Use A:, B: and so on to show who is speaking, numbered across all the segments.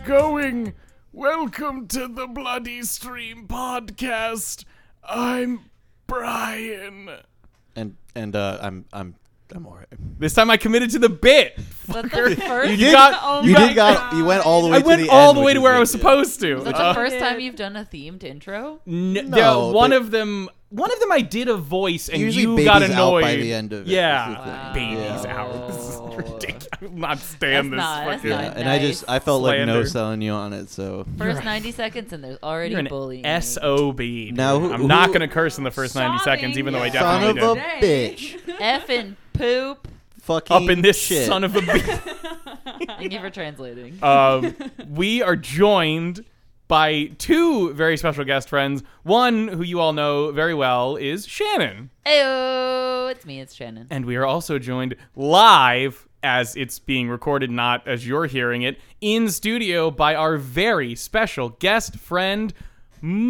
A: everything. Welcome to the Bloody Stream podcast. I'm Brian.
B: And and uh, I'm I'm I'm alright.
C: This time I committed to the bit.
D: That the first
C: You did- got-
D: oh
B: You
D: my
B: did got you went all the way.
C: I
B: to
C: went
B: the
C: all
B: end,
C: the
B: which
C: way to
B: is
C: where
B: good,
C: I was
B: yeah.
C: supposed to. Uh,
D: Is that the first time you've done a themed intro?
C: N- yeah,
B: No,
C: one
B: but-
C: of them. One of them I did a voice, and
B: Usually
C: you
B: baby's
C: got
B: out
C: annoyed
B: by the end of it, is the
C: Yeah,
B: thing.
C: baby's
B: Yeah. Oh.
C: out. This is
D: Wow.
C: ridiculous. I'm not stand this
D: That's not- that's
C: fucking.
B: Yeah,
D: Nice.
B: and I just I felt like no
C: Slander.
B: selling you on it. So
D: First
C: a-
D: 90 seconds and there's already
C: You're an
D: bullying.
C: sob. dude.
B: Now who-
C: I'm
B: who-
C: not gonna curse in the first 90 seconds, even though I
E: Son
B: son of
C: definitely
B: a
C: did.
B: bitch,
D: F and poop.
B: fucking
C: Up in this
B: shit.
C: son of a bitch.
D: Thank you for translating.
C: um, we are joined by two very special guest friends. One who you all know very well is Shannon,
D: Ayo, it's me, it's Shannon.
C: and we are also joined live as it's being recorded, not as you're hearing it, in studio by our very special guest friend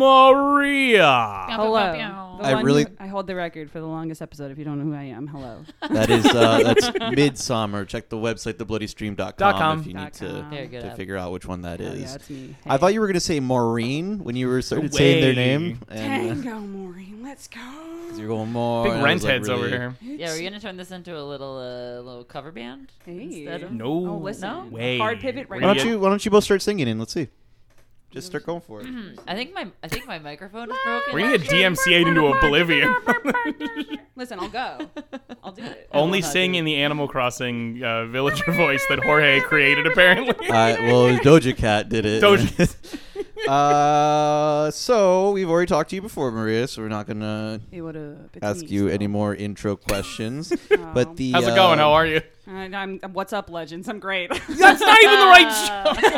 B: Oh,
C: Maria.
E: Hello. The
B: I
E: one
B: really-
E: who- I hold the record for the longest episode. If you don't know who I am, hello.
B: That is uh, that's midsummer. Check the website thebloodystream.com
C: Dot com.
B: if you need
E: Dot
B: to,
E: com.
D: Very good.
B: to figure out which one that
E: Hell
B: is.
E: yeah, it's me.
B: I thought you were gonna say Maureen when you were started
C: No
B: saying their
C: way.
B: name. And, uh,
E: Tango Maureen, let's go.
B: 'cause you're going more.
C: Big
B: and I
C: rent
B: was, like,
C: heads over
B: really-
C: here.
D: Yeah, we're gonna turn this into a little uh, little cover band.
E: Hey.
D: instead of-
C: No
E: Oh, listen.
D: No?
C: way.
E: Hard pivot
C: We're
E: right
B: Why
C: gonna
B: don't
C: get-
B: you Why don't you both start singing and let's see? Just start going for it.
E: Mm-hmm.
D: I think my I think my microphone is broken.
C: We're gonna get DMCA'd into oblivion.
E: Listen, I'll go. I'll do it.
C: Only
E: I'll
C: sing
E: do
C: in
E: it.
C: the Animal Crossing uh, villager voice that Jorge created, apparently.
B: Uh, well, it was Doja Cat did it.
C: Doja-
B: uh, so we've already talked to you before, Maria. So we're not gonna
E: Hey, what up? It's
B: ask
E: me,
B: you
E: so-
B: any more intro questions.
E: Oh.
B: But the
C: How's it going?
B: uh,
C: How are you?
E: And I'm, I'm- what's up, legends? I'm great.
C: That's not even the
D: Uh,
C: right show.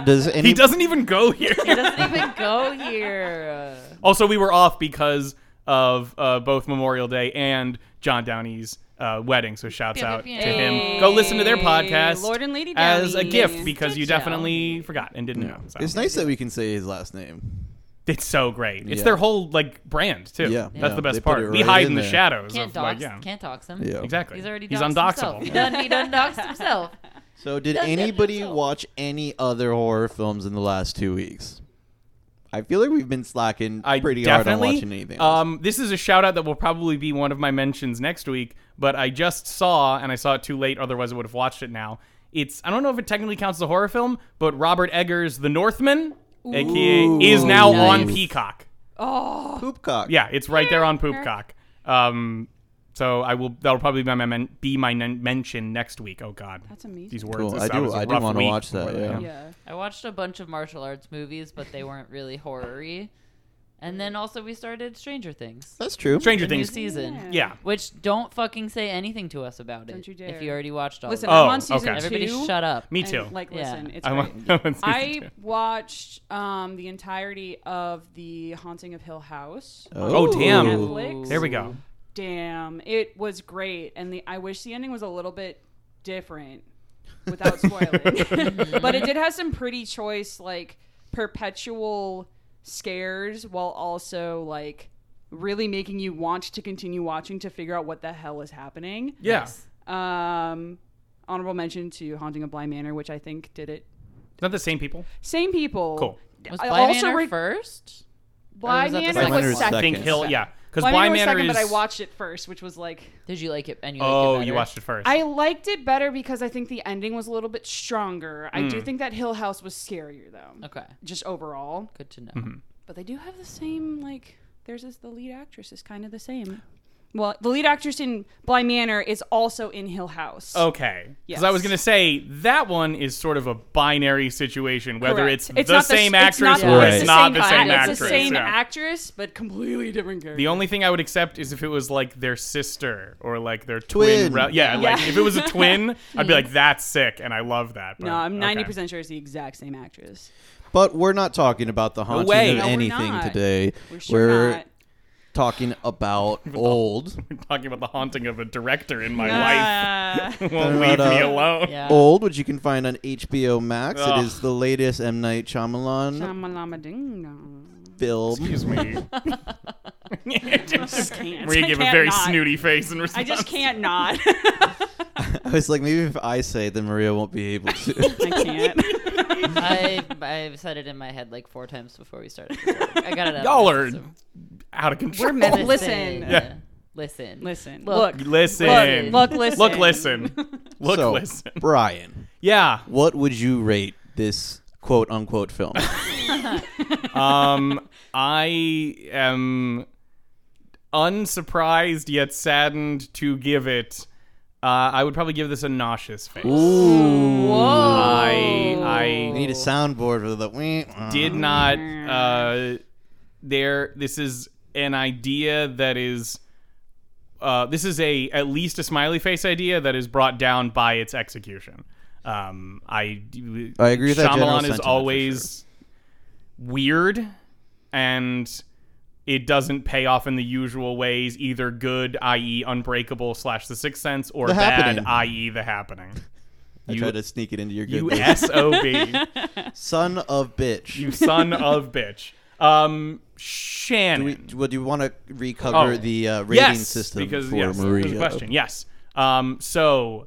B: uh, Does any
C: He doesn't even go here.
D: It doesn't even go here.
C: Also, we were off because of uh, both Memorial Day and John Downey's uh, wedding. So shouts
D: Pew,
C: out
D: pew,
C: to
D: pew.
C: him. Go listen to their
E: Hey,
C: podcast
E: Lord and Lady
C: as a
E: Downey.
C: gift because you
D: Good job.
C: definitely forgot and didn't know. So.
B: It's nice that we can say his last name.
C: It's so great. It's
B: Yeah.
C: their whole like brand too.
B: Yeah,
C: that's
B: yeah,
C: the
B: they
C: best
B: put
C: part.
B: it
C: we
B: right
C: hide
B: in
C: in the
B: there.
C: shadows
D: Can't
C: of like
D: dox,
C: yeah,
D: can't dox him.
B: Yeah.
C: exactly.
D: He's already
C: he's
D: doxed
C: undoxable.
D: himself. He done he done doxed himself.
B: So, did
D: Does that
B: anybody
D: mean so?
B: watch any other horror films in the last two weeks? I feel like we've been slacking
C: I
B: pretty hard on
C: definitely.
B: watching anything. else.
C: Um, this is a shout out that will probably be one of my mentions next week, but I just saw and I saw it too late, otherwise I would have watched it now. It's I don't know if it technically counts as a horror film, but Robert Eggers' The Northman,
B: Ooh.
C: aka, is now on
B: Nice.
C: Peacock.
E: oh,
B: Poopcock.
C: Yeah, it's right there on Poopcock. Um, so I will that'll probably be my men, be my nen- mention next week. Oh God,
E: that's amazing.
C: these words.
B: Cool.
C: This-
B: I
C: that
B: do-
C: was a
B: I do
C: rough
B: wanna
C: week.
B: watch that, yeah.
E: yeah.
D: I watched a bunch of martial arts movies, but they weren't really horror-y. And then also we started Stranger Things.
B: That's true.
C: Stranger
D: The new
C: Things.
D: season.
C: Yeah.
D: Which don't fucking say anything to us about it.
E: Don't you
D: If
E: dare.
D: you already watched all
E: Listen,
D: of it.
C: Oh,
E: I'm on season
C: okay.
E: two.
D: Everybody shut up.
C: Me too.
E: And, like,
D: Yeah.
E: listen, it's
C: I'm
E: great.
C: on, I'm on season
E: I
C: two.
E: watched um, the entirety of the Haunting of Hill House. on
C: Oh, damn.
E: Netflix.
C: There we go.
E: Damn, it was great, and the I wish the ending was a little bit different, without spoiling. but it did have some pretty choice, like perpetual scares, while also like really making you want to continue watching to figure out what the hell is happening.
C: Yeah.
D: Nice.
E: Um, honorable mention to Haunting of Blind Manor, which I think did it.
C: Is that the same people?
E: Same people.
C: Cool.
D: Was
E: I
D: Bly
E: also
D: Manor
E: re-
D: first?
E: Blind
D: Or was that the second
E: Manor was
B: one?
E: second.
C: I think
B: Second.
C: he'll yeah. Because
E: Blind
C: Blind
E: Manor was
C: Manor
E: second,
C: is
E: but I watched it first, which was like
D: Did you like it? And you liked it
C: Oh,
D: better?
C: you watched it first.
E: I liked it better because I think the ending was a little bit stronger. I
C: Hmm.
E: do think that Hill House was scarier though.
D: Okay.
E: Just overall.
D: Good to know.
C: Mm-hmm.
E: But they do have the same like there's this the lead actress is kind of the same. Well, the lead actress in Blind Manor is also in Hill House.
C: Okay. Because I was
E: Yes.
C: going to say that one is sort of a binary situation, whether
E: Correct.
C: it's, the
E: not
C: same
E: s-
C: actress
E: it's not,
C: or
B: Right.
C: it's
E: the
C: not
E: same
C: the same
E: actress.
C: actress.
E: It's the same
C: yeah.
E: actress, but completely different character.
C: The only thing I would accept is if it was like their sister or like their twin.
B: Twin.
C: rel- yeah,
E: Yeah.
C: like if it was a twin, I'd be like, that's sick, and I love that. But,
E: no, I'm
C: okay.
E: 90% sure it's the exact same actress.
B: But we're not talking about the haunting
C: way.
B: of
C: No,
E: we're
B: anything
E: not.
B: today.
E: We're sure
B: We're
E: not.
B: talking about old,
C: We're talking about the haunting of a director in my
E: Uh,
C: life. Won't leave me
B: Ta-da.
C: alone.
D: Yeah.
B: old, which you can find on HBO Max.
C: Ugh.
B: It is the latest M Night Shyamalan
E: Shamalama ding dong.
B: film.
C: Excuse me.
E: just can't.
C: Maria
E: I
C: gave a
E: can't
C: very
E: not.
C: snooty face in
E: I
C: response.
E: just can't not.
B: I was like, maybe if I say it, then Maria won't be able to.
E: I can't.
D: I I've said it in my head like four times before we started. recording. I got it. Out
C: Y'all
D: of my
C: are
D: system.
C: out of
E: We're
C: control.
E: medicine.
D: Listen.
E: Yeah.
D: Listen.
E: Listen.
D: Look.
E: Look.
C: Listen.
E: Look, listen.
C: Look, listen. Look,
B: so,
C: listen.
B: Brian,
C: Yeah.
B: what would you rate this quote unquote film?
C: Um, I am unsurprised yet saddened to give it. Uh, I would probably give this a nauseous face.
B: Ooh.
C: I
B: We need a soundboard for the.
C: I did
B: Oh,
C: not. Uh, there. This is an idea that is. Uh, this is a at least a smiley face idea that is brought down by its execution. Um, I
B: I agree with that general
C: Shyamalan is
B: sentiment for
C: always weird, and it doesn't pay off in the usual ways. Either good, i.e., Unbreakable slash The Sixth Sense, or
B: The
C: bad,
B: Happening.
C: i.e., The Happening.
B: I
C: you-
B: tried to sneak it into your good
C: You
B: list.
C: sob.
B: son of bitch.
C: You son of bitch. Um, Shannon.
B: Do we, would you want to recover
C: Oh.
B: the uh, rating
C: yes,
B: system
C: because
B: for
C: yes,
B: Maria? Oh.
C: there's a question. Yes. Um, so,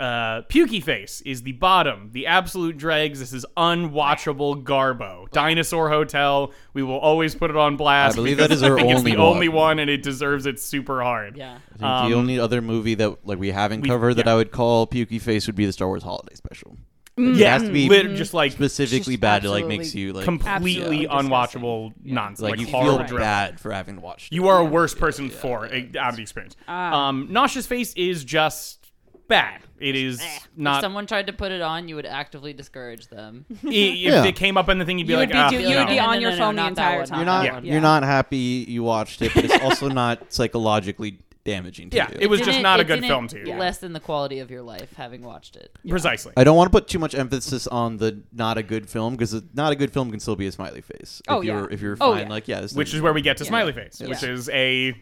C: uh, Pukey Face is the bottom, the absolute dregs. This is unwatchable Garbo. Dinosaur Hotel. We will always put it on blast.
B: I believe
C: because
B: that is our
C: I think it's
B: only
C: the
B: one.
C: only one, and it deserves it super hard.
D: Yeah.
B: I think the only other movie that like we haven't covered that
C: Um, yeah.
B: I would call pukey face would be the Star Wars Holiday Special. it
C: Yeah,
B: has to be
C: lit- just like
B: specifically
E: Mm. Just
B: bad. It like makes
E: absolutely
B: you like
C: completely
E: Absolutely
C: unwatchable nonsense.
B: like,
C: Like,
B: you
C: horrible
B: feel
C: dregs.
B: bad for having watched. it.
C: You are a worse person for it out of the experience.
E: Ah.
C: Um, Nauseous Face is just bad. It is
E: Eh.
D: if
C: not
D: someone tried to put it on, you would actively discourage them.
C: I- if
B: Yeah.
C: it came up on the thing, you'd be
E: You
C: like,
E: would be
C: "Ah,
E: do- you
C: no."
E: would be
D: No, no,
E: on
D: no,
E: your
D: no,
E: phone the
D: not that
E: entire
D: one,
E: time.
B: You're not.
C: Yeah.
B: You're not happy you watched it, but it's also not psychologically damaging to
C: Yeah,
B: you.
C: it was just
D: Didn't-
C: not a
D: it
C: good
D: didn't
C: film to you.
D: Lessen the quality of your life having watched it.
C: Precisely.
B: I don't want to put too much emphasis on the not a good film because not a good film can still be a smiley face.
E: Oh,
B: if
E: yeah.
B: you're if you're
E: Oh,
B: fine,
E: yeah.
B: like yeah, this
C: which
B: doesn't-
C: is where we get to Smiley Face, which is a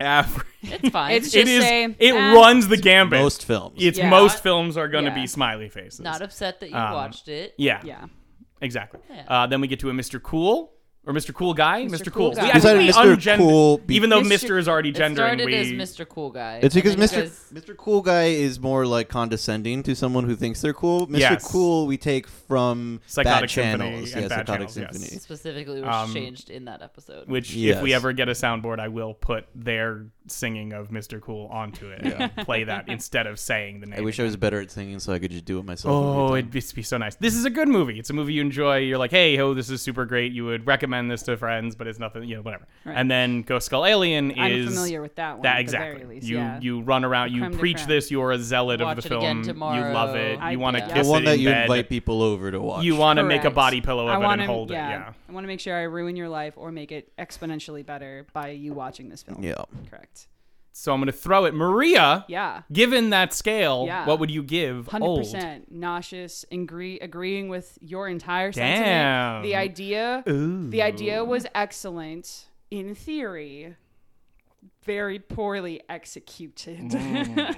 C: average.
D: It's fine.
E: It's
C: It
E: Just
C: is.
E: say,
C: it
E: eh.
C: runs the gambit.
B: most films.
C: It's
E: Yeah.
C: most films are going to
E: Yeah.
C: be smiley faces.
D: not upset that you
C: Um,
D: watched it.
C: yeah,
E: Yeah.
C: exactly.
D: Yeah.
C: Uh, then we get to a Mr. Cool or Mr. Cool Guy, Mr. Cool.
E: Cool Guy.
C: We
E: Is
B: that
C: actually
B: a Mr.
C: ungender-
B: Cool be-
C: even though
E: Mr.
C: Mr. is already
D: It
C: gendering.
D: started
C: we,
D: as Mr. Cool Guy.
B: It's
D: and
B: because
D: then you
B: Mr.
D: guys-
B: Mr. Cool Guy is more like condescending to someone who thinks they're cool. Mr.
C: Yes.
B: Cool we take from
C: Psychotic
B: bad channels.
C: Symphony and
B: yeah,
C: Bad
B: Psychotic
C: Channels, yes.
B: Symphony.
D: specifically was
C: Um,
D: changed in that episode.
C: Which, if
B: Yes.
C: we ever get a soundboard, I will put their singing of Mr. Cool onto it and play that instead of saying the name.
B: I wish I was better at singing so I could just do it myself.
C: Oh,
B: every time.
C: it'd be, be so nice. This is a good movie. It's a movie you enjoy. You're like, hey, ho, this is super great. You would recommend this to friends, but it's nothing, you know, whatever.
E: Right.
C: And then Ghost Skull Alien
E: I'm
C: is
E: familiar with that one. at
C: that
E: the
C: exactly.
E: very least,
C: you
E: yeah.
C: you run around, you
E: creme de
C: preach
E: creme.
C: this. You're a zealot
D: Watch
C: of the
D: it again
C: film.
D: tomorrow.
C: You love it.
E: I-
C: you want to
E: yeah.
C: kiss
B: the one
C: it
B: that
C: in
B: you
C: bed.
B: invite people over to watch.
C: you want to make a
E: Correct.
C: body pillow
E: I
C: of it
E: wanna-
C: and hold it. Yeah.
E: I want to make sure I ruin your life or make it exponentially better by you watching this film.
B: Yeah.
E: Correct.
C: So I'm gonna throw it, Maria.
E: Yeah.
C: Given that scale,
E: Yeah.
C: what would you give?
E: Hundred
C: Old.
E: percent nauseous, agree, agreeing with your entire sentiment.
C: Damn.
E: The idea, the idea was excellent in theory, very poorly executed.
C: Mm.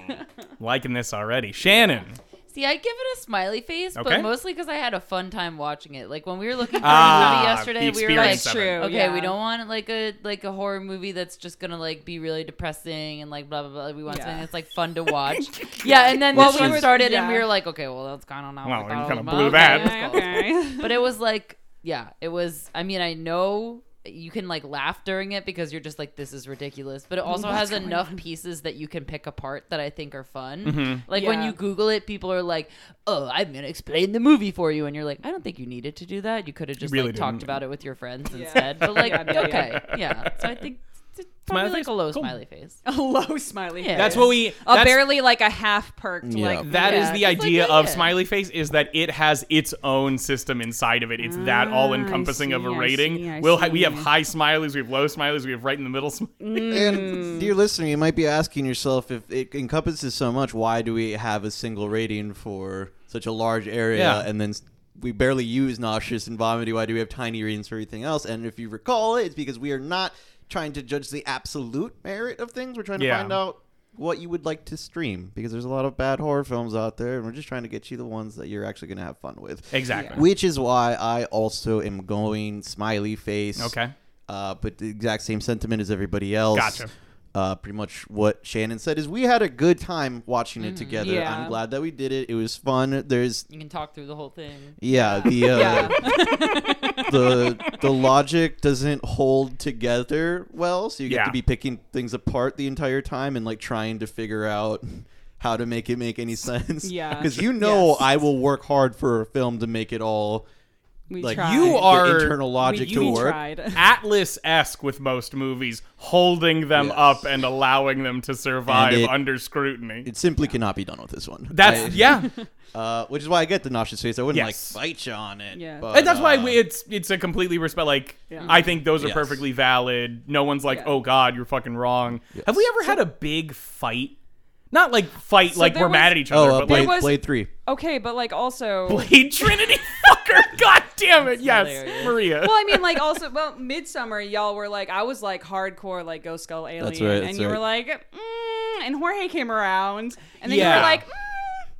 C: Liking this already, Shannon.
D: See, I give it a smiley face,
C: Okay.
D: but mostly because I had a fun time watching it. Like when we were looking for a
C: Ah,
D: movie yesterday,
C: the
D: we were like,
C: experience of it.
E: True.
D: okay,
E: yeah.
D: we don't want like a like a horror movie that's just gonna like be really depressing and like blah blah blah. We want
E: Yeah.
D: something that's like fun to watch. yeah, and then this
E: we
D: one
E: were-
D: started, and
E: yeah.
D: we were like, okay, well that's kind of not.
C: Well,
D: what
C: you
D: I thought it
C: kinda
D: was
C: blew
D: about.
C: that.
D: Okay, let's go.
E: okay.
D: but it was like yeah it was i mean i know you can like laugh during it because you're just like this is ridiculous but it also has enough pieces that you can pick apart that i think are fun
C: Mm-hmm.
D: like when
E: Yeah.
D: you google it people are like oh i'm gonna explain the movie for you and you're like i don't think you needed to do that you could have just
C: really
D: like talked
C: didn't.
D: about it with your friends instead but like
E: Yeah, no, yeah.
D: okay yeah. so i think it's probably
C: Smiley face?
D: like a low
C: Cool.
D: smiley face
E: a low smiley.
D: Yeah.
E: face.
C: That's what we.
E: A
C: that's-
E: barely like a half perked
B: Yeah.
E: like
C: That is
E: yeah.
C: the
D: just like
C: idea
D: that,
C: of
D: yeah.
C: smiley face is that it has its own system inside of it. It's that
E: Ah,
C: all encompassing
E: I
C: of a
E: see, I
C: rating.
E: see, I
C: we'll ha- we
E: see.
C: have high smileys, we have low smileys, we have right in the middle smileys. Mm.
B: And dear listener, you might be asking yourself if it encompasses so much, why do we have a single rating for such a large area
C: Yeah.
B: and then s- we barely use nauseous and vomiting? Why do we have tiny ratings for everything else? And if you recall, it's because we are not trying to judge the absolute merit of things. We're trying to
C: Yeah.
B: find out what you would like to stream because there's a lot of bad horror films out there and we're just trying to get you the ones that you're actually going to have fun with.
C: Exactly.
B: Which is why I also am going smiley face
C: Okay.
E: Mm.
B: uh, but the exact same sentiment as everybody else.
C: Gotcha.
B: uh, pretty much what Shannon said is we had a good time watching it together.
E: Mm, Yeah.
B: I'm glad that we did it. It was fun. There's
D: You can talk through the whole thing.
B: yeah, the uh,
E: Yeah.
B: the the logic doesn't hold together well, so you get
C: Yeah.
B: to be picking things apart the entire time and like trying to figure out how to make it make any sense.
E: Yeah.
B: because you know
E: Yes.
B: I will work hard for a film to make it all
E: We
B: like
E: tried.
C: You
B: the
C: are-
B: internal logic
E: we,
B: to
E: we
B: work.
E: Tried.
C: Atlas esque with most movies, holding them
B: Yes.
C: up and allowing them to survive
B: And it-
C: under scrutiny.
B: It simply cannot be done with this one.
C: That's
B: I-
C: yeah,
B: uh, which is why I get the nauseous face. I wouldn't
C: Yes.
B: like fight you on it.
E: Yeah.
B: but,
C: and that's why
B: uh,
C: we, it's it's a completely respect. Like
E: Yeah.
C: I think those are
B: Yes.
C: perfectly valid. No one's like,
E: Yeah.
C: oh god, you're fucking wrong. Have we ever had a big fight? Not like fight, like
E: there
C: we're mad
E: was-
C: at each other,
B: Oh,
C: but
B: uh,
C: like
B: Blade,
E: There was-
B: Blade Three.
E: Okay, but like also.
C: Blade Trinity fucker. God damn it! Yes,
D: hilarious.
C: Maria.
E: well, I mean, like also, well, Midsummer, y'all were like, I was like hardcore, like Ghost Skull Alien,
B: That's right,
E: and
B: that's
E: you were
B: right.
E: like, mm, and Jorge came around, and then
C: Yeah.
E: "Mm,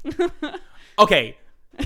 E: you were like, mm.
C: Okay,
B: We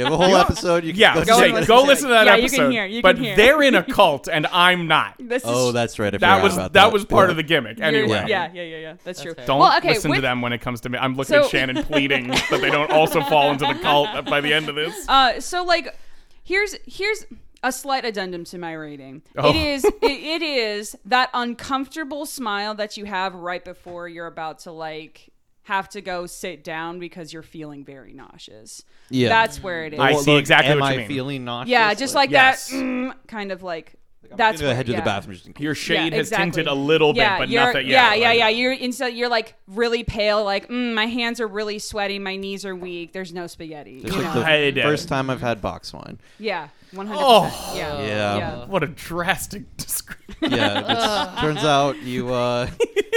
B: have a whole episode. You can
C: yeah,
B: go,
C: go,
B: check
C: listen,
B: it
C: go
B: out.
C: listen to that
E: Yeah, you can
C: episode.
E: hear, you
C: but
E: can hear.
C: they're in a cult, and I'm not.
E: this is
B: Oh, that's right. I
E: That
B: forgot
C: That was
B: about
C: that,
B: that
C: was part
B: Yeah.
C: of the gimmick.
E: you're-
C: Anyway,
E: yeah, yeah, yeah, yeah, that's, true.
D: fair.
C: Don't
E: well, okay,
C: listen
E: with,
C: to them when it comes to me. I'm looking
E: So-
C: at Shannon pleading that they don't also fall into the cult by the end of this.
E: Uh, so like, here's here's a slight addendum to my rating.
C: Oh.
E: It is it, it is that uncomfortable smile that you have right before you're about to like have to go sit down because you're feeling very nauseous.
B: Yeah.
E: That's where it is.
C: I see
B: Look,
C: exactly
B: am
C: what you
B: I
C: mean.
B: feeling nauseous?
E: yeah, just like
C: Yes.
E: that mm, kind of like,
B: I'm
E: that's
B: gonna
E: where-
B: head to
E: yeah.
B: the bathroom. Just in case.
C: Your shade
E: Yeah,
C: has
E: exactly.
C: tinted a little bit,
E: Yeah,
C: but
E: you're,
C: not that.
E: yeah, yeah,
C: like-
E: yeah. You're instead. You're like really pale. Like, mm, my hands are really sweaty. My knees are weak. There's no spaghetti.
B: It's
E: you
B: like
E: know?
B: the
C: I did.
B: first time I've had box wine.
E: yeah, one hundred
C: Oh.
E: percent. Yeah,
B: Yeah.
E: yeah.
C: What a drastic description.
B: Yeah, it's- turns out you uh,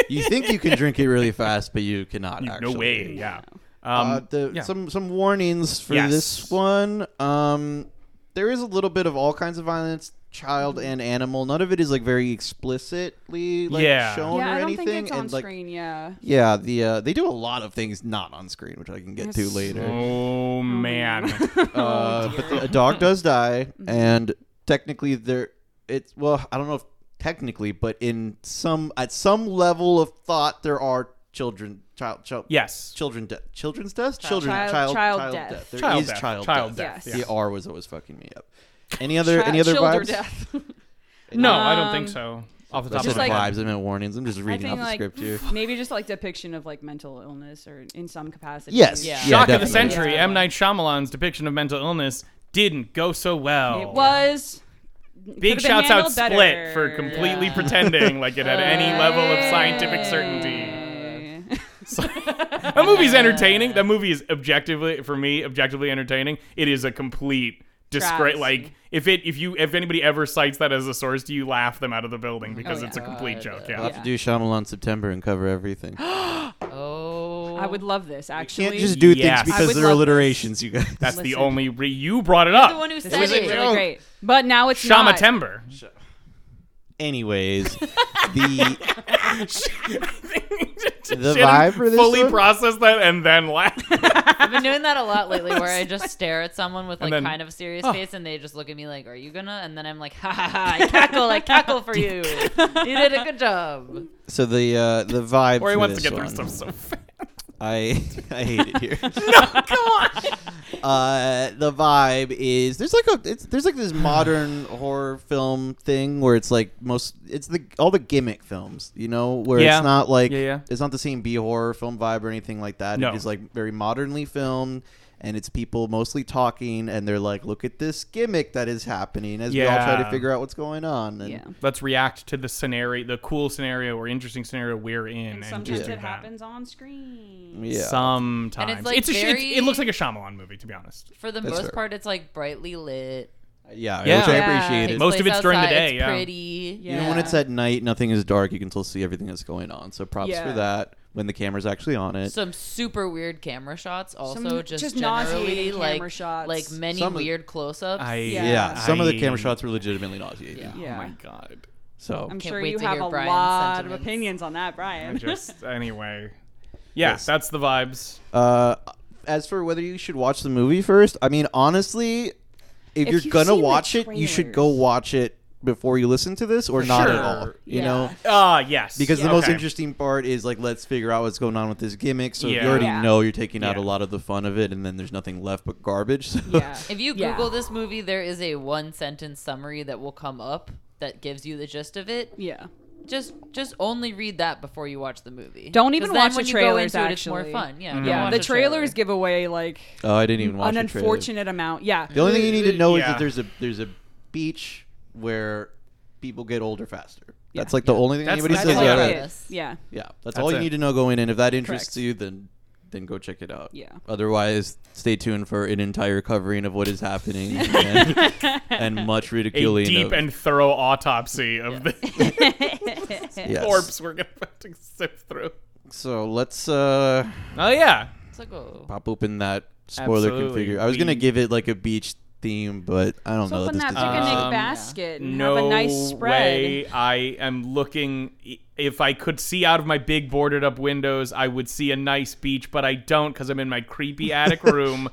B: you think you can drink it really fast, but you cannot. actually.
C: no way. Yeah.
B: uh,
C: Um,
B: the,
C: yeah.
B: Some some warnings for
C: Yes.
B: this one. Um, there is a little bit of all kinds of violence, child and animal. None of it is like very explicitly like
C: Yeah.
B: shown
E: Yeah,
B: or
E: I don't
B: anything.
E: think it's on
B: and like
E: screen. Yeah,
B: yeah, the uh, they do a lot of things not on screen, which I can get to
E: Yes. Oh,
B: later.
C: oh man.
B: Uh, but the- a dog does die,
E: Mm-hmm.
B: and technically there, it's well, I don't know if technically, but in some at some level of thought, there are children, child, child,
C: yes.
B: children de- children's death children
E: Child-
B: child
E: child
B: death.
E: death.
B: There
C: Child
B: is
C: death.
B: child
C: Child
B: death,
E: death,
C: Yes. yes.
B: the r was always fucking me up any other any
E: Child-
B: other
E: child or
B: vibes
E: death.
C: No, I don't think
E: Um,
C: so. Off the
B: that's
C: top
B: just
C: of my
E: like-
C: head.
B: vibes i meant warnings i'm just reading
E: think,
B: off the
E: like,
B: script here
E: Maybe just like depiction of like mental illness or in some capacity.
B: yes
D: Yeah.
B: yeah,
C: Shock of the
B: definitely.
C: century.
E: Yeah.
C: M Night Shyamalan's depiction of mental illness didn't go so well.
E: it was.
C: Oh, Big
E: could've been
C: shouts out
E: handled
C: Split
E: better.
C: for completely
D: Yeah.
C: pretending like it had any level of scientific
E: Uh,
C: certainty.
E: Hey.
C: That movie's entertaining. That movie is objectively for me objectively entertaining. It is a complete disgrace.
E: Travesty.
C: Like if it if you if anybody ever cites that as a source, do you laugh them out of the building because
E: yeah.
C: it's a complete joke.
B: I'll
C: Oh, Yeah.
B: have to do Shyamalan September and cover everything. You
D: Oh,
E: I would love this actually.
B: can't just do
C: Yes.
B: things
C: I
B: because
E: would
B: there are
E: love this.
B: alliterations, you guys.
C: That's the
E: Listen.
C: only re- you brought it up.
D: the one who
E: This
D: said
E: was
D: it.
B: Oh.
E: really great, but now it's
C: Shama
E: not.
C: Timber.
B: Anyways, the
C: the
B: vibe for this
C: fully
B: one?
C: process that and then laugh.
D: I've been doing that a lot lately, where I just stare at someone with like
C: then-
D: kind of a serious face, and they just look at me like, "Are you gonna?" And then I'm like, "Ha ha ha! I cackle, I cackle for you. You did a good job."
B: so the uh, the vibe
C: or he
B: for
C: wants to
B: this
C: get through stuff
B: one.
C: so fast.
B: I I hate it here. no, come on. Uh, the vibe is there's like a it's, there's like this modern horror film thing where it's like most it's the all the gimmick films, you know, where
C: Yeah.
B: it's not like
C: Yeah, yeah.
B: it's not the same B horror film vibe or anything like that.
C: No.
B: It is like very modernly filmed. And it's people mostly talking, and they're like, "Look at this gimmick that is happening," as we all try
C: Yeah.
B: to figure out what's going on. And
E: Yeah.
C: Let's react to the scenario, the cool scenario or interesting scenario we're in, and,
E: Sometimes
C: just do
E: it
C: that.
E: happens on screen.
B: yeah.
C: Sometimes
D: And it's, like,
C: It's a sh- it's-
D: very-
C: it looks like a Shyamalan movie, to be honest.
D: For the
B: That's
D: most
B: fair.
D: part, it's like brightly lit.
B: yeah,
C: Yeah.
B: which I
E: Yeah.
B: appreciate
D: Takes
B: it.
C: Most of
D: place
C: it's during the
D: outside,
C: day,
D: It's
C: yeah.
D: pretty.
E: Yeah.
B: Even when it's at night, nothing is dark. You can still see everything that's going on. So props
E: Yeah.
B: for that. When the camera's actually on it,
D: Some super weird camera shots, also
E: Some
D: just,
E: just
D: generally
E: nauseating
D: like
E: camera shots.
D: like many
B: Some of-
D: weird close-ups.
C: I
E: Yeah.
B: yeah, some of the camera
C: I-
B: shots were legitimately nauseating.
D: Yeah.
E: Yeah.
C: Oh my god.
B: So
E: I'm
D: Can't
E: sure
D: wait
E: you
D: to
E: have
D: hear
E: a
D: Brian's
E: lot of
D: sentiments.
E: opinions on that, Brian.
C: Just anyway. Yeah,
B: Yes.
C: that's the vibes.
B: Uh, as for whether you should watch the movie first, I mean, honestly, if,
E: If
B: you're
E: you've
B: gonna
E: seen the
B: watch it, you should go
E: trailers.
B: watch it before you listen to this or not at
C: Sure.
B: all. You
D: Yeah.
B: know,
C: Ah, yes.
B: because the most
C: Okay.
B: interesting part is like let's figure out what's going on with this gimmick. So if
C: Yeah.
B: you already
E: Yeah.
B: know you're taking out a
C: Yeah.
B: lot of the fun of it, and then there's nothing left but garbage. So
E: Yeah.
D: If you
E: Yeah.
D: Google this movie, there is a one sentence summary that will come up that gives you the gist of it.
E: Yeah.
D: Just just only read that before you watch the movie.
E: Don't
D: 'Cause
E: even
D: then
E: watch the
D: when you go
E: trailers,
D: into It,
E: actually.
D: it's more fun. Yeah.
C: Mhm.
B: Mm-hmm.
D: don't
E: Yeah,
D: watch a
E: the
D: trailer.
E: trailers give away like
B: oh, I didn't even watch
E: an
B: the trailer.
E: unfortunate amount. Yeah.
B: The only thing you need to know is
C: Yeah.
B: that there's a there's a beach where people get older faster.
E: Yeah.
B: That's like the only thing
C: That's-
B: anybody
C: that's
B: says
C: all
B: about
D: it
B: it.
D: is.
E: Yeah.
B: Yeah, that's,
C: That's
B: all you
C: it.
B: need to know going in. If that interests
E: Correct.
B: you, then then go check it out.
E: Yeah.
B: Otherwise, stay tuned for an entire covering of what is happening and, and much
C: a
B: ridiculing.
C: deep
B: of,
C: and thorough autopsy of the
B: yes.
C: corpse we're gonna have to sift through.
B: So let's uh,
C: Oh yeah,
D: So go.
B: pop open that spoiler
C: Absolutely.
B: configure. I was gonna
C: We-
B: give it like a beach theme, but I don't
E: So
B: know.
E: open
B: this
E: that
B: doesn't-
E: picnic
C: Um,
E: basket and
C: no
E: have a nice spread.
C: way. I am looking. If I could see out of my big boarded up windows, I would see a nice beach, but I don't because I'm in my creepy attic room,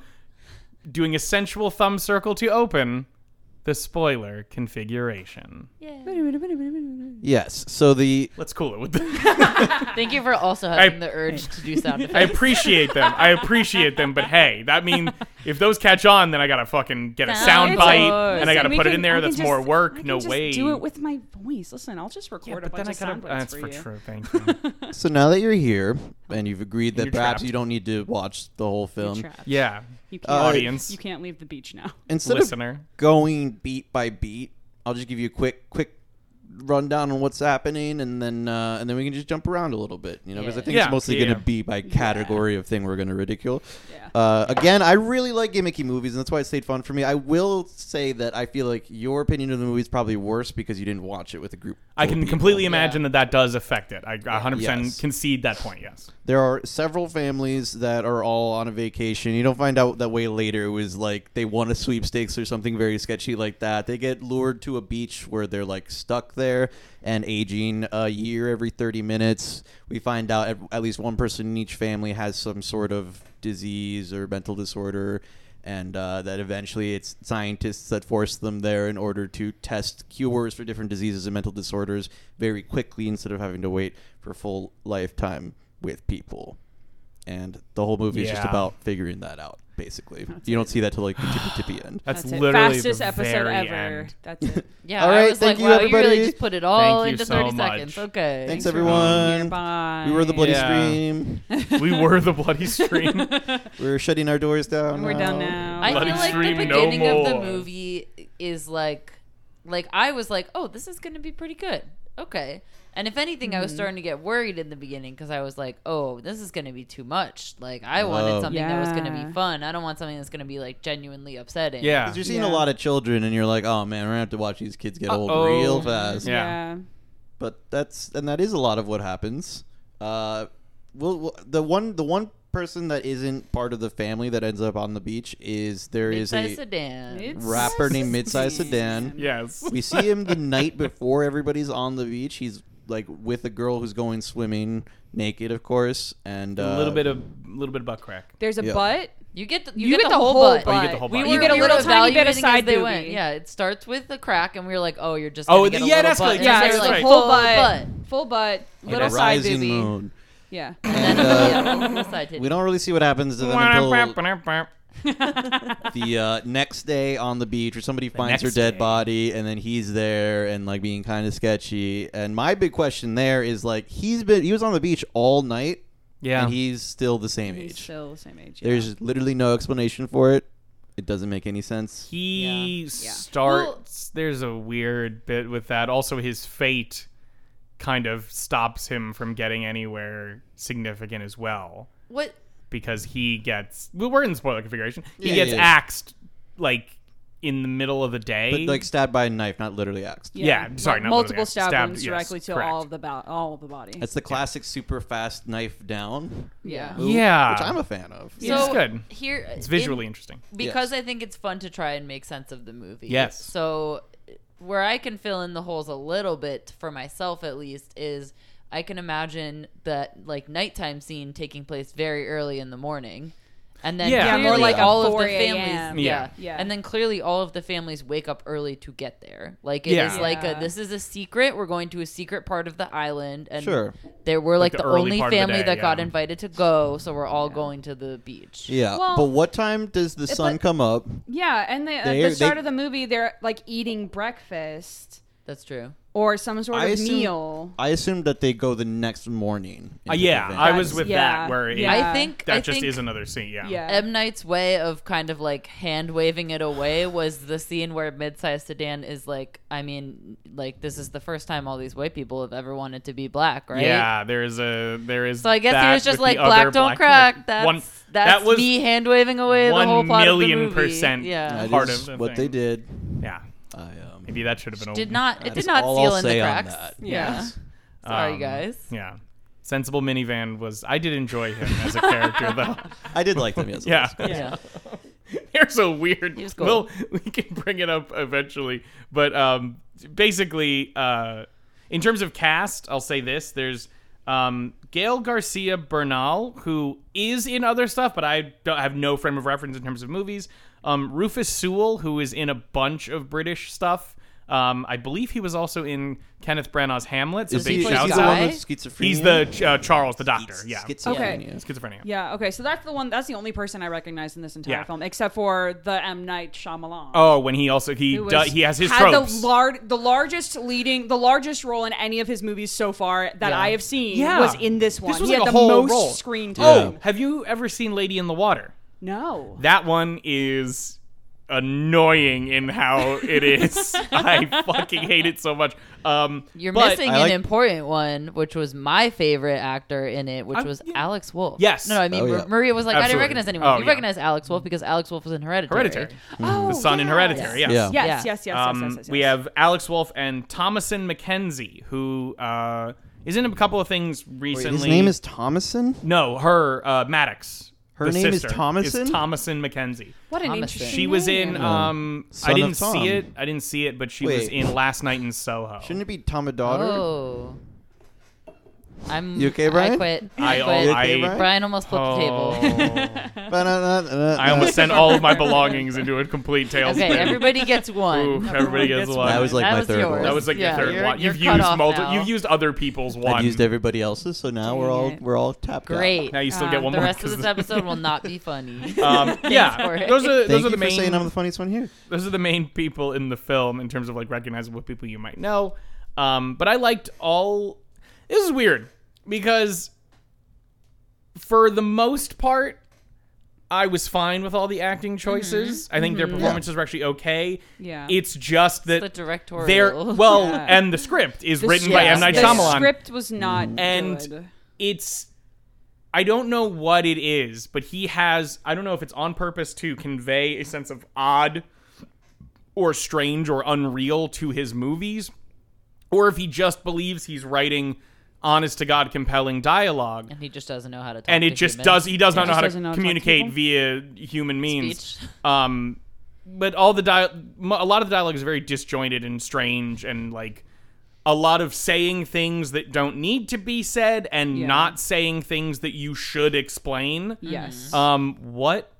C: doing a sensual thumb circle to open the spoiler configuration.
B: yes. So the
C: Let's cool it with. The-
D: Thank you for also having the urge to do sound
C: I
D: effects.
C: appreciate them. I appreciate them, but hey, that mean if those catch on, then I gotta fucking get a sound
D: Sound
C: bite
D: effects.
C: and I gotta
E: Listen, we
C: put it in
E: can- I
C: there.
E: can
C: That's
E: just-
C: more work.
E: I can
C: no
E: just
C: way.
E: Do it with my voice. Listen, I'll just record
C: yeah,
E: a
C: but
E: bunch
C: then I
E: of sound
C: gotta.
E: bites
C: That's
E: for,
C: for
E: you.
C: true. Thank you.
B: so now that you're here and you've agreed that
C: You're
B: perhaps
C: trapped.
B: you don't need to watch the whole film,
E: Trapped.
C: Yeah,
E: You can't,
C: audience,
E: you can't leave the beach now.
B: instead of
C: listener.
B: going beat by beat, I'll just give you a quick quick rundown on what's happening, and then uh, and then we can just jump around a little bit, you know, because I
D: Yeah.
B: think
C: Yeah.
B: it's mostly
C: Yeah,
B: going to
C: yeah.
B: be by category of thing we're going to ridicule.
E: Yeah.
B: Uh, again, I really like gimmicky movies, and that's why it stayed fun for me. I will say that I feel like your opinion of the movie is probably worse because you didn't watch it with a group.
C: I
B: full
C: can
B: of people.
C: completely imagine that that does affect it. I 100%
B: Yes.
C: concede that point. Yes.
B: There are several families that are all on a vacation. You don't find out that way later. It was like they won a sweepstakes or something very sketchy like that. They get lured to a beach where they're like stuck there and aging a year every 30 minutes. We find out at, at least one person in each family has some sort of disease or mental disorder. And uh, that eventually it's scientists that force them there in order to test cures for different diseases and mental disorders very quickly instead of having to wait for full lifetime with people. And the whole movie is just
C: Yeah.
B: about figuring that out, basically. you don't see that till like the tippy tippy end.
C: That's,
E: That's it.
C: literally
E: Fastest
C: the
E: episode
C: very
E: ever.
C: end.
E: That's it.
D: yeah.
B: All
D: I
B: right,
D: was
B: thank
D: like,
B: you,
D: wow, you
B: everybody.
D: really just put it all
C: Thank you
D: into
C: so
D: 30
C: much.
D: seconds. Okay.
B: Thanks,
E: for being here.
B: everyone.
E: Bye.
B: We were the bloody
C: Yeah.
B: stream.
C: we were the bloody stream.
B: We're shutting our doors down.
E: We're done now.
D: I
C: Bloody
D: feel like
C: stream,
D: the
C: no
D: beginning of the
C: more.
D: movie is like, like I was like, oh, this is gonna be pretty good. Okay. And if anything, I was starting to get worried in the beginning because I was like, oh, this is gonna be too much. Like I
B: Oh.
D: wanted something that was gonna
E: Yeah.
D: be fun. I don't want something that's gonna be like genuinely upsetting.
C: Yeah.
B: 'Cause you're seeing
E: Yeah.
B: a lot of children, and you're like, "Oh man, we're gonna have to watch these kids get old
C: Uh-oh.
B: real fast."
C: Yeah.
B: But that's and that is a lot of what happens. Uh, well, well, the one the one person that isn't part of the family that ends up on the beach is there is
D: Mid-sized
B: a
D: sedan.
E: It's-
B: rapper named Midsize Sedan.
C: Yes.
B: we see him the night before everybody's on the beach. He's like with a girl who's going swimming naked, of course, and uh,
C: a little bit of little bit of butt crack.
E: There's a
B: Yeah.
E: butt.
D: You get the,
E: You, get, the whole butt.
C: Oh, you get the whole
D: We
C: butt.
D: were,
C: You get a
D: we were
E: little tiny bit of
D: evaluating
E: side
D: as they
E: boobie.
D: went. Yeah, it starts with the crack, and we were like, oh, you're just
C: Oh,
D: gonna get
C: yeah,
D: a little
C: that's
D: butt.
C: like-
D: And then
E: Yeah,
C: that's
E: it's
D: you're
C: right.
D: like,
E: like full
D: full
E: butt, full butt,
B: like,
E: little
B: a
E: side
B: rising
E: boobie.
B: moon.
E: Yeah.
D: And then, yeah, side titty.
B: We don't really see what happens to them until the uh, next day on the beach, or somebody finds her
C: next
B: dead
C: day.
B: body, and then he's there and like being kind of sketchy. And my big question there is like he's been he was on the beach all night,
C: Yeah.
B: and he's still the same age.
E: He's still the same age. Yeah.
B: There's literally no explanation for it. It doesn't make any sense.
C: he
E: Yeah.
C: starts there's a weird bit with that also his fate kind of stops him from getting anywhere significant as well
D: What?
C: because he gets well, we're in spoiler configuration he
B: Yeah,
C: gets
B: yeah, yeah.
C: axed like in the middle of the day
B: But like stabbed by a knife, not literally axed.
C: yeah, sorry, not
E: multiple
C: literally,
E: stab
C: stabbed,
E: wounds
C: yes,
E: directly to
C: correct.
E: all of the bo- all of the body.
B: That's the classic super fast knife down.
E: yeah.
B: move,
C: Yeah.
B: Which I'm a fan of.
D: So
C: it's good
D: Here,
C: it's visually interesting
D: because I think it's fun to try and make sense of the movie.
C: Yes.
D: So where I can fill in the holes a little bit for myself at least is I can imagine that like nighttime scene taking place very early in the morning. and then
C: Yeah. Yeah,
D: more
C: really
D: like
E: at
D: all of
E: 4
D: the
E: a.m.
D: families,
C: Yeah.
D: yeah.
E: Yeah.
D: and then clearly all of the families wake up early to get there. Like it is
C: Yeah.
D: like a,
E: Yeah.
D: this is a secret. We're going to a secret part of the island, and
B: Sure.
D: there were like,
C: the
D: the,
C: early
D: only
C: part of the
D: family
C: day,
D: that got
C: yeah.
D: invited to go, so we're all going to the beach.
B: Yeah.
E: Well, eh,
B: but what time does the sun
E: but-
B: come up?
E: Yeah, and they, at
B: They-
E: the
B: they-
E: start of the movie, they're like eating breakfast
D: That's true.
E: or some sort
B: I
E: of
B: assume-
E: meal.
B: I assume that they go the next morning.
C: Uh,
B: into
C: yeah,
B: the van.
C: I was with
E: Yeah.
C: that where it,
E: Yeah.
D: I think
C: that
D: I
C: just
D: think
C: is another scene. Yeah.
E: Yeah.
D: M Night's way of kind of like hand waving it away was the scene where Midsized Sedan is like, I mean, like this is the first time all these white people have ever wanted to be black, right?
C: Yeah, there is a there is.
D: So I guess he
C: that
D: was just
C: with
D: like,
C: the other
D: "Black don't
C: black-
D: crack." That's
C: one-
D: that's
C: that was
D: me hand waving away the
C: one
D: whole plot of the
C: million
D: movie.
C: percent.
D: Yeah,
B: That
C: Part
B: is
C: of the
B: what
C: thing.
B: they did.
C: yeah.
B: I um,
C: Maybe that should have been a
D: did not it
B: that
D: did
B: is
D: not
B: all
D: seal
B: I'll
D: in the
B: say on
D: cracks.
B: that.
D: Yeah,
E: Yes.
D: sorry
C: Um,
D: guys.
C: Yeah. Sensible minivan was. I did enjoy him as a character though.
B: I did like them. Yes.
C: Yeah.
D: Yeah,
C: They're so weird.
D: was cool.
C: Well, we can bring it up eventually, but um, basically, uh, in terms of cast, I'll say this: there's um, Gail Garcia Bernal, who is in other stuff, but I don't I have no frame of reference in terms of movies. Um, Rufus Sewell, who is in a bunch of British stuff. Um, I believe he was also in Kenneth Branagh's Hamlet. So
B: Is
C: big
B: he, is he
C: shouts
B: the
C: out.
B: one
D: guy?
B: with schizophrenia?
C: He's the uh, Charles, the doctor. yeah,
E: Okay.
B: Schizophrenia.
C: schizophrenia.
E: Yeah, okay, so that's the one, that's the only person I recognize in this entire
C: Yeah.
E: film, except for the M. Night Shyamalan.
C: Oh, when he also he
E: who was-
C: does, he has his
E: had
C: tropes.
E: the lar- the largest leading the largest role in any of his movies so far that
D: Yeah.
E: I have seen
C: Yeah.
E: was in this one.
C: This was
E: he
C: like
E: had
C: a
E: the
C: whole
E: most
C: role.
E: screen
C: Oh,
E: time.
C: have you ever seen Lady in the Water?
E: No.
C: That one is annoying in how it is. I fucking hate it so much. Um,
D: you're
C: but-
D: missing
B: I
D: an
B: like-
D: important one, which was my favorite actor in it, which
C: I'm-
D: was
C: yeah.
D: Alex Wolf.
C: Yes.
D: no, I mean
B: Oh, yeah.
D: Ma- Maria was like, I
C: Absolutely.
D: didn't recognize anyone.
C: Oh,
D: you
C: yeah.
D: recognize Alex Wolf because Alex Wolf was in Hereditary.
C: Hereditary.
E: Oh,
C: the son in
E: yes.
C: Hereditary. Yes.
B: Yeah.
E: Yes,
D: Yeah.
E: yes, yes, yes,
C: Um,
E: yes, yes, yes.
C: We have Alex Wolf and Thomason McKenzie, who uh, is in a couple of things
B: Wait,
C: recently.
B: his name is Thomason.
C: no, her uh, Maddox.
B: Her
C: the
B: name is
C: sister,
B: Thomason?
C: Thomason McKenzie.
E: what an
D: Thomason.
E: interesting
C: She was in.
E: name.
C: Um,
B: Son
C: I
B: of
C: didn't
B: Tom.
C: see it. I didn't see it, but she was
B: Wait.
C: in Last Night in Soho.
B: Shouldn't it be Thomas Daughter?
D: Oh, I'm
B: You okay,
D: I
B: Brian?
D: quit.
C: I,
D: I
B: You
D: quit.
B: okay,
C: I,
B: Brian?
D: Brian almost flipped the table.
C: Oh. I
B: I
C: almost sent all of my belongings into a complete tailspin.
D: Okay, everybody gets one.
C: Ooh, everybody gets one.
B: That was like
D: That
B: my
D: was
B: third
D: yours.
B: one.
C: That was like
D: Yeah,
C: your third
D: you're-
C: one.
D: you're
C: You've
D: cut
C: used
D: off
C: multiple.
D: now.
C: You've used other people's one.
B: I've used everybody else's, so now we're
E: Dang
B: all
E: it.
B: we're all tapped
D: Great.
C: Now you still get
E: Uh,
C: one
D: the
C: more.
D: rest of
C: 'cause-
D: this episode will not be funny.
C: um,
D: for
C: yeah,
D: it.
C: those are
B: out. Thank
C: those
B: you
C: are the
B: for saying I'm
C: main
B: the funniest one here.
C: those are the main people in the film in terms of like recognizable people you might know. Um, but I liked all. This is weird because for the most part, I was fine with all the acting choices. I think their performances were actually okay.
E: Mm-hmm. Yeah.
C: it's just that
D: the directorial.
C: They're well,
E: Yeah.
C: and the script is written by
D: yeah,
C: M Night
D: yeah.
C: Shyamalan. Mm.
E: The script was not
C: And-
E: good.
C: It's I don't know what it is, but he has I don't know if it's on purpose to convey a sense of odd or strange or unreal to his movies, or if he just believes he's writing honest to god compelling dialogue.
D: and he just doesn't know how to talk.
C: And
D: to
C: it just
D: humans.
C: does he does not know
E: Just
C: how to
E: doesn't know how to talk to
C: communicate
E: people.
C: via human means.
D: Speech.
C: Um but all the dia- mo- a lot of the dialogue is very disjointed and strange and like a lot of saying things that don't need to be said and
E: Yeah.
C: not saying things that you should explain.
E: Yes.
C: Um what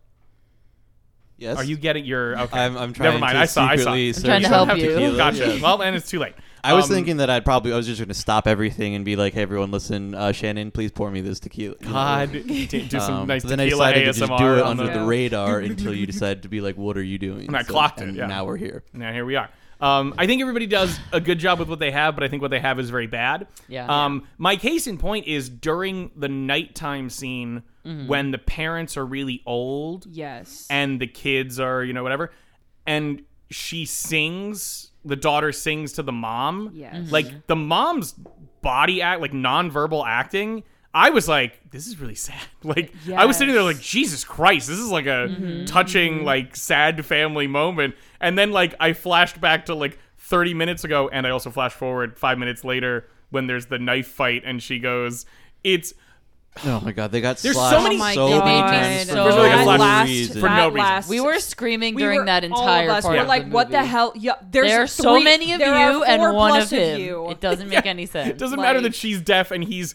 B: Yes.
C: are you getting your okay.
B: I'm, I'm trying
C: Never mind.
B: to
C: I saw I saw.
B: secretly
C: You
B: search
D: trying to
B: for
D: help
C: have
D: you.
B: tequila.
C: Gotcha.
B: Yeah.
C: Well, and it's too late.
B: I was
C: Um,
B: thinking that I'd probably I was just going to stop everything and be like, "Hey, everyone, listen, uh, Shannon, please pour me this tequila." you know.
C: God, d- do some
B: Um,
C: nice
B: but then I
C: tequila
B: decided
C: ASMR.
B: to just do it
C: on
B: under
C: the-
B: the radar until you decided to be like, "What are you doing?"
C: And I clocked it,
B: and
C: yeah.
B: Now we're here.
C: Now here we are. Um, I think everybody does a good job with what they have, but I think what they have is very bad.
D: Yeah.
C: Um, my case in point is during the nighttime scene when the parents are really old
E: yes.
C: and the kids are, you know, whatever, and she sings. The daughter sings to the mom.
E: Yes.
C: Like the mom's body act, like nonverbal acting. I was like, this is really sad. Like I was sitting there
E: Yes. Mm-hmm.
C: like, Jesus Christ, this is like a touching, like sad family moment. And then like I flashed back to like 30 minutes ago, and I also flashed forward five minutes later when there's the knife fight, and she goes, "It's
B: Oh my God, they got
C: There's so
B: slashed
E: Oh
C: many-
B: so
D: They
B: many
D: made me
B: times
D: so-
B: for
D: There's like a
B: no
C: slash-
B: reason.
C: for no reason.
D: We were screaming
E: we
D: during
E: were-
D: that
E: all of
D: entire
E: us
D: part.
E: We're
D: of
E: like,
D: the
E: what the
D: movie.
E: hell? Yeah, there's
D: There are so
E: three-
D: many of you
E: there are
D: and
E: four
D: one
E: plus
D: of him.
E: you.
D: It doesn't make any sense.
C: It doesn't matter that
E: Like-
C: she's deaf and he's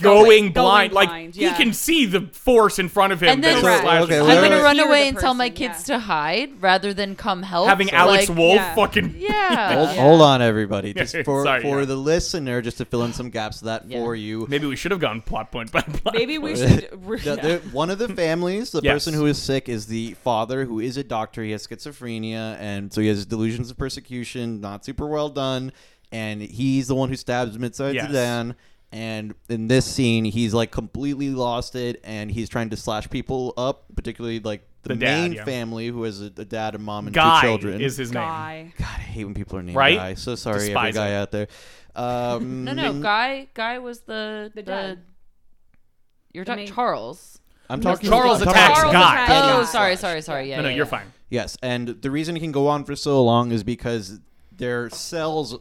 C: going
E: Going
C: blind. Like
E: blind,
C: he
E: yeah.
C: can see the force in front of him.
D: And then
C: that
B: Right.
C: slashes
B: Okay,
C: him.
B: well,
D: I'm gonna
B: Right.
D: run
E: Hear the
D: away and tell my
E: person,
D: kids to hide rather than come help.
C: having
D: So,
C: Alex
D: like,
C: Wolf
E: yeah.
C: fucking
D: Yeah.
B: Hold, hold on, everybody. Just for,
C: Sorry,
B: for
C: yeah.
B: the listener, just to fill in some gaps of that
D: Yeah.
B: for you.
C: Maybe we should have gone plot point by plot.
E: Maybe we
C: point.
E: should.
B: The- the- one of the families, the
C: Yes.
B: person who is sick, is the father who is a doctor. He has schizophrenia, and so he has delusions of persecution. Not super well done, and he's the one who stabs Midside
C: Yes.
B: Sedan. And in this scene, he's like completely lost it, and he's trying to slash people up, particularly like the,
C: The dad,
B: main
C: yeah.
B: family who has a, a dad, a mom, and
C: Guy
B: two children.
C: is his name.
E: guy.
B: God, I hate when people are named
C: Right?
B: Guy. So sorry, every
C: Despise
B: guy
C: it.
B: out there. Um,
D: No, no, guy, guy was the
E: The dad.
D: You're
E: The
D: talking
E: main-
D: Charles.
B: I'm
D: No,
B: talking
C: Charles
B: I'm talking-
C: attacks Guy.
E: attacks
B: Getting
E: Guy.
D: Oh, sorry, sorry, sorry. Yeah,
C: No, no,
D: yeah,
C: you're
D: yeah.
C: fine.
B: Yes, and the reason it can go on for so long is because their cells.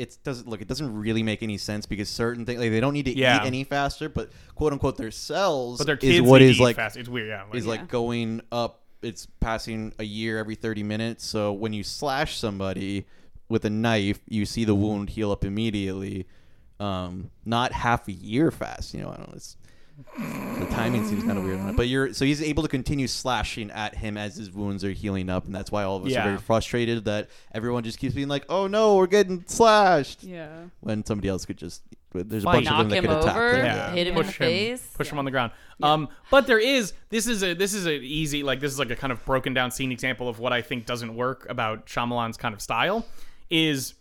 B: It doesn't look. It doesn't really make any sense because certain things like they don't need to
C: Yeah.
B: eat any faster, but quote unquote their cells
C: But their kids
B: is what
C: need to
B: is
C: eat
B: like
C: fast. It's weird. Yeah, like-
B: is
E: Yeah.
B: like going up. It's passing a year every thirty minutes. So when you slash somebody with a knife, you see the wound heal up immediately. Um, not half a year fast. You know, I don't know. It's the timing seems kind of weird on it, but you're so he's able to continue slashing at him as his wounds are healing up, and that's why all of us
C: Yeah.
B: are very frustrated that everyone just keeps being like, "Oh no, we're getting slashed,"
E: Yeah.
B: when somebody else could just there's a
C: Fight.
B: bunch
D: Knock
B: of them that
D: him
B: could attack.
D: over,
B: them.
C: Yeah.
D: hit him in
C: Push
D: the
C: him.
D: face.
C: push him on the ground. Um, but there is this is a this is an easy like this is like a kind of broken down scene example of what I think doesn't work about Shyamalan's kind of style is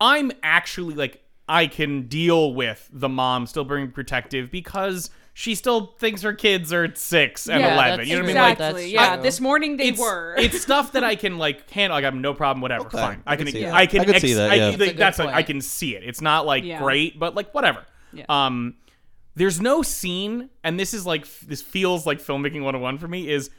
C: I'm actually like I can deal with the mom still being protective because she still thinks her kids are six and
D: Yeah,
C: eleven.
D: that's
C: You know what I mean? Like
E: Exactly.
D: That's
E: yeah.
D: true.
E: This morning they
C: it's,
E: were.
C: it's stuff that I can like handle. Like I'm no problem. Whatever,
B: Okay,
C: fine. I
B: I
C: can.
B: can see
C: I
B: that.
C: can.
B: I can
C: ex-
B: see that, yeah.
C: I,
B: That's a
D: good
C: that's
D: point.
C: I can see it. It's not like
E: Yeah.
C: great, but like whatever.
E: Yeah.
C: Um, there's no scene, and this is like f- this feels like filmmaking 101 for me. Is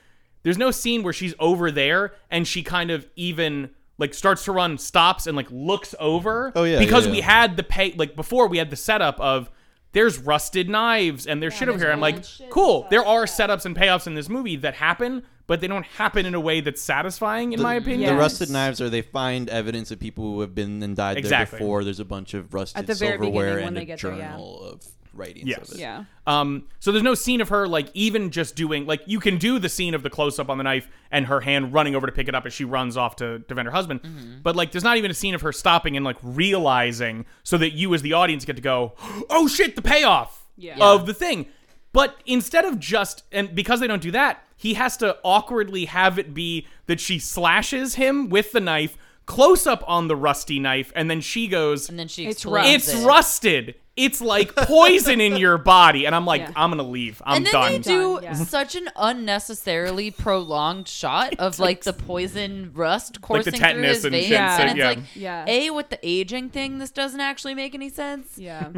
C: there's no scene where she's over there and she kind of even like starts to run, stops, and like looks over.
B: Oh, yeah,
C: because
B: yeah,
C: we
B: yeah.
C: had the pay like before we had the setup of. There's rusted knives and there's shit over here. I'm like, cool. There are setups and payoffs in this movie that happen, but they don't happen in a way that's satisfying, in my opinion.
B: The
E: Yes.
B: rusted knives are they find evidence of people who have been and died
C: Exactly.
B: there before. There's a bunch of rusted
E: At the very
B: silverware
E: beginning when
B: and
E: they
B: a
E: get there, yeah.
B: journal of writings
C: Yes.
B: of it.
E: yeah.
C: Um, so there's no scene of her like even just doing like you can do the scene of the close up on the knife and her hand running over to pick it up as she runs off to defend her husband. But like there's not even a scene of her stopping and like realizing so that you as the audience get to go, oh shit, the payoff
E: Yeah.
C: of the thing. But instead of just and because they don't do that, he has to awkwardly have it be that she slashes him with the knife, close up on the rusty knife, and then she goes,
D: And then she
E: It's
D: explodes
E: rough.
C: it's
D: it.
C: rusted. It's like poison in your body. And I'm like,
E: Yeah.
C: I'm gonna leave. I'm
D: and then
C: done.
D: they do
E: Done, yeah.
D: such an unnecessarily prolonged shot of like the poison rust coursing through
C: tetanus
D: his
C: and
D: veins,
C: shit,
E: so,
D: and it's
C: yeah.
D: like,
E: Yeah.
D: a with the aging thing, this doesn't actually make any sense.
E: Yeah.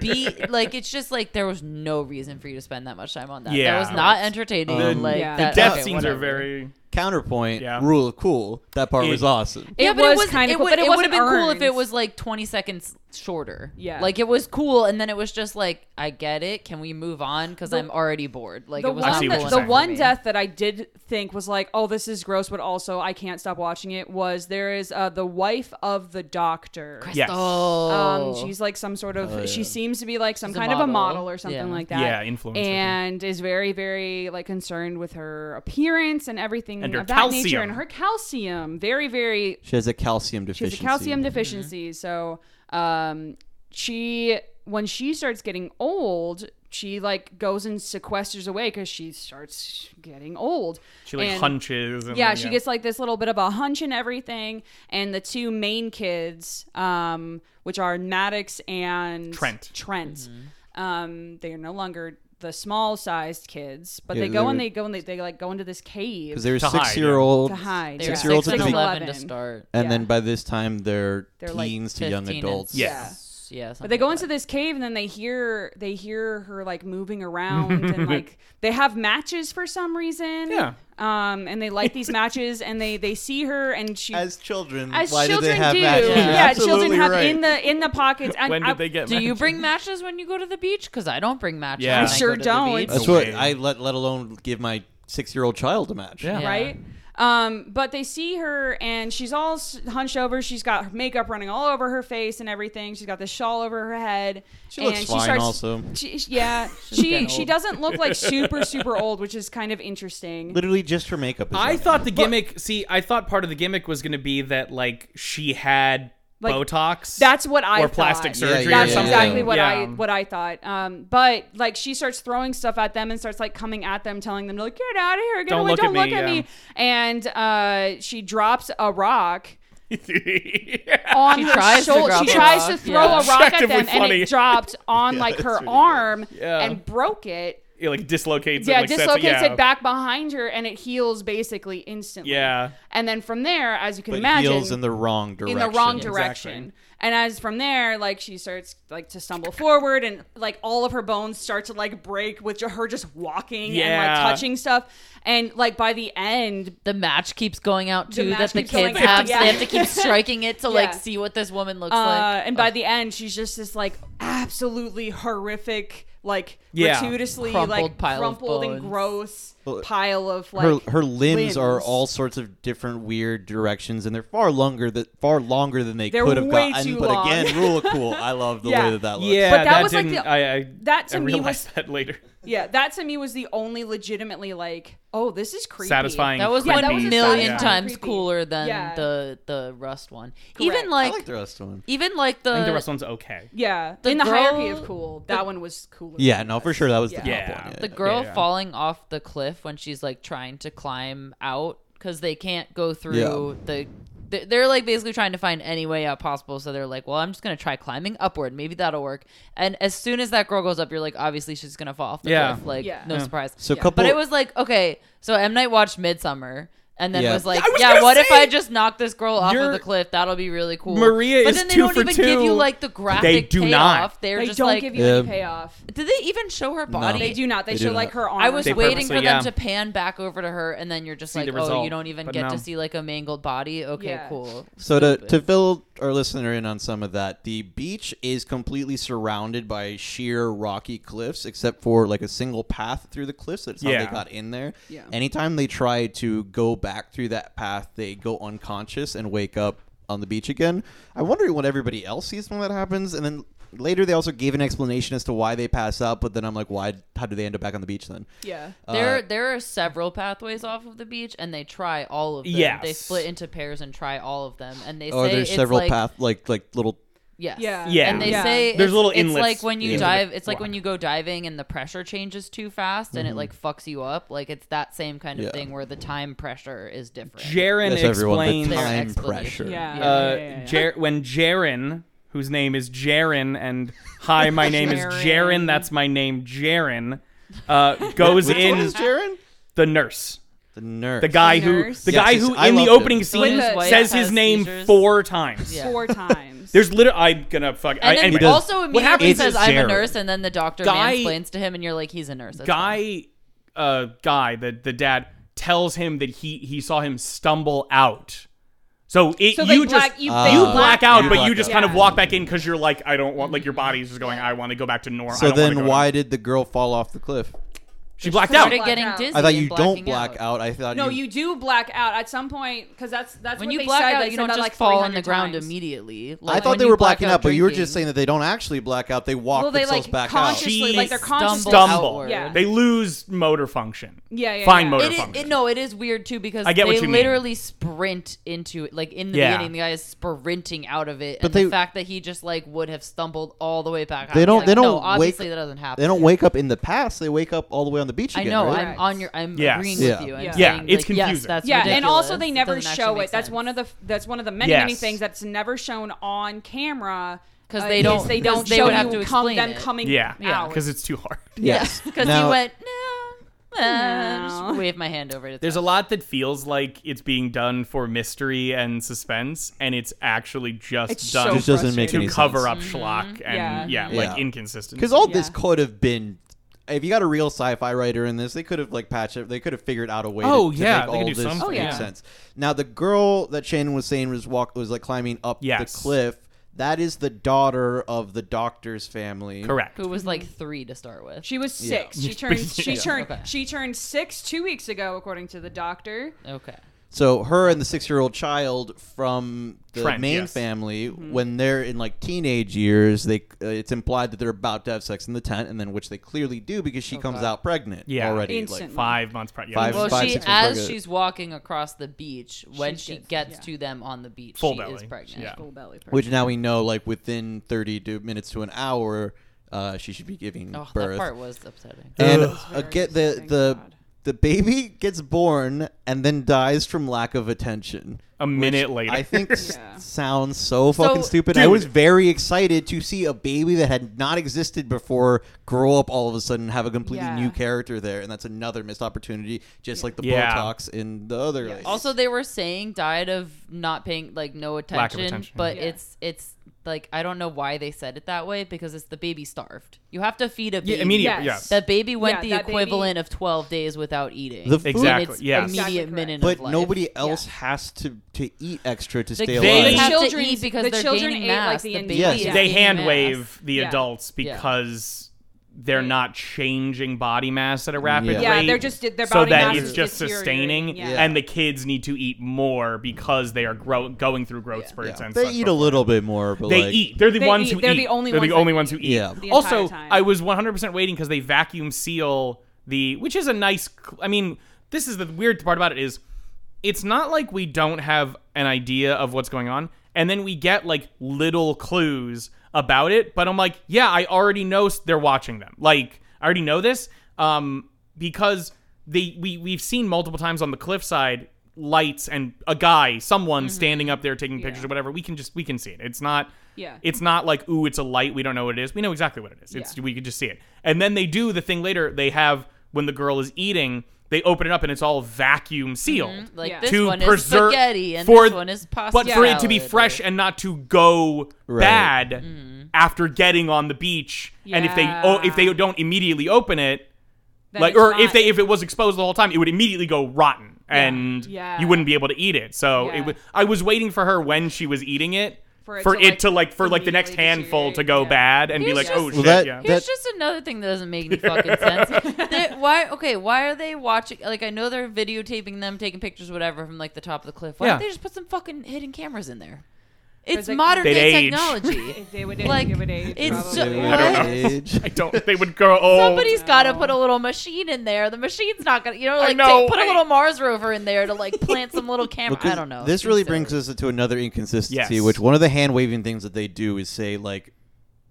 D: B, like it's just like there was no reason for you to spend that much time on that.
C: Yeah.
D: That was not entertaining.
B: The-
D: like
E: Yeah.
D: that,
C: Death
D: okay,
C: scenes
D: whatever.
C: are very
B: Counterpoint,
C: Yeah.
B: rule of cool. That part
C: It-
B: was awesome.
E: It
D: yeah, but
E: was
D: it was
E: kinda
D: it
E: cool,
D: would-
E: but it
D: it would have been
E: wasn't
D: cool if
E: earned.
D: it was like 20 seconds shorter.
E: Yeah.
D: like it was cool, and then it was just like, I get it. Can we move on? Because I'm already bored. Like
E: The
D: it was
C: I
D: not
C: see
E: one,
C: what
E: that-
D: cool
C: you're
E: the
D: enough
C: saying.
D: for
E: one
D: me.
E: death that I did think was like, oh, this is gross, but also I can't stop watching it. Was there is uh, the wife of the doctor?
C: Yes.
D: Oh,
E: Um, she's like some sort of.
B: Oh, yeah.
E: She seems to be like some
D: She's a
E: kind of a
D: model.
E: model or something
D: Yeah.
E: like that.
C: Yeah, influencer thing.
E: And is very, very like concerned with her appearance and everything
C: And her
E: of that nature
C: calcium.
E: and her calcium. Very, very
B: She has a calcium
E: she has
B: deficiency.
E: a
D: Mm-hmm.
E: calcium deficiency. So um, she when she starts getting old, she like goes and sequesters away because she starts getting old.
C: she like
E: And-
C: hunches and
E: Yeah,
C: then,
E: she gets like this little bit of a hunch and everything. And the two main kids, um, which are Maddox and
C: Trent.
E: Trent. Um, they are no longer the small sized kids, but
B: Yeah,
E: they go
B: they
E: and
B: were-
E: they go and they, they like go into this cave
B: Because they were
C: To hide, yeah.
B: six year old
E: to hide.
D: They were
E: Yeah.
B: Six-year-olds
D: six
B: at
D: and
B: the beginning.
D: eleven to start.
B: and
E: yeah.
B: then by this time they're,
E: They're, like,
B: teens to young
D: 15 and-
B: adults.
C: Yeah.
D: Yes. Yeah.
E: But they go into this cave and then they hear they hear her like moving around and like they have matches for some reason.
C: Yeah.
E: Um, and they light these matches and they they see her and she
B: As children,
E: as
B: why
E: children
B: do they have matches?
E: yeah,
B: You're
E: children
B: absolutely
E: have
B: right.
E: in the in the pockets. And
C: when
E: I-
C: did they get
D: Do you
C: matches?
D: bring matches when you go to the beach? Because I don't bring matches.
C: Yeah.
D: when
C: I
D: go
E: sure
D: to the
E: don't.
D: beach.
B: That's
C: No
B: what
C: way.
B: I let let alone give my six year old child a match.
C: Yeah.
E: right? Um, but they see her and she's all s- hunched over. She's got her makeup running all over her face and everything. She's got this shawl over her head.
B: She looks
E: and
B: fine
E: she starts,
B: also.
E: She, yeah,
D: getting
E: she she
D: old.
E: doesn't look like super super old, which is kind of interesting.
B: Literally just her makeup. Is
C: I
B: on.
C: thought the gimmick. see, I thought part of the gimmick was going to be that like she had
E: Like,
C: Botox.
E: That's what I
C: or
E: thought.
C: plastic
B: yeah,
C: surgery.
B: yeah,
C: or
E: That's
C: something.
E: exactly what I
C: Yeah.
E: what I thought. Um, but like she starts throwing stuff at them and starts like coming at them, telling them like get out of here, get
C: Don't
E: away,
C: look at
E: don't look
C: me,
E: at
C: yeah.
E: me. And uh, she drops a rock
C: Yeah.
E: on
D: She
E: her
D: tries to
E: shoulder.
D: drop
E: She
D: a
E: tries
D: rock,
E: to throw
D: yeah.
E: a rock at
C: Objectively
E: them, and
C: funny.
E: it dropped on like
B: that's
E: her
B: ridiculous.
E: arm
C: Yeah.
E: and broke it.
C: It like dislocates. it,
E: Yeah,
C: like, sets it-
E: dislocates
C: yeah.
E: it back behind her, and it heals basically instantly.
C: Yeah.
E: and then from there, as you can
B: but
E: imagine,
B: heels in the wrong direction.
E: in the wrong direction. And as from there, like she starts like to stumble forward, and like all of her bones start to like break with ju- her just walking and
C: Yeah.
E: like touching stuff. And like by the end,
D: The match keeps going out
E: The
D: too
E: match
D: that the
E: keeps going
D: kids
E: out,
D: have. so they
E: yeah.
D: have to keep striking it to like
E: Yeah.
D: see what this woman looks
E: uh,
D: like.
E: and by the end, she's just this like absolutely horrific, like
C: Yeah.
E: gratuitously
D: Crumpled
E: like
D: pile of
E: crumpled and
D: bones.
E: gross
B: Well,
E: pile of
B: Her,
E: like
B: her limbs, are
E: limbs.
B: all sorts of different weird directions, and they're far longer that far longer than they
E: They're
B: could have
E: way
B: gotten.
E: too
B: But
E: long.
B: again, rule of cool. I love the
E: Yeah.
B: way that that looks.
C: Yeah,
E: But that was, like,
C: didn't,
E: the-
C: I, I,
E: that to
C: I
E: me
C: realized
E: was-
C: that later.
E: yeah. That to me was the only legitimately like oh this is creepy
C: Satisfying.
D: that was
E: Yeah,
D: like
E: that
D: a
E: was a
D: million
E: satisfying
D: times
E: creepy.
D: cooler than
E: Yeah.
D: the the rust one.
E: Correct.
D: Even
E: I
B: I
D: like,
B: like the rest of them.
D: even like
C: I
D: the,
C: think the rest one's okay.
E: Yeah,
D: The
E: in the hierarchy
D: girl-
E: of cool, that one was cooler.
B: Yeah,
E: than
B: no,
E: us.
B: for sure that was the top
E: Yeah.
C: Yeah.
B: one.
D: the girl
C: yeah.
D: falling off the cliff when she's like trying to climb out because they can't go through the the. They're like basically trying to find any way out possible, so they're like, "Well, I'm just gonna try climbing upward. Maybe that'll work." And as soon as that girl goes up, you're like, "Obviously, she's gonna fall off the
C: Yeah.
D: cliff. Like,
E: Yeah.
D: no
E: Yeah.
D: surprise."
B: So
E: Yeah.
B: couple.
D: But it was like, okay, so M Night watched Midsummer and then
B: Yeah.
D: was like,
C: I was
D: yeah,
C: gonna
D: what if
C: say-
D: I just knock this girl off of
C: You're-
D: the cliff? That'll be really cool.
C: Maria
D: but
C: is
D: then they
C: two
D: don't
C: for
D: even give you
C: two.
D: like the graphic
C: do not.
D: payoff. They're
E: They
D: just
E: don't
D: like,
E: give you
B: Yeah.
E: any payoff.
D: did they even show her body?
E: They do not. They,
B: They do
E: show like
B: not.
E: her arm.
D: I was
C: They
D: waiting
C: purposely-
D: for them
C: yeah.
D: to pan back over to her, and then you're just
C: See
D: like,
C: the
D: oh,
C: result,
D: you don't even
C: but
D: get
C: no.
D: to see like a mangled body. Okay,
E: Yeah.
D: cool.
B: So to,
D: Stupid.
B: to fill our listener in on some of that, the beach is completely surrounded by sheer rocky cliffs, except for like a single path through the cliffs. That's how
C: Yeah.
B: they got in there.
E: Yeah.
B: Anytime they try to go back through that path, they go unconscious and wake up on the beach again. I wonder what everybody else sees when that happens, and then later they also gave an explanation as to why they pass out. But then I'm like, why? How do they end up back on the beach then? Uh,
E: yeah.
C: Uh,
D: There, there are several pathways off of the beach, and they try all of them. They
C: Yes.
D: split into pairs and try all of them, and they
B: Or
D: say
B: Oh, there's
D: it's
B: several
D: like,
B: path like like little
D: Yes.
E: Yeah.
C: Yeah.
D: And they
E: Yeah.
D: say
C: There's
D: it's-
C: little
D: It's
C: inlets
D: like when you
C: into the
D: dive. It's like when
C: rock.
D: you go diving and the pressure changes too fast
C: Mm-hmm.
D: and it like fucks you up. Like it's that same kind of
B: Yeah.
D: thing where the time pressure is different.
C: Jaren
B: Yes, everyone. The
C: explains.
B: time
D: explanation.
B: pressure.
E: Yeah.
C: uh,
E: yeah, yeah.
C: Jer- when Jaren, whose name is Jaren, and hi, my name is
E: Jaren.
C: Jaren. That's my name, Jaren. Uh, goes in
B: Jaren?
C: the nurse,
B: The nurse.
C: the guy who,
E: nurse?
C: the
B: Yes,
C: guy
B: yes,
C: who
B: I
C: in the
B: loved
C: opening
B: it.
C: scene
E: When his wife
C: says his
D: has
C: name
D: seizures.
C: four times.
D: Yeah.
E: Four times.
C: There's literally I'm gonna fuck. I,
D: And then
C: anyway.
B: does-
D: also immediately
B: happens
D: says,
B: is
D: "I'm a
B: Jaren-
D: nurse," and then the doctor
C: Guy-
D: explains to him, and you're like, "He's a nurse." That's fine."
C: guy uh guy the the dad tells him that he he saw him stumble out so it
E: So they
C: you
E: black-
C: just
E: you-
C: you,
B: Uh,
E: they
C: black out
B: you
C: but
B: black
C: you just
B: out.
C: kind of
E: Yeah.
C: walk back in because you're like i don't want like your body's just going i want to go back to normal
B: So then, why did the girl fall off the cliff?
C: she blacked out
D: started
E: Black
D: getting
E: out.
D: dizzy.
B: I thought
D: and
B: you don't
D: blacking
B: black out. I thought
E: no,
B: you.
E: you do black out at some point because that's that's
D: When
E: what
D: you
E: they
D: black
E: said,
D: out,
E: they
D: you
E: said
D: don't
E: that,
D: just
E: like
D: fall
E: 300
D: on the ground
E: times.
D: immediately.
B: I
D: Like,
B: thought
D: when
B: they
D: you
B: were
D: black
B: blacking out, but you were just
D: drinking,
B: saying that they don't actually black out. They walk
E: Well, they
B: themselves
E: like
B: back out.
E: consciously,
C: She
E: like they're consciously
D: stumble
C: Stumble.
D: outward.
E: Yeah.
C: they lose motor function
E: Yeah, yeah,
C: fine
E: yeah.
C: motor
D: It is,
C: function
D: it, no, it is weird too because
C: I get
D: they
C: what you mean.
D: literally sprint into it. Like in the
C: Yeah.
D: beginning, the guy is sprinting out of it,
B: But
D: and
B: they-
D: the fact that he just like would have stumbled all the way back. out,
B: They don't-
D: like,
B: they don't
D: No,
B: wake-
D: obviously, that doesn't happen.
B: They don't wake up in the past. They wake up all the way on the beach
D: I
B: again.
D: know.
B: right?
D: I'm on your. I'm
C: Yes.
D: agreeing
B: Yeah.
D: with you. and
E: Yeah.
C: Yeah,
D: saying,
C: it's
D: like, yes,
C: confusing.
D: that's
E: yeah, and
D: ridiculous.
E: also they
D: It
E: never
D: doesn't actually
E: show
D: make
E: it. That's
D: sense.
E: one of the that's one of the many
C: Yes.
E: many things that's never shown on camera
D: 'Cause
E: uh,
D: they
E: is
D: don't-
E: they
D: 'cause
E: don't
D: they
E: show
D: would have
E: you
D: to
E: come
D: explain
E: them
D: it.
E: coming
C: yeah
D: Yeah.
C: because it's too hard
B: Yes.
D: because
B: Now-
D: he went no. Uh, just
E: No.
D: wave my hand over it.
C: there's a lot that feels like it's being done for mystery and suspense and it's actually just
E: It's so
C: done
B: Just doesn't make
C: to
B: any
C: cover
B: sense.
C: up schlock and
E: Mm-hmm. Yeah.
C: yeah,
B: Yeah.
C: like inconsistency
B: Because all this
E: Yeah.
B: could have been. If you got a real sci-fi writer in this, they could have like patched it. They could have figured out a way.
C: Oh,
B: to,
C: yeah, they could
B: to make all
C: do
B: this
C: something,
E: Oh,
B: make
E: yeah.
B: sense. Now the girl that Shannon was saying was walk was like climbing up
C: Yes.
B: the cliff. That is the daughter of the doctor's family.
C: correct
D: who was like three to start with.
E: She was
B: Yeah.
E: six. She turned. She
C: Yeah.
E: turned.
D: Okay.
E: She turned six two weeks ago, according to the doctor.
D: Okay.
B: So her and the six-year-old child from the
C: Trent,
B: main
C: yes.
B: family, when they're in like teenage years, they uh, it's implied that they're about to have sex in the tent, and then which they clearly do because she comes out pregnant
C: Yeah.
B: already.
E: Instantly.
C: Five months pregnant.
B: Five-
D: Well, she
B: six months
D: as
B: pregnant.
D: she's walking across the beach when she,
E: She
D: gets,
E: gets- yeah.
D: to them on the beach,
C: Full
D: she is
C: belly.
D: pregnant.
C: Yeah.
E: Full belly
B: Like, which now we know, like within thirty to minutes to an hour, uh, she should be giving
D: Oh,
B: birth.
D: that part was upsetting.
B: and
C: Ugh.
B: uh, get the
E: Thank
B: the
E: God.
B: the baby gets born and then dies from lack of attention.
C: A
B: which
C: minute later.
B: I think s-
E: Yeah.
B: sounds so fucking stupid. I
C: Dude.
B: was very excited to see a baby that had not existed before grow up all of a sudden and have a completely
E: Yeah.
B: new character there, and that's another missed opportunity, just like the
C: Yeah.
B: Botox in the other.
E: Yes.
B: lady.
D: Also, they were saying died of not paying like no attention,
C: Lack of attention,
D: but
E: yeah.
D: it's it's like I don't know why they said it that way because it's the baby starved. You have to feed a baby.
C: yeah, immediately.
E: Yes.
C: Yeah.
D: That baby went
E: Yeah,
D: the
E: that baby-
D: equivalent of twelve days without eating.
B: The food-
C: Exactly,
D: In its
C: yes.
D: immediate
E: Exactly correct.
D: minute
B: but
D: of life.
B: nobody else has to to eat extra to
D: The
B: stay
D: kids
B: alive.
C: They-
D: have to
E: Children's-
D: eat because
E: the
D: they're
E: children
D: gaining
E: ate, like,
D: mass.
E: the
D: the baby
B: Yes.
D: is
E: Yeah.
C: They
D: gaining
C: hand
D: mass.
C: wave the
E: Yeah.
C: adults
D: Yeah.
C: because they're
E: Right.
C: not changing body mass at a rapid
B: Yeah.
C: rate.
E: Yeah, they're just- their
C: so
E: body
C: that
E: mass
C: it's
E: is
C: just
E: deteriorating,
C: sustaining,
E: yeah.
C: and the kids need to eat more because they are grow- going through growth spurts
B: Yeah.
C: and
B: They
C: such
B: eat a
C: before.
B: little bit more, but
C: They
B: like,
C: eat. They're the
E: They
C: ones
E: eat.
C: who
E: They're
C: eat.
E: the only
C: they're the
E: ones
C: only
E: that
C: ones who eat.
B: Yeah.
E: The
C: Also,
E: entire time.
C: I was 100% waiting because they vacuum seal the, which is a nice. cl- I mean, this is the weird part about it is, it's not like we don't have an idea of what's going on, and then we get like little clues about it. But I'm like, yeah, I already know s- they're watching them. Like, I already know this. Um, because they we we've seen multiple times on the cliffside lights and a guy,
E: Mm-hmm.
C: someone standing up there taking pictures or whatever. We can just we can see it. It's not
E: Yeah.
C: it's not like ooh, it's a light. We don't know what it is. We know exactly what it is. It's
E: Yeah.
C: we could just see it. And then they do the thing later. They have when the girl is eating, they open it up and it's all vacuum sealed.
D: Like
E: Yeah.
D: this
C: To
D: one is
C: preserve
D: spaghetti and
C: for-
D: this one is pasta.
C: But for it to be
D: salad.
C: fresh and not to go
B: Right.
C: bad after getting on the beach, and if they oh, if they
E: Yeah.
C: don't immediately open it,
E: Then
C: like
E: it's
C: or if
E: not-
C: they if it was exposed the whole time, it would immediately go rotten and
E: Yeah.
C: you wouldn't be able to eat it. So
E: Yeah.
C: it would, I was waiting for her when she was eating it for it, to, like, for like the next
E: immediately
C: handful to
E: deteriorate,
C: go
E: yeah.
C: bad and be
D: Here's
C: like,
D: just-
C: oh
D: Well,
C: shit,
B: that-
C: yeah.
D: Here's
B: That-
D: just another thing that doesn't make any fucking sense. They- why? Okay, why are they watching? Like, I know they're videotaping them, taking pictures, whatever, from like the top of the cliff. Why
C: Yeah.
D: don't they just put some fucking hidden cameras in there? It's
E: Because they-
D: modern
C: They'd
D: day
C: age.
D: technology.
E: If they would
D: Like,
E: give it age,
D: it's
E: probably.
D: just-
B: Dude,
D: What?
B: I don't age.
C: I don't. They would "Oh, grow old.
D: Somebody's got to
E: no.
D: put a little machine in there. The machine's not gonna, you know, like
C: know,
D: take- put a
C: I-
D: little Mars rover in there to like plant some little camera.
B: Because
D: I don't know.
B: This really
D: It's silly.
B: brings us to another inconsistency,
C: Yes.
B: which one of the hand waving things that they do is say like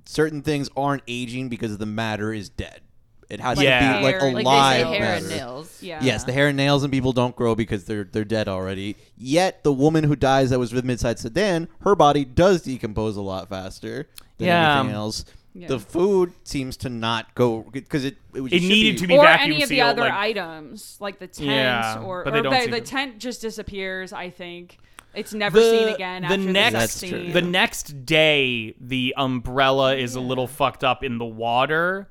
B: certain things aren't aging because the matter is dead. It has to
C: Yeah.
B: be like
E: hair and-
D: like
B: alive
D: they say hair and
B: matter.
D: nails.
E: Yeah.
B: Yes, the hair and nails and people don't grow because they're they're dead already. Yet the woman who dies that was with Midside Sedan, her body does decompose a lot faster than
C: Yeah.
B: anything else.
E: Yeah.
B: The food seems to not go because it it,
C: It needed to be
E: or
C: vacuum
E: any of the
C: sealed,
E: other
C: like-
E: items, like the tent,
C: Yeah,
E: or,
C: but
E: or
C: they don't
E: the,
C: see
E: the
C: them.
E: tent just disappears. I think it's never seen again. after
C: next
E: this
B: That's
E: scene.
B: true.
C: the next day the umbrella is a little fucked up in the water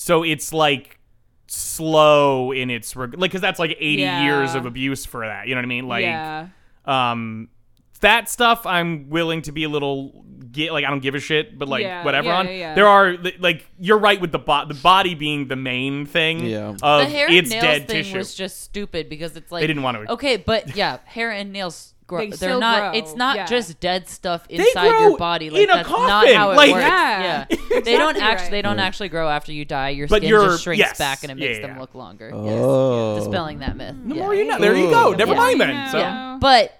C: so it's like slow in its reg- like because that's like 80
E: Yeah.
C: years of abuse for that you know what i mean like
E: yeah,
C: um that stuff i'm willing to be a little get like i don't give a shit but like
E: Yeah,
C: whatever
E: yeah,
C: on
E: yeah, yeah.
C: there are like you're right with the bot the body being the main thing
B: Yeah.
C: of
D: the hair and
C: it's
D: nails
C: dead
D: thing
C: tissue
D: was just stupid because it's like
C: They didn't want to-
D: Okay, but yeah, hair and nails grow.
E: They
D: They are
E: still
D: not.
E: grow,
D: It's not
E: yeah.
D: just dead stuff inside
C: grow
D: your body. Like
C: in a
D: that's not
C: coffin,
D: how it
C: like-
D: works.
E: Yeah.
D: Yeah,
E: You're
D: they don't
E: exactly
D: actually. They
E: right.
D: don't actually grow after you die. Your
C: But
D: skin
C: you're-
D: just shrinks
C: yes.
D: back and it
C: Yeah,
D: makes
C: yeah,
D: them
C: yeah.
D: look longer.
B: Oh.
D: Yes. Dispelling that myth.
C: the
D: yeah.
C: more you know there you go never
D: Yeah.
C: mind then
E: Yeah.
C: so
D: Yeah.
E: Oh.
D: But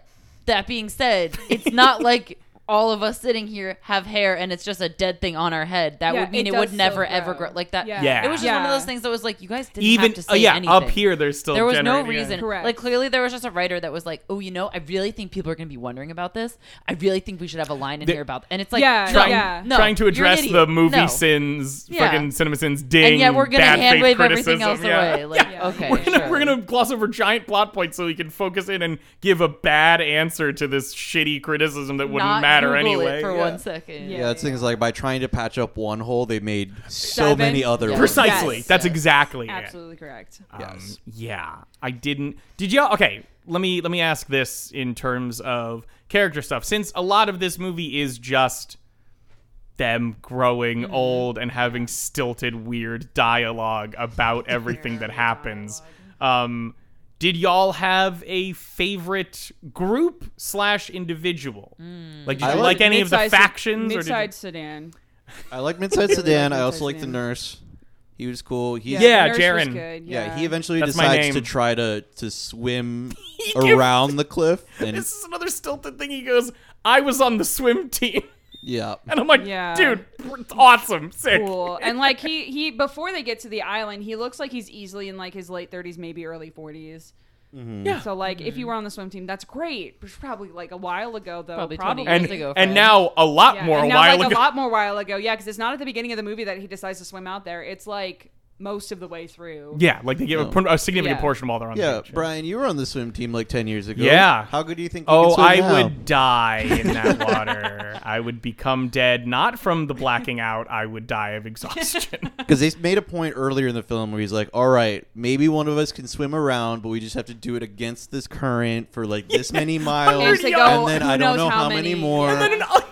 D: that being said, it's not like all of us sitting here have hair and it's just a dead thing on our head. That
E: Yeah,
D: would mean
E: it
D: it, would
E: does
D: never
E: still
D: ever
E: grow.
D: grow like that.
E: Yeah.
C: Yeah.
D: It was just one of
E: Yeah.
D: those things that was like you guys didn't
C: even
D: have
C: oh
D: to say
C: yeah
D: anything.
C: up here there's still
D: There was no
C: generating- yeah.
D: reason.
E: Correct.
D: Like clearly there was just a writer that was like, "Oh, you know, I really think people are going to be wondering about this. I really think we should have a line in
C: The-
D: here about." And it's like,
E: Yeah,
D: no,
C: trying,
E: yeah.
D: no,
C: trying to
D: you're an
C: address
D: idiot.
C: the movie
D: No.
C: sins,
D: Yeah.
C: fucking cinema sins ding.
D: and yet we're
C: going
D: gonna
C: to
D: hand wave everything else
C: yeah.
D: away. Like,
E: Yeah.
D: okay,
C: We're gonna,
D: sure.
C: we're gonna gloss over giant plot points so we can focus in and give a bad answer to this shitty criticism that wouldn't
D: Not
C: matter
D: Google
C: anyway.
D: it for
C: Yeah.
D: one second.
E: Yeah.
B: Yeah, it's things like by trying to patch up one hole, they made so
E: Seven?
B: many other
D: Yeah.
B: ones.
C: Precisely.
E: Yes.
C: That's
D: Yes.
C: exactly it.
E: absolutely correct.
B: Yes.
C: Um, yeah. I didn't. Did y'all? Okay. Let me let me ask this in terms of character stuff, since a lot of this movie is just them growing old and having stilted, weird dialogue about everything that happens. Um, did y'all have a favorite group slash individual? Like, did you
B: I
C: like,
B: like
C: any of the
E: Mid-sized-
C: factions? Or did
E: Mid-sized
C: you-
E: sedan.
B: I like Midside Sedan. I
E: Midside
B: also like the
E: Sedan.
B: nurse. He was cool. He
C: Yeah.
E: the nurse was
C: Jaren.
E: good,
B: yeah,
E: Yeah,
B: He eventually
C: That's my
B: decides to
C: name.
B: try to to swim
C: gives-
B: around the cliff, and
C: This is another stilted thing. He goes, "I was on the swim team,"
B: yeah,
C: and I'm like,
E: Yeah.
C: "Dude, it's awesome, sick."
E: cool. And like he he before they get to the island, he looks like he's easily in like his late 30s, maybe early 40s.
C: Yeah.
E: So like, if you
C: Mm-hmm.
E: were on the swim team, that's great. It was probably like a while ago though.
D: Probably 20 years.
C: And,
D: Years ago,
C: and
D: Fred.
C: now a lot
E: Yeah,
C: more
E: and
C: a
E: now,
C: while
E: like
C: ago.
E: a lot more while ago. Yeah, because it's not at the beginning of the movie that he decides to swim out there. It's like most of the way through.
C: yeah, like they give a,
B: No.
C: pro- a significant
E: Yeah.
C: portion while they're on
B: yeah.
C: the beach.
B: Brian, you were on the swim team like ten years ago.
C: Yeah.
B: How good do you think? You
C: Oh,
B: could swim
C: I
B: now?
C: would die in that water. I would become dead, not from the blacking out. I would die of exhaustion.
B: Because they made a point earlier in the film where he's like, "All right, maybe one of us can swim around, but we just have to do it against this current for like this many miles,
E: Years
C: And
B: and
E: ago,
B: then
E: who
B: I don't
E: knows
B: know
E: how,
B: many, more."
C: and then an unknown.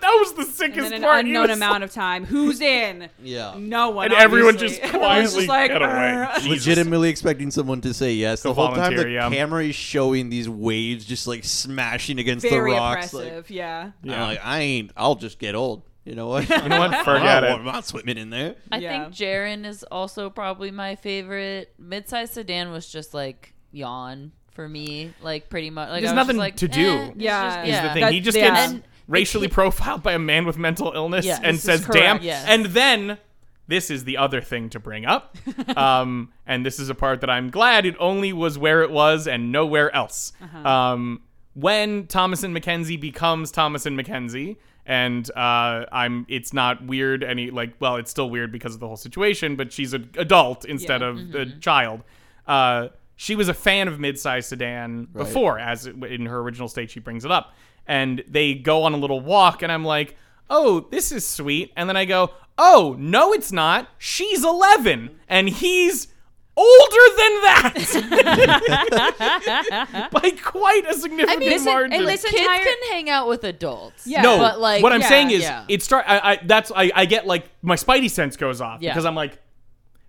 C: That was the
E: And
C: sickest
E: then an
C: part. He
E: unknown
C: was
E: amount of time. Who's in?
B: Yeah.
E: No one.
C: And everyone
E: obviously.
C: just
E: Everyone's
C: quietly
E: just like,
C: got away.
E: "Arr."
C: Jesus.
B: legitimately expecting someone to say yes the
C: To
B: whole time.
C: volunteer,
B: The
C: yeah.
B: camera is showing these waves just like smashing against
E: Very
B: the rocks. like-
E: oppressive. yeah.
C: Yeah.
B: I'm like, I ain't. I'll just get old. You know what?
C: You know what? Forget
B: I'm
C: it.
B: not swimming in there.
D: I
E: Yeah.
D: think Jaren is also probably my favorite. Midsize sedan was just like yawn for me, like pretty much. Like
C: There's
D: I was just
C: nothing
D: like,
C: to
D: eh,
C: do,
D: it's
E: Yeah.
D: just-
E: is
C: is the
D: yeah.
C: thing.
E: That-
C: he just
E: yeah.
C: gets
E: And
C: racially profiled by a man with mental illness
D: Yes.
C: and
D: This
C: says,
E: is correct.
C: damn.
D: Yes.
C: And then this is the other thing to bring up. um, and this is a part that I'm glad it only was where it was and nowhere else.
E: Uh-huh.
C: Um, when Thomas and Mackenzie becomes Thomas and Mackenzie, and uh, I'm, it's not weird any like, well, it's still weird because of the whole situation, but she's an adult instead
E: Yeah.
C: of a child. Uh, she was a fan of mid-sized sedan before, as it, in her original state, she brings it up, and they go on a little walk, and I'm like, "Oh, this is sweet," and then I go, "Oh, no, it's not. She's 11, and he's older than that by quite a significant
E: listen-
C: margin."
E: and listen-
D: Kids
E: entire-
D: can hang out with adults.
E: Yeah.
C: no,
D: but like
C: what I'm
E: yeah,
C: saying is,
D: yeah.
C: it start. I, I that's I, I get like my spidey sense goes off
D: Yeah.
C: because I'm like,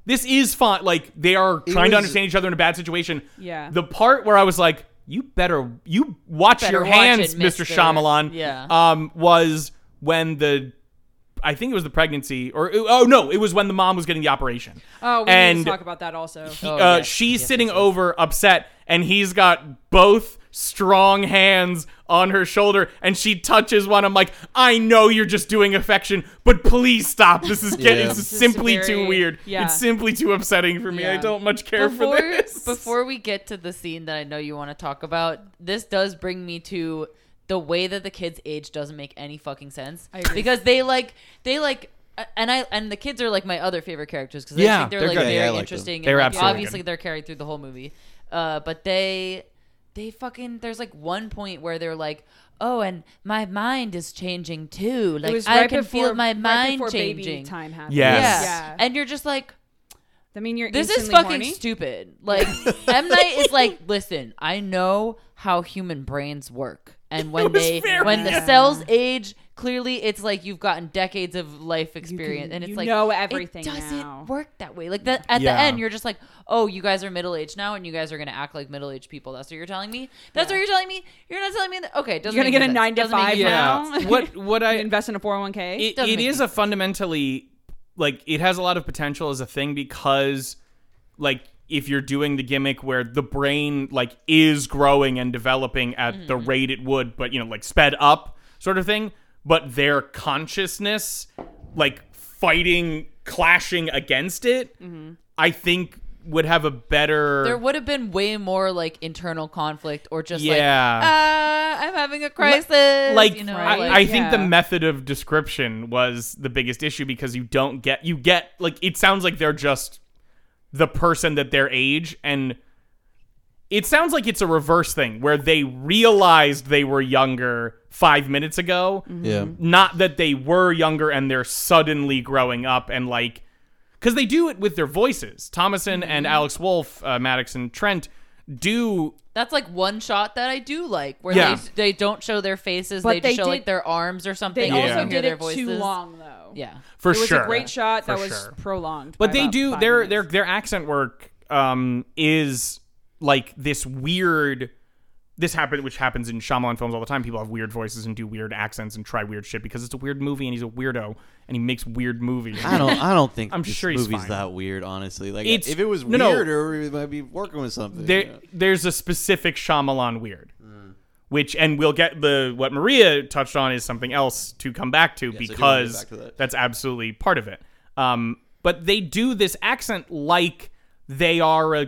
C: this is fun. Like they are trying to
B: was-
C: understand each other in a bad situation.
E: Yeah.
C: The part where I was like, you better you watch
D: Better
C: your
D: watch
C: hands,
D: it,
C: Mr.
D: mister.
C: Shyamalan.
D: Yeah.
C: Um, was when the. I think it was the pregnancy, or oh no, it was when the mom was getting the operation.
E: Oh, we
C: and
E: need to talk about that also.
D: Oh,
C: uh,
D: yes,
C: she's
D: yes,
C: sitting over upset and he's got both strong hands on her shoulder and she touches one i'm like i know you're just doing affection but please stop this is getting
B: Yeah.
C: it's
E: This is
C: simply too
E: very-
C: weird
E: yeah.
C: it's simply too upsetting for me i
E: Yeah.
C: don't much care
D: before,
C: for this
D: before we get to the scene that I know you want to talk about, this does bring me to the way that the kids age doesn't make any fucking sense
E: I agree.
D: because they like they like and I and the kids are like my other favorite characters because
C: Yeah,
D: I think they're,
C: they're
D: like
C: good.
D: very
B: Yeah, I like them.
D: interesting. and,
C: They're
D: like,
C: absolutely
D: obviously
C: good.
D: they're carried through the whole movie, uh, but they they fucking there's like one point where they're like. Oh, and my mind is changing too. Like
E: it was
D: I
E: right
D: can
E: before,
D: feel my
E: right
D: mind
E: before
D: changing.
E: Baby time happened.
C: Yes.
E: Yeah.
D: yeah, and you're just like,
E: I mean, you're
D: this is
E: instantly
D: fucking
E: horny.
D: stupid. Like M Night is like, listen, I know how human brains work, and when
C: was
D: they
C: very-
D: when the
E: Yeah.
D: cells age, clearly it's like you've gotten decades of life experience, and it's
E: you
D: like
E: know everything
D: It doesn't
E: now.
D: work that way. Like that at
C: Yeah.
D: the end, you're just like, oh, you guys are middle aged now, and you guys are gonna act like middle aged people. That's what you're telling me. That's what you're telling me. You're not telling me that. Okay, doesn't
E: You're gonna
D: make
E: get a
D: any sense.
E: nine to
D: Doesn't make
E: five
D: any sense.
E: now.
C: Yeah. What- what I-
E: You invest in a four hundred one k.
C: it,
D: doesn't
C: it
D: make
C: is a fundamentally like it has a lot of potential as a thing because like if you're doing the gimmick where the brain like is growing and developing at the
D: Mm-hmm.
C: rate it would but you know like sped up sort of thing but their consciousness like fighting clashing against it i think would have a better
D: Mm-hmm. There would have been way more like internal conflict or just
C: Yeah.
D: like, uh, I'm having a crisis.
C: like,
D: you know,
C: I,
D: like-
C: I think the
E: yeah.
C: method of description was the biggest issue because you don't get you get like it sounds like they're just the person that their age and it sounds like it's a reverse thing where they realized they were younger five minutes ago
E: Mm-hmm.
B: Yeah.
C: not that they were younger and they're suddenly growing up and like because they do it with their voices thomason and
E: Mm-hmm.
C: alex wolf uh, maddox and trent do
D: That's like one shot that I do like, where
C: Yeah.
D: they, they don't show their faces,
E: But
D: they,
E: they
D: just show like
E: did-
D: their arms or something.
E: They
D: You
C: Yeah.
E: also
D: don't hear
E: did
D: their
E: it
D: voices.
E: too long though.
D: Yeah,
C: for
E: it was
C: sure
E: a great shot
C: For
E: that was
C: sure.
E: prolonged.
C: But
E: by
C: they
E: about
C: do
E: five
C: their
E: minutes.
C: their their accent work um is like this weird this happened which happens in Shyamalan films all the time. People have weird voices and do weird accents and try weird shit because it's a weird movie and he's a weirdo and he makes weird movies.
B: I don't. I don't think
C: I'm
B: this
C: sure he's
B: movie's
C: fine.
B: that weird. Honestly, like
C: It's-
B: if it was
C: no, no.
B: weirder, we might be working with something.
C: there,
B: you know?
C: there's a specific Shyamalan weird, which and we'll get the what Maria touched on is something else to come back to
B: do wanna
C: because
B: get back to that.
C: that's absolutely part of it. Um, but they do this accent like they are a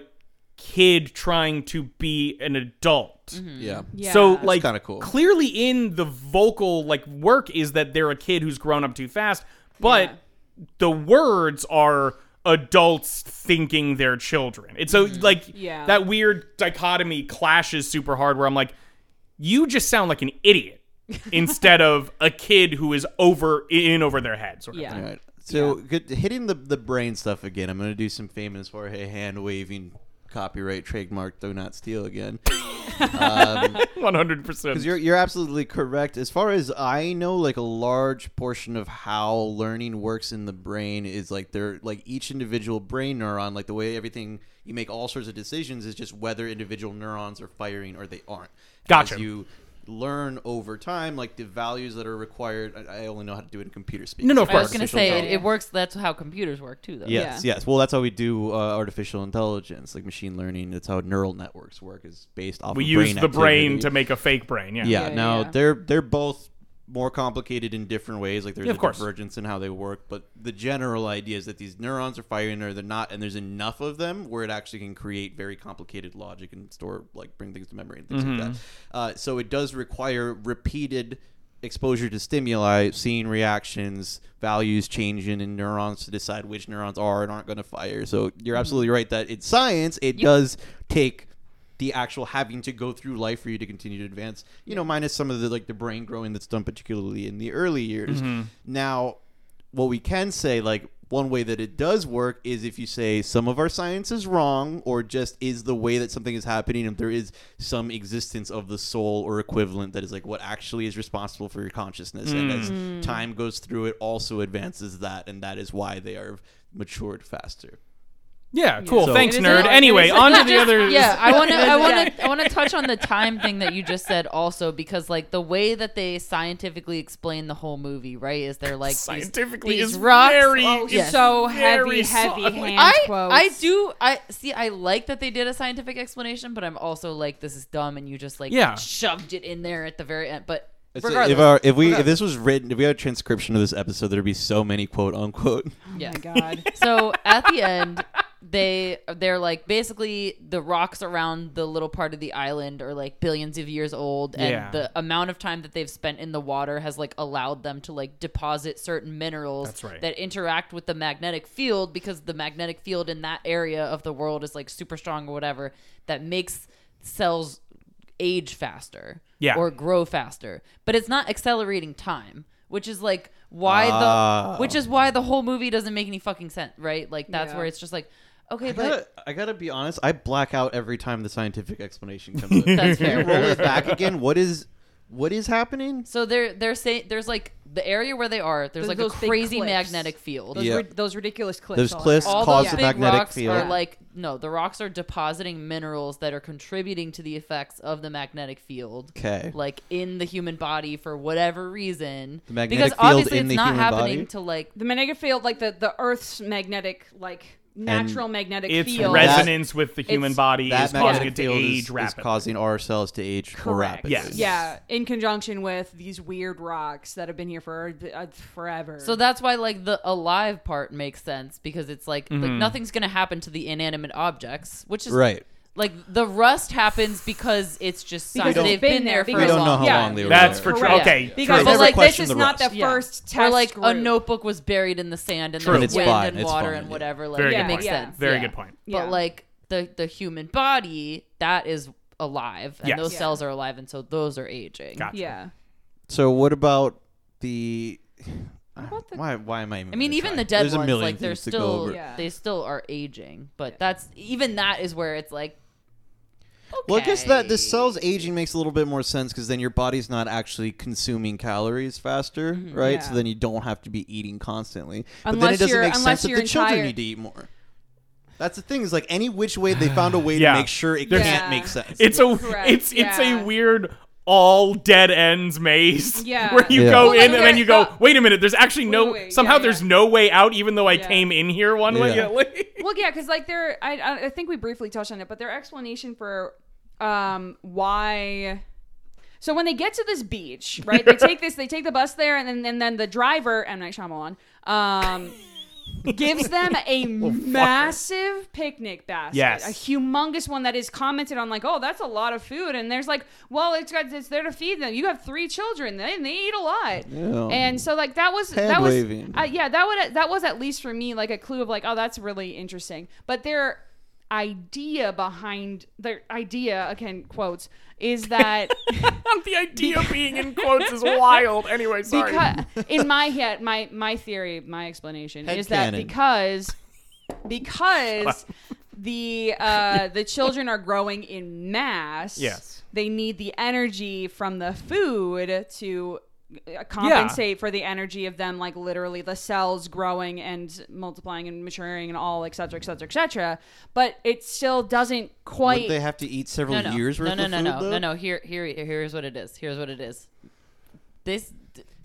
C: kid trying to be an adult.
B: Yeah.
C: So
E: Yeah. Oh
C: like
B: kinda cool.
C: Clearly in the vocal like work is that they're a kid who's grown up too fast, but the words are adults thinking they're children. It's so like
E: Mm-hmm. Yeah.
C: that weird dichotomy clashes super hard where I'm like you just sound like an idiot instead of a kid who is over in over their head sort of.
E: yeah.
B: All right. So good, hitting the the brain stuff again. I'm going to do some famous Jorge hand waving copyright trademark do not steal again.
C: thing. 100%.
B: Because you're you're absolutely correct. As far as I know, like a large portion of how learning works in the brain is like they're like each individual brain neuron, like the way everything you make all sorts of decisions is just whether individual neurons are firing or they aren't.
C: Gotcha.
B: As you learn over time, like the values that are required. I, I only know how to do it in computer speak.
C: No, no, of
D: I was
C: course.
D: gonna
B: Artificial
D: say it,
B: intelligence.
D: it works. That's how computers work too, though.
B: Yes, yes. Well, that's how we do uh, artificial intelligence, like machine learning. That's how neural networks work. Is based off.
C: we
B: of
C: use
B: brain
C: the brain
B: activity.
C: to make a fake brain. Yeah.
B: Yeah,
E: Yeah,
B: no,
E: yeah.
B: they're they're both more complicated in different ways. Like there's
C: Yeah, of
B: a
C: course.
B: divergence in how they work, but the general idea is that these neurons are firing or they're not, and there's enough of them where it actually can create very complicated logic and store like bring things to memory and things like
C: Mm-hmm.
B: that. Uh, so it does require repeated exposure to stimuli, seeing reactions, values changing in neurons to decide which neurons are and aren't going to fire. So
C: Mm-hmm.
B: you're absolutely right that in science it does take the actual having to go through life for you to continue to advance. You know, minus some of the like the brain growing that's done particularly in the early years. Now, what we can say, like one way that it does work is if you say some of our science is wrong or just is the way that something is happening if there is some existence of the soul or equivalent that is like what actually is responsible for your consciousness and as time goes through it also advances that and that is why they are matured faster
C: Yeah, cool.
B: So-
C: Thanks
E: It is
C: nerd.
E: not-
C: Anyway,
E: it is-
C: on to the other
D: yeah i want to i want to i want to touch on the time thing that you just said also because like the way that they scientifically explain the whole movie right is they're like these-
C: Scientifically
D: these
C: is
D: rocks
C: very-
D: oh,
C: is
D: yes.
E: So
C: Very
E: heavy, heavy
C: solid.
E: hand
D: I,
E: quotes.
D: I do I see I like that they did a scientific explanation, but I'm also like this is dumb and you just like
C: Yeah.
D: shoved it in there at the very end. But
B: It's-
D: regardless,
B: if our if we if this was written if we had a transcription of this episode there'd be so many quote unquote
D: yeah.
E: Oh my God.
D: so at the end they they're like basically the rocks around the little part of the island are like billions of years old and
C: Yeah.
D: the amount of time that they've spent in the water has like allowed them to like deposit certain minerals
C: That's right.
D: that interact with the magnetic field because the magnetic field in that area of the world is like super strong or whatever that makes cells age faster
C: Yeah.
D: or grow faster but it's not accelerating time which is like why
B: Ah.
D: the which is why the whole movie doesn't make any fucking sense right like that's
E: Oh. Yeah.
D: where it's just like okay
B: I
D: but
B: gotta, I gotta be honest. I black out every time the scientific explanation comes up.
D: That's
B: Can you
D: fair.
B: roll it back again? What is, what is happening?
D: so they're they're saying there's like the area where they are there's
E: Those-
D: like a
E: those big
D: crazy
E: cliffs.
D: magnetic field
E: Those,
B: Yeah.
E: ri- those ridiculous cliffs.
B: Those
E: all
B: cliffs
E: around.
D: all
B: cause
D: those
B: the
D: big
B: magnetic
D: rocks
B: field.
D: are like no the rocks are depositing minerals that are contributing to the effects of the magnetic field
B: Okay.
D: like in the human body for whatever reason
B: The magnetic
D: because
B: field
D: obviously
B: in
D: it's
B: the
D: not
B: human
D: happening
B: body?
D: to like
E: The magnetic field, like the, the Earth's magnetic, like natural magnetic
C: its
E: field.
C: resonance with the human
E: it's-
C: body
B: that
C: is causing
B: magnetic
C: it to
B: field
C: age
B: is, is
C: rapidly.
B: causing our cells to age more
E: Correct.
B: rapidly.
C: Yes.
E: Yeah, in conjunction with these weird rocks that have been here for uh, forever.
D: So that's why like the alive part makes sense because it's like like
E: Mm-hmm.
D: nothing's gonna happen to the inanimate objects, which is
B: Right.
D: Like the rust happens because it's just
E: Because
D: science.
E: it's
D: they've
E: been
D: been there
E: there
D: for
E: because-
D: a
B: we don't know
D: long
B: how
E: Yeah.
B: long they were.
C: That's
B: there.
C: for
E: Correct.
C: sure. Okay.
E: because
B: True. Never
E: like this
B: question
E: is
B: the
E: not the
B: rocks.
D: Yeah.
E: first test
D: Or like a
E: group.
D: notebook was buried in the sand and
C: True.
D: then
C: And it's
D: wind
B: fine,
D: and
B: it's
D: water
B: fine,
D: and
B: yeah.
D: whatever. Like
C: Very
D: it
E: good
D: makes
E: point.
D: sense.
C: Very
D: yeah.
C: good point.
E: Yeah.
D: But like the the human body that is alive and
C: Yes.
D: those
E: Yeah.
D: cells are alive and so those are aging.
C: Gotcha.
E: Yeah.
B: So what about the?
E: about the-
B: why? Why am I?
D: I mean, even the dead
B: There's a
D: ones,
B: million
D: like they're
B: things to go
D: still
B: over.
E: Yeah.
D: they still are aging. But that's even that is where it's like.
B: Well, I guess that the
D: okay.
B: cells aging makes a little bit more sense because then your body's not actually consuming calories faster, right? So
E: Mm-hmm. Yeah.
B: then you don't have to be eating constantly. but then
E: Unless
B: it doesn't
E: you're-
B: make
E: unless
B: sense that
E: you're
B: the children
E: entire-
B: need to eat more. That's the thing is like any which way they found a way
C: Yeah.
B: to make sure it
E: There's-
B: can't
E: Yeah.
B: make sense.
C: It's a
E: Correct,
C: it's it's
E: yeah.
C: a weird all dead ends maze.
E: Yeah.
C: Where you
B: Yeah.
C: go
E: Well,
C: in
E: like,
C: and then
E: there-
C: you go,
E: uh,
C: wait a minute, there's actually no
E: wait, wait,
C: somehow
E: yeah,
C: there's
E: yeah.
C: no way out even though I
E: Yeah.
C: came in here one way.
B: Yeah.
E: Well, yeah, because like their, I- I, I think we briefly touched on it, but their explanation for um, why. So when they get to this beach, right? They take this, they take the bus there, and then and then the driver, M Night Shyamalan, um, gives them a massive picnic basket,
C: Yes.
E: a humongous one that is commented on like, oh, that's a lot of food, and there's like, well, it's got it's there to feed them. You have three children, they, they eat a lot,
B: Yeah.
E: and so like that was
B: Hand
E: that was
B: waving.
E: uh, yeah that would that was at least for me like a clue of like oh that's really interesting but their idea behind their idea again quotes is that
A: the idea of being in quotes is wild. Anyway, sorry.
E: because in my head my my theory my explanation is that
B: Headcanon.
E: because because the uh the children are growing in mass
C: Yes.
E: they need the energy from the food to uh, compensate for the energy of them like literally the cells growing and multiplying and maturing and all et cetera et cetera et cetera but it still doesn't quite
B: Would they have to eat
C: Oh,
B: several
D: no, no.
B: years
D: no,
B: worth
D: no,
B: of
D: no,
B: food
D: no,
B: though?
D: no, no. Here, here, here's what it is. Here's what it is. This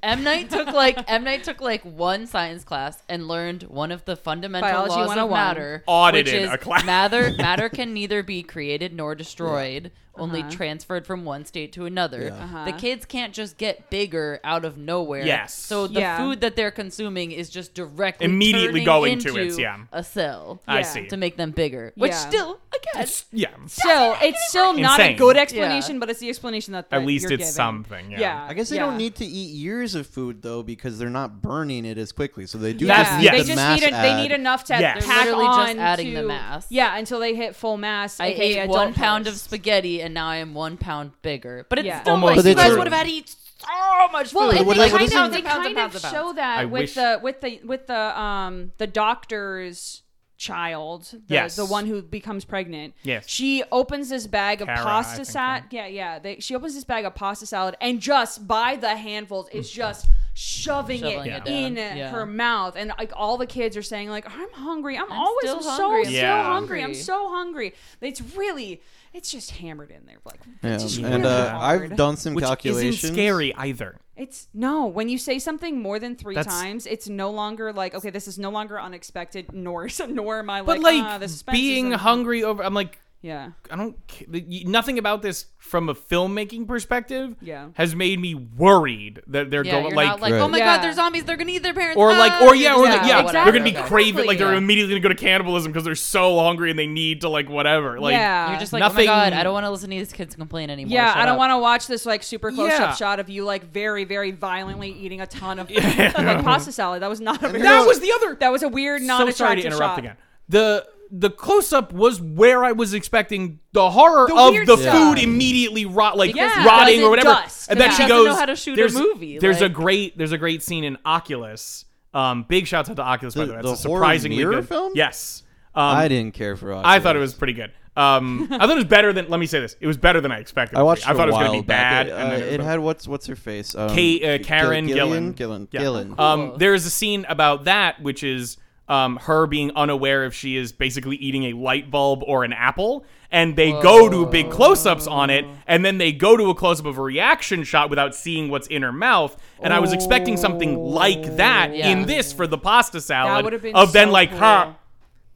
D: M Night took like M Night took like one science class and learned one of the fundamental
E: Biology
D: laws of
E: 101.
D: matter,
C: Audited
D: which is
C: a class.
D: matter matter can neither be created nor destroyed, only transferred from one state to another.
B: Yeah.
E: Uh-huh.
D: The kids can't just get bigger out of nowhere.
C: Yes.
D: So the
E: Yeah.
D: food that they're consuming is just directly
C: Immediately
D: turning
C: going to
D: into
C: it, yeah.
D: a cell
C: I
E: Yeah.
C: see.
D: to make them bigger, which
E: Yeah.
D: still again.
C: Yeah.
E: still it's still not a
C: Insane.
E: good explanation but it's the explanation that
C: At
E: that
C: least
E: you're
C: it's
E: giving.
C: something, yeah.
E: yeah
B: I guess they
E: yeah.
B: don't need to eat years of food though because they're not burning it as quickly. So they do
E: Yeah,
B: just need
C: Yes.
E: they
B: the
E: just
B: mass
E: need a, they
B: add.
E: need enough to
C: Yes.
E: tack
D: Literally
E: on
D: just adding the
E: to-
D: mass.
E: Yeah, until they hit full mass.
D: I
E: aka
D: ate
E: adult
D: one pound
E: mass.
D: of spaghetti and now I am one pound bigger. But it's
E: Yeah.
D: still
C: Almost
D: like you guys
B: true.
D: would have had to eat so much
E: Well,
D: food.
E: and
B: what-
E: they
B: like, what
E: kind
B: is
E: of
B: it-
E: they kind of show that
C: I
E: with
C: wish-
E: the with the with the um the doctor's child the,
C: Yes.
E: the one who becomes pregnant
C: Yes.
E: she opens this bag of
C: Cara, I
E: pasta
C: think,
E: salad yeah yeah they, she opens this bag of pasta salad and just by the handfuls is just shoving,
D: Shoveling
E: it,
D: it
E: in
D: down. Yeah.
E: her mouth and like all the kids are saying like i'm hungry
D: I'm
E: i'm, always
D: still
E: so
D: hungry.
E: so
D: I'm
C: Yeah.
E: hungry i'm
D: hungry."
E: so hungry it's really it's just hammered in there like
B: Yeah.
E: it's just
B: And
E: really
B: uh,
E: hard.
B: I've done some
C: Which isn't
B: calculations.
C: scary either.
E: It's no, when you say something more than three
C: That's-
E: times, it's no longer like, okay, this is no longer unexpected, nor, nor am I like,
C: But like,
E: ah, the suspense is
C: being
E: in-"
C: hungry over I'm like
E: Yeah.
C: I don't ca- the- you- nothing about this from a filmmaking perspective
E: Yeah.
C: has made me worried that they're
D: yeah,
C: going
D: you're
C: like,
D: not like, "Ah,
B: Right.
D: oh my
E: Yeah.
D: god, they're zombies. They're gonna eat their parents.
C: or like or yeah or like, yeah
E: exactly.
C: they're gonna be
E: Okay.
C: craving like they're
E: Yeah.
C: immediately gonna go to cannibalism because they're so hungry and they need to like whatever like
E: yeah.
D: You're just like,
C: Nothing-
D: oh my god, I don't want to listen to these kids complain anymore.
E: yeah,
D: Shut
E: I don't
D: up.
E: want to watch this like super close
C: Yeah.
E: up shot of you like very, very violently eating a ton of like pasta salad. That was not a very,
C: that was the other
E: that was a weird, non
C: so sorry
E: attractive
C: to interrupt
E: shot.
C: again the the close up was where I was expecting the horror of
E: weird
C: the
E: stuff.
C: food immediately rot like
D: Because he
C: rotting or whatever
D: doesn't
E: dust.
C: and then
E: Yeah.
C: she
E: He
D: doesn't
C: goes
D: know how to shoot a
C: there's,
D: movie,
C: there's a
D: like-
C: great there's a great scene in Oculus um big shouts out to Oculus by
B: The-
C: the way
B: the
C: that's a
B: horror
C: surprisingly
B: mirror
C: good
B: film?
C: yes um,
B: I didn't care for. Oculus.
C: I thought it was pretty good. Um, I thought it was better than. Let me say this: it was better than I expected.
B: I watched.
C: I thought
B: for a
C: it was
B: while
C: going to be bad.
B: back. It,
C: and then
B: uh,
C: was
B: it
C: better.
B: had what's what's her face? Um,
C: Kate, uh,
B: Gil-
C: Karen Gillan.
B: Gillan. Gillan.
C: Yeah.
B: Gillan.
C: Um, there is a scene about that, which is um, her being unaware if she is basically eating a light bulb or an apple, and they go to big close-ups on it, and then they go to a close-up of a reaction shot without seeing what's in her mouth. And I was expecting something like that
D: Yeah.
C: in this for the pasta salad
E: Oh, would've been
C: of then
E: so
C: like
E: cool.
C: her.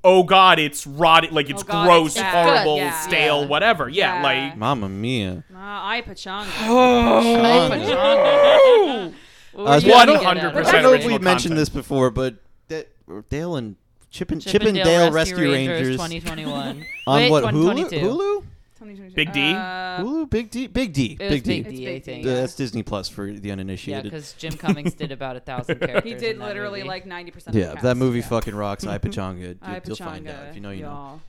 C: Oh God, it's rotted. Like it's
E: Oh God,
C: gross,
E: it's bad.
C: horrible,
E: Yeah.
C: stale,
D: Yeah.
C: whatever. Yeah,
E: Yeah.
C: like
B: Mamma mia.
E: Ah, I pachanga.
B: Uh,
D: What were you gonna
C: 100%
D: get at?
B: I don't know if we
C: original
B: mentioned
C: content.
B: this before, but that, Dale and Chip and Chip, and
D: Chippendale
B: Dale Rescue, Rangers,
D: 2021.
B: on
D: Wait,
B: what Hulu?
D: 2022.
B: Hulu?
E: 2022.
C: Big D?
E: Uh,
B: Hulu? Big D? Big D?
D: It was
B: Big D?
D: Big D, I
E: It's Big
D: think.
E: D,
B: Uh,
E: yeah.
B: that's Disney Plus for the
D: Yeah,
B: uninitiated.
D: because Jim Cummings did about a thousand characters.
E: he
D: in
E: did
D: that
E: literally
D: movie.
E: like 90% of
B: Yeah,
E: the cast.
B: that movie
E: Yeah.
B: fucking rocks. I Pachanga.
E: I
B: Dude, you'll find
E: pachanga,
B: out if you know. You know.
E: y'all.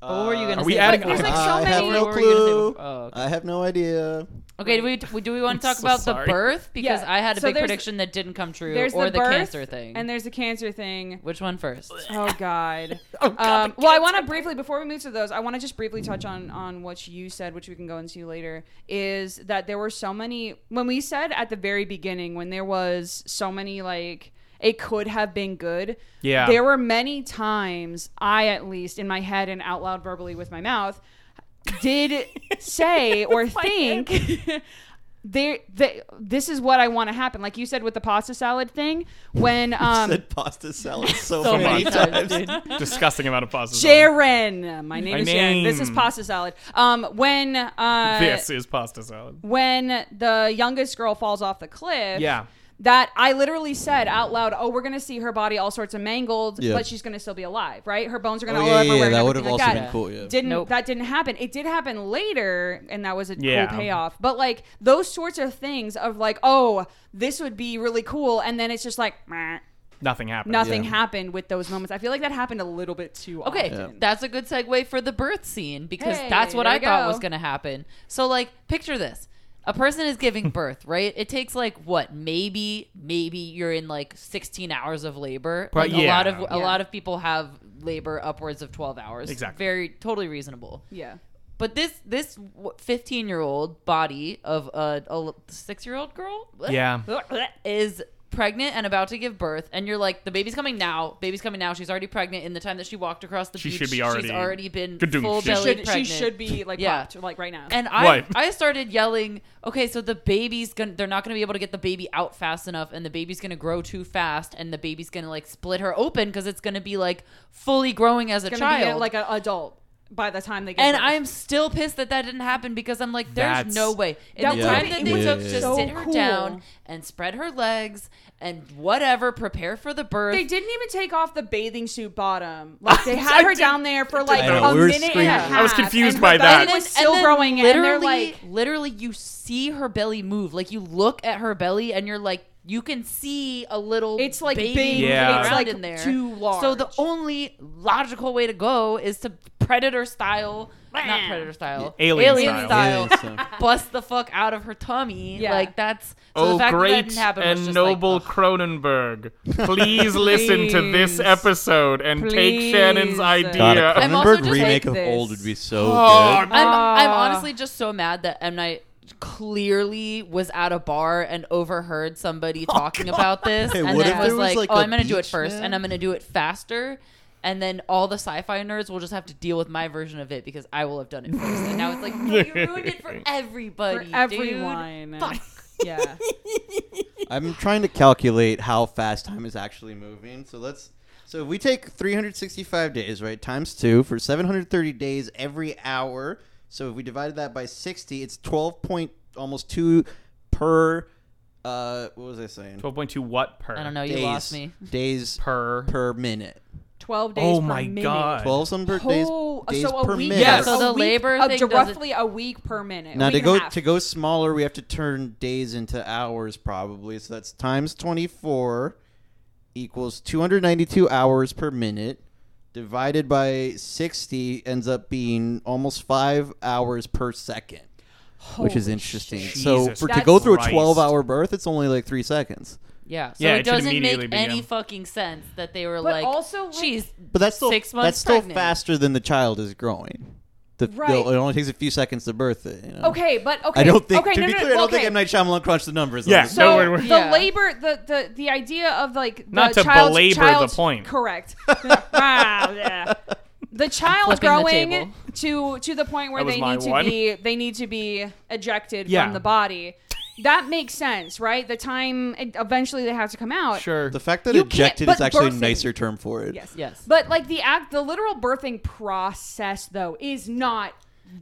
D: What were you gonna
C: Are we
D: say?
C: adding-
D: But there's,
E: There's, like,
D: so
E: so
B: I have
E: many-
B: no
D: What were you gonna say
B: clue.
D: before- oh, okay.
B: I have no idea.
D: Okay, do we, do we- do we want to talk
C: so
D: about
C: sorry.
D: the birth because
E: Yeah,
D: I had a
E: so
D: big
E: there's-
D: prediction that didn't come true,
E: There's
D: or
E: the,
D: the,
E: birth,
D: cancer thing.
E: And there's the cancer thing.
D: Which one first?
E: Oh God. um, well, I want to briefly before we move to those, I want to just briefly touch on on what you said, which we can go into later. Is that there were so many when we said at the very beginning when there was so many like it could have been good.
C: Yeah.
E: There were many times I, at least in my head and out loud verbally with my mouth, did say or think there th- this is what I want to happen. Like you said with the pasta salad thing, when um
B: said pasta salad so,
D: So
B: many
D: many
B: times.
D: times, dude.
C: Disgusting amount of pauses.
E: Sharon, my name
C: My
E: is Sharon. This is
C: name.
E: pasta salad. Um when uh
C: this is pasta salad.
E: when the youngest girl falls off the cliff.
C: Yeah.
E: That I literally said out loud, "Oh, we're gonna see her body all sorts of mangled,
B: Yeah.
E: but she's gonna still be alive, right? Her bones are gonna
B: Oh,
E: all
B: yeah, yeah,
E: everywhere."
B: yeah,
E: and
B: that
E: everything
B: would've
E: like
B: also
E: that.
B: been cool, yeah.
E: Didn't
D: Nope.
E: that didn't happen? It did happen later, and that was a
C: Yeah.
E: cool payoff. But like those sorts of things of like, "Oh, this would be really cool," and then it's just like meh,
C: Nothing happened.
E: nothing
B: Yeah.
E: happened with those moments. I feel like that happened a little bit too.
D: Okay,
E: often.
D: that's a good segue for the birth scene because
E: Hey,
D: that's what
E: there
D: I
E: we
D: thought
E: go.
D: was going to happen. So, like, picture this a person is giving birth, right? It takes, like, what, maybe, maybe you're in like 16 hours of labor.
C: But
D: Like, a lot
C: yeah.
D: of
E: Yeah.
D: a lot of people have labor upwards of 12 hours.
C: Exactly.
D: Very, totally reasonable.
E: yeah,
D: But this, this 15 year old body of a, six year old girl?
C: Yeah.
D: is pregnant and about to give birth and you're like the baby's coming now baby's coming now she's already pregnant in the time that she walked across the
C: She
D: beach
C: should be already-
D: she's already been
C: Ka-doom.
D: full
C: She
E: she
D: belly
E: should, she
D: pregnant
E: should be like
D: Yeah.
E: popped like right now.
D: and I,
C: Right.
D: I started yelling okay so the baby's gonna they're not gonna be able to get the baby out fast enough and the baby's gonna grow too fast and the baby's gonna like split her open because it's gonna be like fully growing as a
E: gonna
D: child
E: be a, like an adult by the time they get
D: and
E: birth.
D: I'm still pissed that that didn't happen because I'm like, there's
C: That's-
D: no way. In
E: That
D: the
B: would've
D: time
B: been-
D: that
B: it
D: they
B: would've
D: took
B: been
D: to
E: so
D: sit her
E: cool.
D: down and spread her legs and whatever, prepare for the birth.
E: They didn't even take off the bathing suit bottom. Like they had her down there for like
B: I know,
E: a
B: we were
E: minute and a
B: screaming.
E: half.
C: I was confused
E: and her
C: by
E: belly
C: that.
D: then-
E: was still
D: then
E: growing, and they're
D: literally-
E: like,
D: literally, you see her belly move. Like you look at her belly, and you're like, you can see a little.
E: It's like
D: baby
E: big,
D: moving
C: Yeah. it's
D: around
E: like
D: in there.
E: too large.
D: So the only logical way to go is to predator style, not predator style,
C: Alien style.
D: style,
B: Yeah, so-
D: bust the fuck out of her tummy.
E: Yeah.
D: Like that's so the
C: Oh,
D: fact that, that
C: great
D: didn't happen was
C: and
D: just
C: noble
D: Like, ugh.
C: Cronenberg. Please listen to this
E: Please.
C: episode and
E: Please.
C: take Shannon's idea.
B: God, a
D: I'm also
B: Cronenberg
D: just
B: remake
E: like
B: of
E: this.
B: Old would be so
C: Oh,
B: good.
D: I'm I'm
E: Ah.
D: honestly just so mad that M Night clearly was at a bar and overheard somebody talking about this
B: Oh, Hey,
D: and
B: what
D: then
B: if
D: was
B: there was,
D: like,
B: like,
D: "Oh,
B: a
D: I'm going to do it
B: beach
D: first
B: man?
D: and I'm going to do it faster." And then all the sci-fi nerds will just have to deal with my version of it because I will have done it first. And now it's like, no, you ruined it for everybody,
E: for everyone.
D: Dude. Fuck.
E: Yeah.
B: I'm trying to calculate how fast time is actually moving. So let's. So if we take 365 days, right, times two for 730 days every hour. So if we divided that by 60, it's 12 point almost two per. Uh, what was I saying?
C: 12.2 what per?
D: I don't know. You
B: days,
D: lost me.
B: Days
C: Per.
B: per minute.
E: Twelve days.
C: Oh
E: per
C: my
E: minute.
C: God.
B: 12 some per days,
E: Oh,
B: days
E: so a
B: per
E: week.
B: minute.
C: Yes.
D: So
E: a
D: the
E: week-
D: labor
E: a,
D: thing doesn't-
E: roughly a week per minute.
B: Now
E: a
B: to
E: week
B: go
E: and a half.
B: to go smaller, we have to turn days into hours probably. So that's times 24 equals 292 hours per minute divided by 60 ends up being almost 5 hours per second. which is
E: Holy
B: interesting.
E: shit.
B: so
C: Jesus
B: for to go through
C: Christ.
B: a 12 hour birth, it's only like 3 seconds.
D: Yeah. So
C: Yeah,
D: it
C: it should
D: doesn't make
C: immediately
D: any
C: begin.
D: fucking sense that they were
E: But
D: like,
E: also, like-
D: she's
B: But that's still
D: Six months
B: that's still
D: pregnant.
B: faster than the child is growing. The, the-
E: Right.
B: it only takes a few seconds to birth it, you know?
E: Okay, but okay.
B: I don't think
E: Okay,
B: to
E: no,
B: be
E: no,
B: clear, I don't
E: okay.
B: think M Night Shyamalan crunched the numbers.
C: Yeah,
B: on this
C: no,
E: So
C: we're- we're-
E: the
D: Yeah.
E: labor, the, the the idea of like the
C: Not to
E: child's,
C: belabor the
E: child's-
C: point.
E: Correct. Wow, yeah. The child
D: flipping the
E: growing
D: table.
E: to to the point where
C: That was
E: they
C: my
E: need to
C: one.
E: be they need to be ejected
C: Yeah.
E: from the body. That makes sense, right? The time eventually they have to come out.
C: Sure.
B: The fact that
E: You
B: ejected
E: can't-
B: is
E: but
B: actually
E: birthing-
B: a nicer term for it.
E: Yes.
D: Yes.
E: But like the act, the literal birthing process though is not.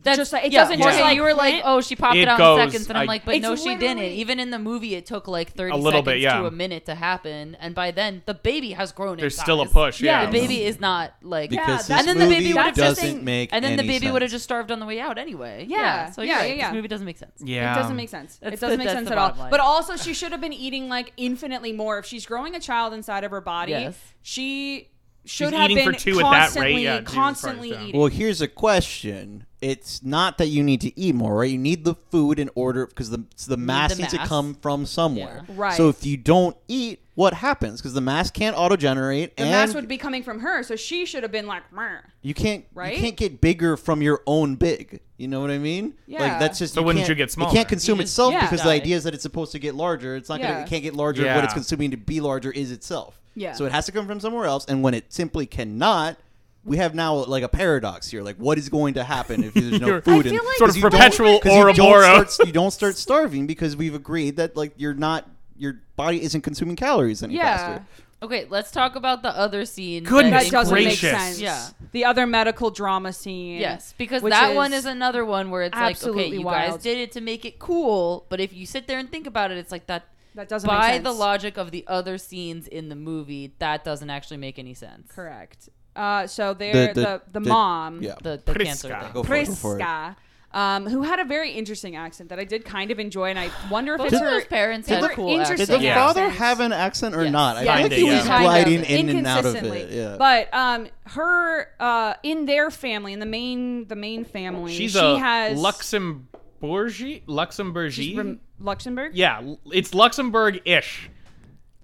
D: That's
E: just like it
D: yeah,
E: doesn't
D: more
E: just
D: than
E: like
D: you were like,
E: plant-
D: oh, she popped it,
C: It
D: out in
C: goes,
D: seconds, and I'm
C: I-
D: like, but
E: It's
D: no, she didn't.
E: literally-
D: Even in the movie, it took like 30
C: A little
D: seconds
C: bit, yeah.
D: to a minute to happen, and by then the baby has grown. in
C: There's
D: size.
C: still a push.
E: Yeah,
C: Yeah.
D: The baby is not like,
B: Because
E: Yeah,
B: this
D: and then the
B: movie
D: baby would
E: that's the
D: just,
B: doesn't
E: thing.
B: make
D: and then the
B: any
D: baby
B: sense.
D: would have just starved on the way out anyway.
E: Yeah,
D: so
E: yeah,
D: yeah,
E: yeah, yeah.
D: This movie doesn't make sense.
C: yeah.
E: It doesn't make sense.
D: That's
E: it doesn't
D: the-
E: make
D: that's
E: sense
D: the
E: at all.
D: bottom line.
E: But also, she should have been eating like infinitely more. If she's growing a child inside of her body,
D: Yes.
E: she should
C: She's
E: have
C: eating for
E: been
C: two at that rate.
E: constantly,
C: Yeah, Jesus Christ,
E: constantly
C: yeah.
E: eating.
B: Well, here's a question. it's not that you need to eat more, right? You need the food in order because the so the mass
D: the
B: needs to
D: mass.
B: come from somewhere.
E: Yeah. Right.
B: So if you don't eat, what happens? Because the mass can't auto generate,
E: The
B: and
E: mass would be coming from her, so she should have been like, "Meh."
B: you can't
E: Right?
B: you can't get bigger from your own big. You know what I mean?
E: Yeah.
B: Like that's just
C: So
B: you
C: wouldn't
B: can't-
C: you get
B: It
C: smaller?
B: can't consume
D: You just
B: itself
E: Yeah.
B: because the
D: die.
B: idea is that it's supposed to get larger. It's not gonna
E: Yeah.
B: it can't get larger of what it's
C: Yeah.
B: consuming to be larger is itself.
E: Yeah.
B: So it has to come from somewhere else, and when it simply cannot. We have now like a paradox here. Like, what is going to happen if there's no
C: You're-
B: food?
E: I
B: in-
E: feel like
C: Sort of
E: you don't-
C: perpetual
B: because you don't,
C: Ouroboros.
B: start, you don't start starving because we've agreed that like you're not your body isn't consuming calories any
E: Yeah.
B: faster.
D: Okay, let's talk about the other scene. that
C: Goodness
E: That
D: includes-
E: doesn't
C: gracious.
E: make sense.
D: Yeah.
E: The other medical drama scene.
D: Yes, because
E: which
D: that one is another one where it's like, okay,
E: absolutely
D: you
E: wild.
D: guys did it to make it cool, but if you sit there and think about it, it's like that.
E: That doesn't make
D: by
E: sense.
D: the logic of the other scenes in the movie, that doesn't actually make any sense.
E: correct. Uh, so they're the the, mom.
B: Yeah.
D: The, the
C: Priska.
D: cancer thing.
B: Go for it, go for it.
E: Priska, um, who had a very interesting accent that I did kind of enjoy, and I wonder if
D: Both
E: it's
D: of
E: her
D: those parents
E: they
D: had
E: were
D: cool
E: interesting
B: Did
D: accents.
B: the
C: Yeah.
B: father
E: accents.
B: have an accent or
D: Yes.
B: not?
C: Yeah,
B: I feel like
C: Kinda,
B: he
C: yeah.
B: was
D: Kind of.
B: gliding in and out of
E: inconsistently.
B: it. Yeah.
E: But um, her uh, in their family, in the main the main family,
C: She's
E: she
C: a
E: has
C: Luxembourgie? Luxembourgie?
E: she's from Luxembourg.
C: yeah, l- it's Luxembourg-ish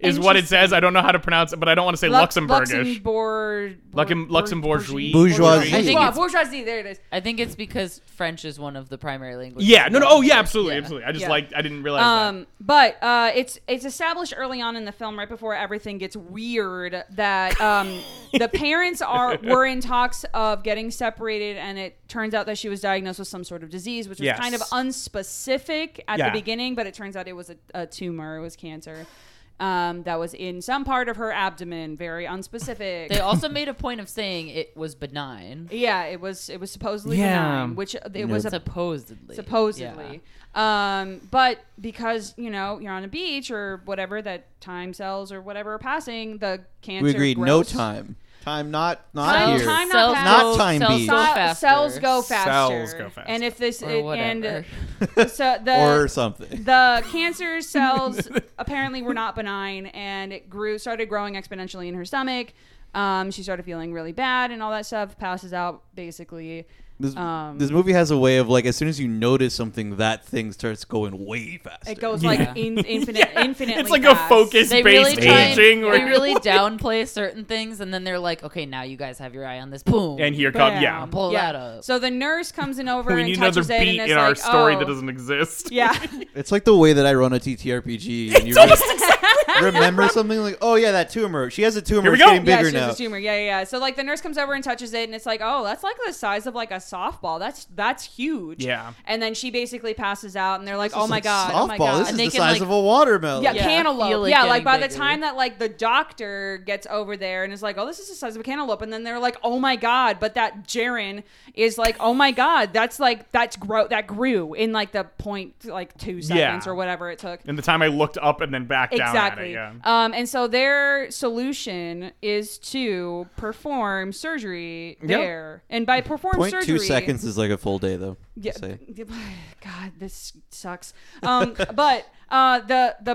C: is what it
E: Interesting.
C: says. I don't know how to pronounce it, but I don't want to say
E: Lux-
C: Luxembourgish.
E: Luxembourg.
C: Luxem- Luxembourgeois.
B: Bourgeoisie.
D: I think
E: Bourgeois,
D: it's-
E: bourgeoisie. There it is.
D: I think it's because French is one of the primary languages.
C: Yeah,
D: in
C: no, no,
D: the
C: oh yeah,
D: world.
C: absolutely,
D: Yeah.
C: absolutely. I just
E: Yeah.
C: like I didn't realize that.
E: Um, but uh, it's it's established early on in the film, right before everything gets weird, that um, the parents are were in talks of getting separated, and it turns out that she was diagnosed with some sort of disease, which was
C: Yes.
E: kind of unspecific at
C: Yeah.
E: the beginning, but it turns out it was a, a tumor, it was cancer. Um, that was in some part of her abdomen, very unspecific.
D: They also made a point of saying it was benign,
E: yeah, it was it was supposedly
C: Yeah.
E: benign, which it was a
D: supposedly.
E: supposedly. Um, but because you know you're on a beach or whatever, that time cells or whatever are passing, the cancer.
B: we agreed no
E: grows.
B: time. Time not not
E: Time-
B: here.
E: time- not
D: cells
E: fast.
D: go-
B: Not time
D: cells
B: beat.
D: go
E: Cell-
D: faster.
E: cells go faster.
C: Cells go faster.
E: And if this
D: Or
E: it- and
D: whatever.
E: so the
B: or something.
E: the cancer cells apparently were not benign, and it grew started growing exponentially in her stomach. Um, she started feeling really bad and all that stuff. Passes out basically.
B: This,
E: um,
B: this movie has a way of like as soon as you notice something, that thing starts going way faster.
E: It goes
D: Yeah.
E: like in, infinite, infinitely.
C: it's like a
E: fast.
D: they
C: focus-based
D: really try and,
C: aging, where
D: they
C: you're
D: really
C: like-
D: downplay certain things, and then they're like, "Okay, now you guys have your eye on this." Boom.
C: and here come yeah.
E: Bam.
D: Pull that up.
E: So the nurse comes in over
C: We
E: and
C: need another
E: touches it,
C: beat
E: and it's
C: in our
E: like,
C: story
E: oh.
C: that doesn't exist.
E: Yeah,
B: It's like the way that I run a TTRPG. And you re- remember something like, oh yeah, that tumor. She has a tumor.
C: Here we
B: it's
C: go.
B: getting
E: yeah,
B: bigger
E: it's
B: now.
E: just a tumor. Yeah, yeah, yeah. So like the nurse comes over and touches it, and it's like, oh, that's like the size of like a softball. That's that's huge.
C: Yeah.
E: And then she basically passes out, and they're like,
B: It's
E: oh my
B: like,
E: god, oh
B: softball. This
E: my god.
B: is
D: they
B: the
D: can,
B: size
D: like-
B: of a watermelon.
E: yeah,
D: Yeah, feel
E: cantaloupe.
D: it
E: Yeah, like
D: getting
E: by the
D: bigger.
E: time that like the doctor gets over there and is like, "Oh, this is the size of a cantaloupe," and then they're like, "Oh my god!" But that Jaren is like, "Oh my god, that's like that's grow that grew in like the point like two seconds or whatever it took."
C: And the time I looked up and then back down
E: Exactly.
C: at it, yeah.
E: Um, and so their solution is to perform surgery there, and by perform
B: Point
E: surgery,
B: two seconds is like a full day though.
E: yeah,
B: Say.
E: God, this sucks. Um, but uh, the the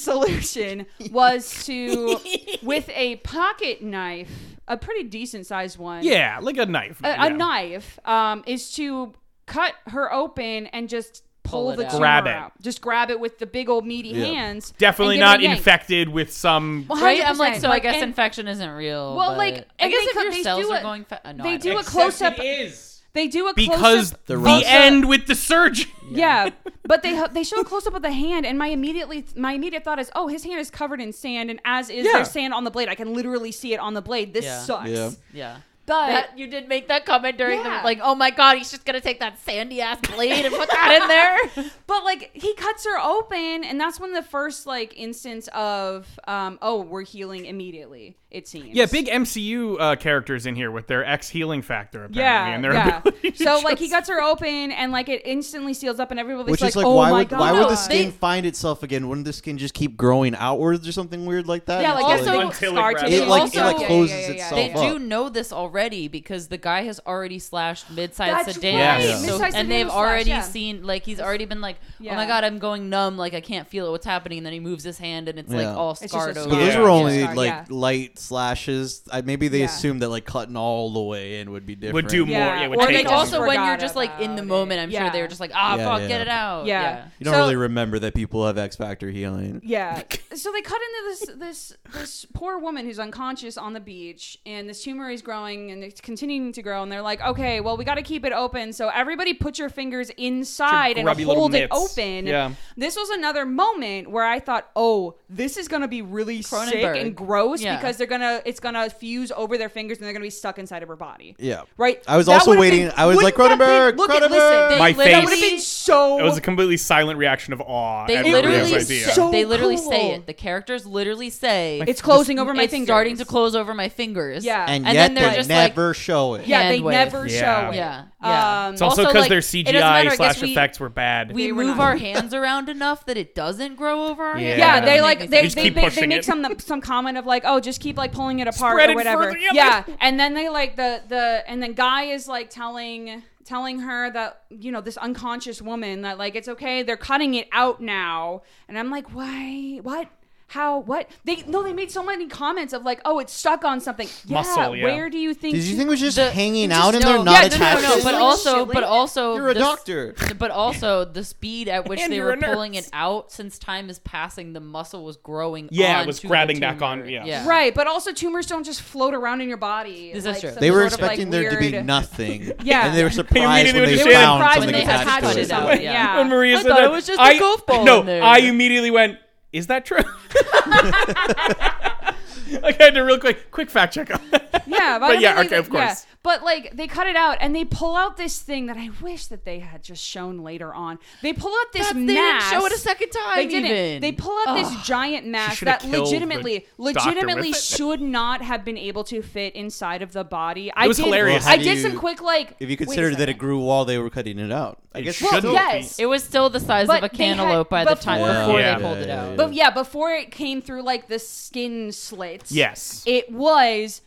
E: solution was to, with a pocket knife, a pretty decent sized one,
C: Yeah, like a knife.
E: a,
C: yeah.
E: a knife, um, is to cut her open and just pull,
D: Pull it
E: the
D: out.
E: tumor
C: Grab it.
E: out. Just grab it with the big old meaty
B: Yeah.
E: hands. and
C: Definitely
E: give it a
C: not
E: yank.
C: infected with some
D: right? I'm like,
E: 100%.
D: so I guess
E: and-
D: infection isn't real.
E: Well,
D: but-
E: like,
D: I
E: and
D: guess
E: they
D: if
E: co- they
D: your cells
E: do
D: are
E: a-
D: going, fa- uh, no,
E: they
D: I
E: do
D: don't
E: a
D: know.
E: close- Close-up-
C: is
E: They do a
C: because
E: close-up-
B: The
C: the,
B: close-up-
C: end with the surgeon.
E: Yeah, but they they show a close up of the hand, and my immediately my immediate thought is, oh, his hand is covered in sand, and as is
C: Yeah.
E: there's sand on the blade. I can literally see it on the blade. This
D: Yeah.
E: sucks.
B: Yeah.
D: Yeah.
E: But
D: That- you did make that comment during
E: Yeah.
D: the like, oh my god, he's just gonna take that sandy ass blade and put that in there.
E: but like he cuts her open, and that's when the first like instance of um oh we're healing immediately. It seems.
C: Yeah, big MCU uh, characters in here with their X healing factor apparently,
E: Yeah,
C: and their
E: yeah.
C: ability to
E: So like he
C: just-
E: cuts her open, and like it instantly seals up, and everybody's
B: Which
E: like,
B: is like,
E: "Oh
B: why
E: my
B: would
E: god!"
B: why would
D: No,
B: the skin
D: they-
B: find itself again? Wouldn't the skin just keep growing outwards or something weird like that?
E: yeah,
B: It's
E: like
D: also-
E: also
C: Until it
E: scar
C: grabs
E: tissue.
B: it like it
D: also-
B: like
D: yeah,
B: closes
E: yeah, yeah, yeah,
B: itself
D: they
B: up.
D: do know this already because the guy has already slashed mid-sized
E: That's
D: sedan,
C: right. Yeah.
D: so,
E: Mid-sized
D: and
E: sedan
D: they've
E: was slashed,
D: already
E: yeah.
D: seen like he's already been like, oh my
E: Yeah.
D: god, I'm going numb, like I can't feel it, what's happening? And then he moves his hand and it's
B: Yeah.
D: like all
E: It's just a
D: scarred
E: scar.
B: But
D: over.
B: those
C: Yeah.
B: were only
E: Yeah.
B: like
E: Yeah.
B: light slashes. I, maybe they
E: Yeah.
B: assumed that like cutting all the way in would be different.
C: Would do more.
E: Yeah.
C: Yeah, would
E: Or
D: Or
E: they
C: take
D: like
E: just
C: longer.
D: also when you're
E: forgot
D: just like in the
E: about
D: moment,
E: it.
D: I'm sure
E: Yeah.
D: they were just like, ah,
B: Yeah,
D: fuck,
B: yeah.
D: get it out.
E: Yeah.
B: You don't
E: So-
B: really remember that people have X Factor healing.
E: Yeah. so they cut into this this this poor woman who's unconscious on the beach, and this tumor is growing and it's continuing to grow. And they're like, okay, well, we got to keep it open. So everybody, put your fingers inside and
C: grubby little
E: hold it
C: mitts.
E: open.
C: Yeah.
E: This was another moment where I thought, oh, this is gonna be really sick
D: Cronenberg.
E: and gross
D: Yeah.
E: because they're gonna it's gonna fuse over their fingers and they're gonna be stuck inside of her body.
B: Yeah.
E: Right.
B: I was
E: That
B: also
E: would've
B: waiting.
E: been-
B: I was like,
E: wouldn't that
B: Cronenberg,
E: been- look at-
B: Cronenberg.
D: listen,
C: My face.
D: they
E: That would have been
D: literally-
E: so.
C: It was a completely silent reaction of awe.
D: They
C: at Rio's
D: literally,
C: idea.
E: so
D: they literally say
E: cool.
D: it. The characters literally say,
E: it's closing over my
D: it's
E: fingers.
D: starting to close over my fingers.
E: Yeah.
B: And,
D: And
B: yet
D: then they're
B: they
D: just like-
B: never show it.
E: Yeah, they
D: hand wave.
E: never
C: Yeah.
E: show it.
D: Yeah, yeah.
E: Um,
C: It's also
D: Also,
C: because
D: like,
C: their
D: it doesn't matter, I
C: CGI
D: guess
C: slash
D: we-
C: effects were bad.
D: we
E: They were
D: move
E: not.
D: our hands around enough that it doesn't grow over our hands.
E: Yeah,
C: Yeah.
E: they
C: Doesn't
E: like they
C: sense.
E: they,
C: You just keep
E: make- they
C: pushing
E: make
C: it.
E: some some comment of like, oh, just keep like pulling it apart
C: Spread
E: or
C: it
E: whatever.
C: further, yeah,
E: yeah, and then they like the the and then guy is like telling telling her that you know this unconscious woman that like it's okay, they're cutting it out now, and I'm like, why? What? How? What? They no, they made so many comments of like, oh, it's stuck on something. Yeah,
C: Muscle, yeah.
E: where do you think?
B: Did you
E: she-
B: think it was just
D: The-
B: hanging
D: just
B: out and they're
D: no.
B: not
D: yeah,
B: attached?
D: No, no, no,
B: to
D: but
B: it?
D: also, but also,
B: You're a
D: this-
B: doctor.
D: But also, the speed at which
C: And
D: they
C: you're
D: were
C: a nurse.
D: pulling it out, since time is passing, the muscle was growing.
C: Yeah, it
D: onto
C: was
D: the
C: grabbing back
D: tumor.
C: on- yeah.
E: Right, but also tumors don't just float around in your body.
D: This is
E: like,
D: true.
E: some
B: they were
E: sort of, like,
B: expecting there to be
E: weird-
B: nothing.
E: Yeah.
B: And they were surprised when
C: immediately
B: they
C: went to Shannon.
B: found
E: Surprised
B: something
E: when they
B: attached
D: attached
B: to
D: it
B: it.
D: out.
E: When-
D: yeah.
C: when Maria
D: I
C: said
D: thought
C: that,
D: it was just a
C: I-
D: goofball
C: No,
D: in there.
C: I immediately went, "Is that true?" like I had to real quick, quick fact check. on that.
E: Yeah, but,
C: But
E: I
C: yeah,
E: mean,
C: okay,
E: they-
C: of course.
E: But like they cut it out and they pull out this thing that I wish that they had just shown later on. They pull out this
D: That's- they didn't
E: mass.
D: show it a second time.
E: They didn't.
D: even.
E: They pull out this giant mass
C: should've
E: that
C: killed the
E: legitimately,
C: doctor with
E: legitimately
C: it.
E: should not have been able to fit inside of the body. I
C: was
E: did,
C: hilarious.
E: I
B: Well,
E: did
B: how do
E: some
B: you-
E: quick like.
B: If you
E: wait a
B: consider that
E: second.
B: it grew while they were cutting it out, I
C: It
B: guess
C: shouldn't
B: still-
C: be.
E: yes.
D: It was still the size
E: But
D: of a
E: they
D: cantaloupe
E: had-
D: by the
E: before-
D: time
B: Yeah,
D: before
C: yeah,
D: they pulled it
B: yeah,
D: out.
B: yeah,
E: But yeah, before it came through like the skin slits.
C: Yes.
E: It was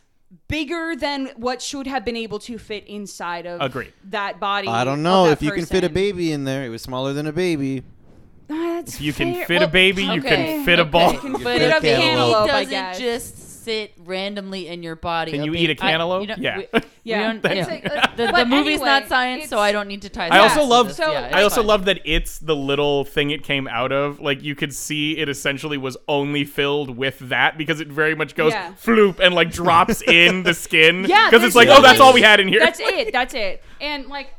E: bigger than what should have been able to fit inside of
C: Agreed.
E: that body.
B: I
E: of
B: don't know
E: that
B: if you can fit a
E: person.
B: baby in there. It was smaller than a baby.
E: Ah, that's
C: you can
E: fair.
C: fit
E: Well,
C: a baby, you
D: okay,
C: can fit a
D: okay.
C: ball.
E: You can
D: But
E: fit a
B: a cantaloupe.
E: cantaloupe,
D: It
E: I
D: doesn't
E: guess.
D: just sit randomly in your body.
C: Can you
D: big-
C: eat a
D: I-
C: cantaloupe?
D: don't-
C: Yeah.
D: we-
C: Yeah.
D: we don't-
E: It's
D: yeah.
E: like, uh,
D: The, the
E: but
D: movie's not
E: anyway,
D: science, so
E: it's-
D: I don't need to tie.
C: I
D: science
C: also
D: to
C: love-
D: this.
E: so-
D: Yeah, it's
C: I also
D: fine.
C: love that it's the little thing it came out of. Like you could see it essentially was only filled with that because it very much goes
E: Yeah.
C: floop and like drops in the skin.
E: Yeah,
C: because
E: there's
C: it's like,
E: no
C: oh, that's
E: way-
C: all we had in here.
E: That's it. That's it. And like,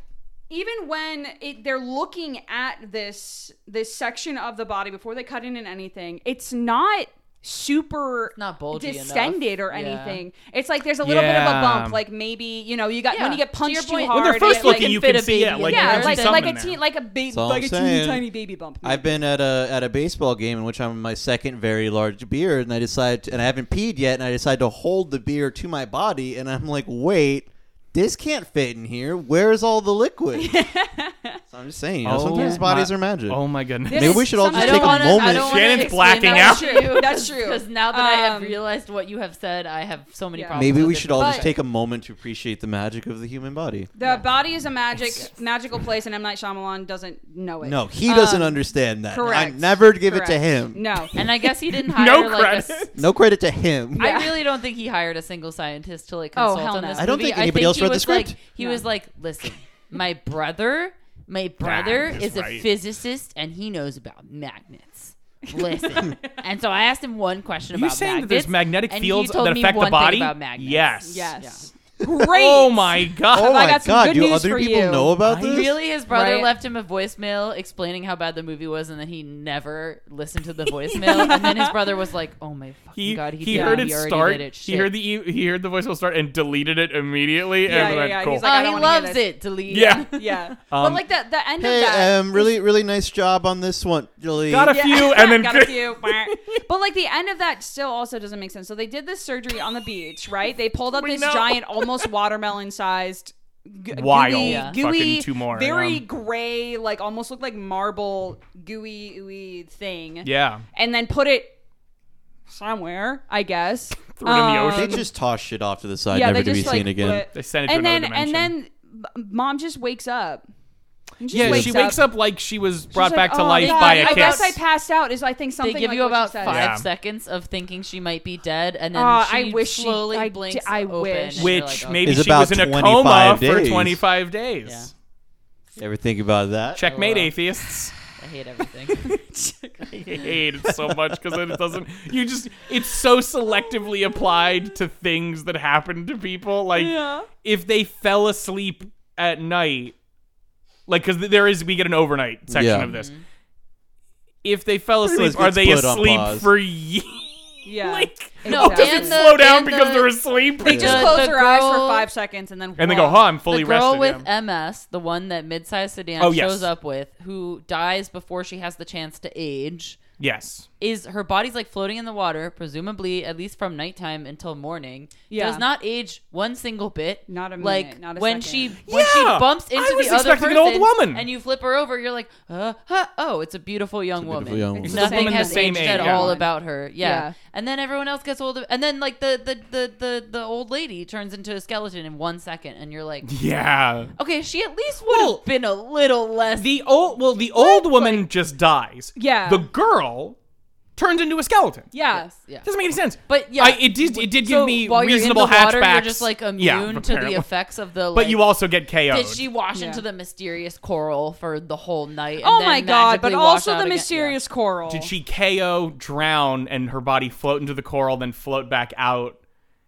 E: even when it, they're looking at this this section of the body before they cut in and anything, it's not super
D: not bulgy enough.
E: distended or
D: Yeah.
E: anything. It's like there's a little bit of a
C: Yeah.
E: bump. Like maybe you know you got
D: Yeah.
E: when you get
D: To
E: punched
D: your
E: too
D: point-
E: hard.
D: When
C: they're first
E: it,
C: looking,
E: like,
C: you
D: fit
C: can
D: a
C: see, yeah,
D: baby
C: like
D: in
C: you
E: yeah,
C: can
E: like
C: see something
E: like a
C: in there.
E: teen, like a big,
B: all
E: like
B: I'm
E: a teeny
B: saying.
E: tiny baby bump.
B: I've been at a at a baseball game in which I'm in my second very large beer, and I decide to, and I haven't peed yet, and I decide to hold the beer to my body, and I'm like, wait, this can't fit in here. Where's all the liquid? so I'm just saying, you know, sometimes bodies
C: Oh my-
B: are magic.
C: Oh my goodness.
E: This
B: Maybe
E: is
B: we should all just
D: I
E: something-
B: take a
D: don't want to. I
B: moment.
D: don't want to.
C: Shannon's blacking
D: That's
E: out.
D: true.
E: That's true.
D: Because now that I have
E: Um,
D: realized what you have said, I have so many
E: Yeah.
D: problems.
B: Maybe
D: with
B: we
D: it
B: should all just
E: But-
B: take a moment to appreciate the magic of the human body.
E: The body is a magic, magical place, and M Night Shyamalan doesn't know it.
B: No, he doesn't
E: Um,
B: understand that. I
E: Correct.
B: never give it to
E: Correct.
B: him.
E: No.
D: And I guess he didn't hire
C: No
D: like a s-
C: credit.
B: No credit to him.
E: Yeah.
D: I really don't think he hired a single scientist to like
E: Oh,
D: consult
E: hell
D: on
E: no.
D: this.
B: I don't
D: movie.
B: think anybody
D: he
B: else read the
D: was like-
B: script.
D: he
E: No.
D: was like, "Listen, my brother, my brother
C: that's
D: is a
C: right.
D: physicist and he knows about magnets." Listen, and so I asked him one question
C: you
D: about
C: saying
D: magnets.
C: that there's magnetic
D: and
C: fields
D: he told
C: that
D: me
C: affect
D: one
C: the
D: thing
C: body?
D: about magnets.
C: Yes.
E: Yes. Great.
C: Oh my god.
B: oh
E: I
B: my
E: got some
B: god,
E: good
B: do
E: news
B: other
E: for
B: people
E: you.
B: know about
C: I
B: this?
D: Really, his brother
E: Right.
D: left him a voicemail explaining how bad the movie was, and that he never listened to the voicemail. And then his brother was like, "Oh my fucking
C: He,
D: god, he,
C: he,
D: did
C: heard
D: it.
C: it
D: He already
C: start.
D: did it.
C: he heard the e- he heard the voicemail start and deleted it immediately.
E: Yeah,
C: and
E: yeah,
C: went,
E: yeah,
C: cool.
E: he's like, I
D: oh,
E: don't
D: he
E: wanna hear
D: loves
E: this.
D: it. Delete.
C: Yeah.
E: Yeah. but
C: Um,
E: like the, the end
B: Hey,
E: of that.
B: um, really, really nice job on this one, Julie.
C: Got a
E: Yeah.
C: few, and then
E: got a few. but like the end of that still also doesn't make sense. So they did this surgery on the beach, right? They pulled up
C: We
E: this
C: know.
E: giant, almost watermelon sized. G-
C: Wild
E: gooey,
C: fucking
E: gooey,
C: tumor,
E: very
B: um.
C: yeah.
E: gray, like almost looked like marble, gooey, ooey thing.
C: yeah.
E: and then put it somewhere, I guess.
C: Threw it in
E: um,
C: the
B: They
C: ocean.
B: just toss shit off to the side,
E: yeah,
B: never
E: they
B: to
E: just
B: be
E: like
B: seen again.
E: put-
C: They sent it to
E: and then
C: another
E: and
C: dimension.
E: then b- mom just wakes up. Just
C: yeah, she wakes up. like she was brought
E: She's
C: back
E: like,
C: to
E: "Oh,
C: life
E: God,
C: by a
E: I
C: kiss.
E: guess I passed out. Is I think something.
D: They give
E: like
D: you
E: what
D: about
E: said.
D: five
C: Yeah.
D: seconds of thinking she might be dead, and then
E: Oh,
D: she
E: I wish she-
D: slowly
E: I d-
D: blinks
E: I
D: open. and
E: wish.
D: you're
C: which
E: "Oh,
D: like, "Oh,
C: maybe
B: It's
C: she was in
B: about
C: a coma
B: 25
C: for
B: days.
C: 25 days.
D: Yeah.
B: Ever think about that?
C: Checkmate
D: Wow.
C: atheists.
D: "Oh, I hate everything.
C: I hate it so much because it doesn't. You just it's so selectively applied to things that happen to people. Like
E: Yeah.
C: if they fell asleep at night, like because there is we get an overnight section
B: Yeah.
C: of this. If they fell
B: Pretty much
C: asleep, are
B: gets
C: they
B: put on
C: asleep
B: pause.
C: for years?
E: Yeah.
C: like
D: No,
E: Exactly.
C: does it
D: and the-
C: slow down
D: and
C: because
D: the-
C: they're asleep?
E: They just
D: The-
E: close
D: the
E: their eyes for
D: girl-
E: five seconds and then
C: and they go,
E: whoa.
C: "Huh, I'm fully
D: the girl
C: rested."
D: with
C: yeah.
D: MS, the one that mid-sized sedan
C: Oh, yes.
D: shows up with, who dies before she has the chance to age,
C: yes.
D: is her body's like floating in the water, presumably at least from nighttime until morning.
E: Yeah.
D: Does not age one single bit.
E: Not a minute,
D: like
E: not a
D: when
E: second.
D: she when she
C: Yeah!
D: bumps into
C: I was
D: the other
C: expecting
D: person
C: an old woman.
D: and you flip her over, you're like, uh, huh, oh, it's a beautiful young
B: beautiful
D: woman.
B: young woman.
E: It's
D: Nothing
E: woman the
D: has
C: same
D: aged
C: age,
D: at
C: yeah.
D: all about her. Yeah.
E: Yeah.
D: And then everyone else gets old and then like the the, the the the old lady turns into a skeleton in one second and you're like
C: Yeah.
D: Okay, she at least would have
C: Well,
D: been a little less
C: The old well, the old woman just dies.
E: Yeah.
C: The girl turns into a skeleton.
E: Yeah.
D: yeah.
C: Doesn't make any sense.
D: But yeah,
C: I, it did. It did give
D: so
C: me
D: while
C: reasonable
D: you're in the water,
C: hatchbacks.
D: You're just like immune
C: Yeah,
D: to
C: apparently.
D: the effects of the. Like,
C: But you also get KO'd.
D: did she wash
E: Yeah.
D: into the mysterious coral for the whole night? and
E: Oh
D: then
E: my god! But
D: magically wash
E: also
D: out
E: the
D: again?
E: mysterious coral.
C: Did she KO, drown, and her body float into the coral, then float back out?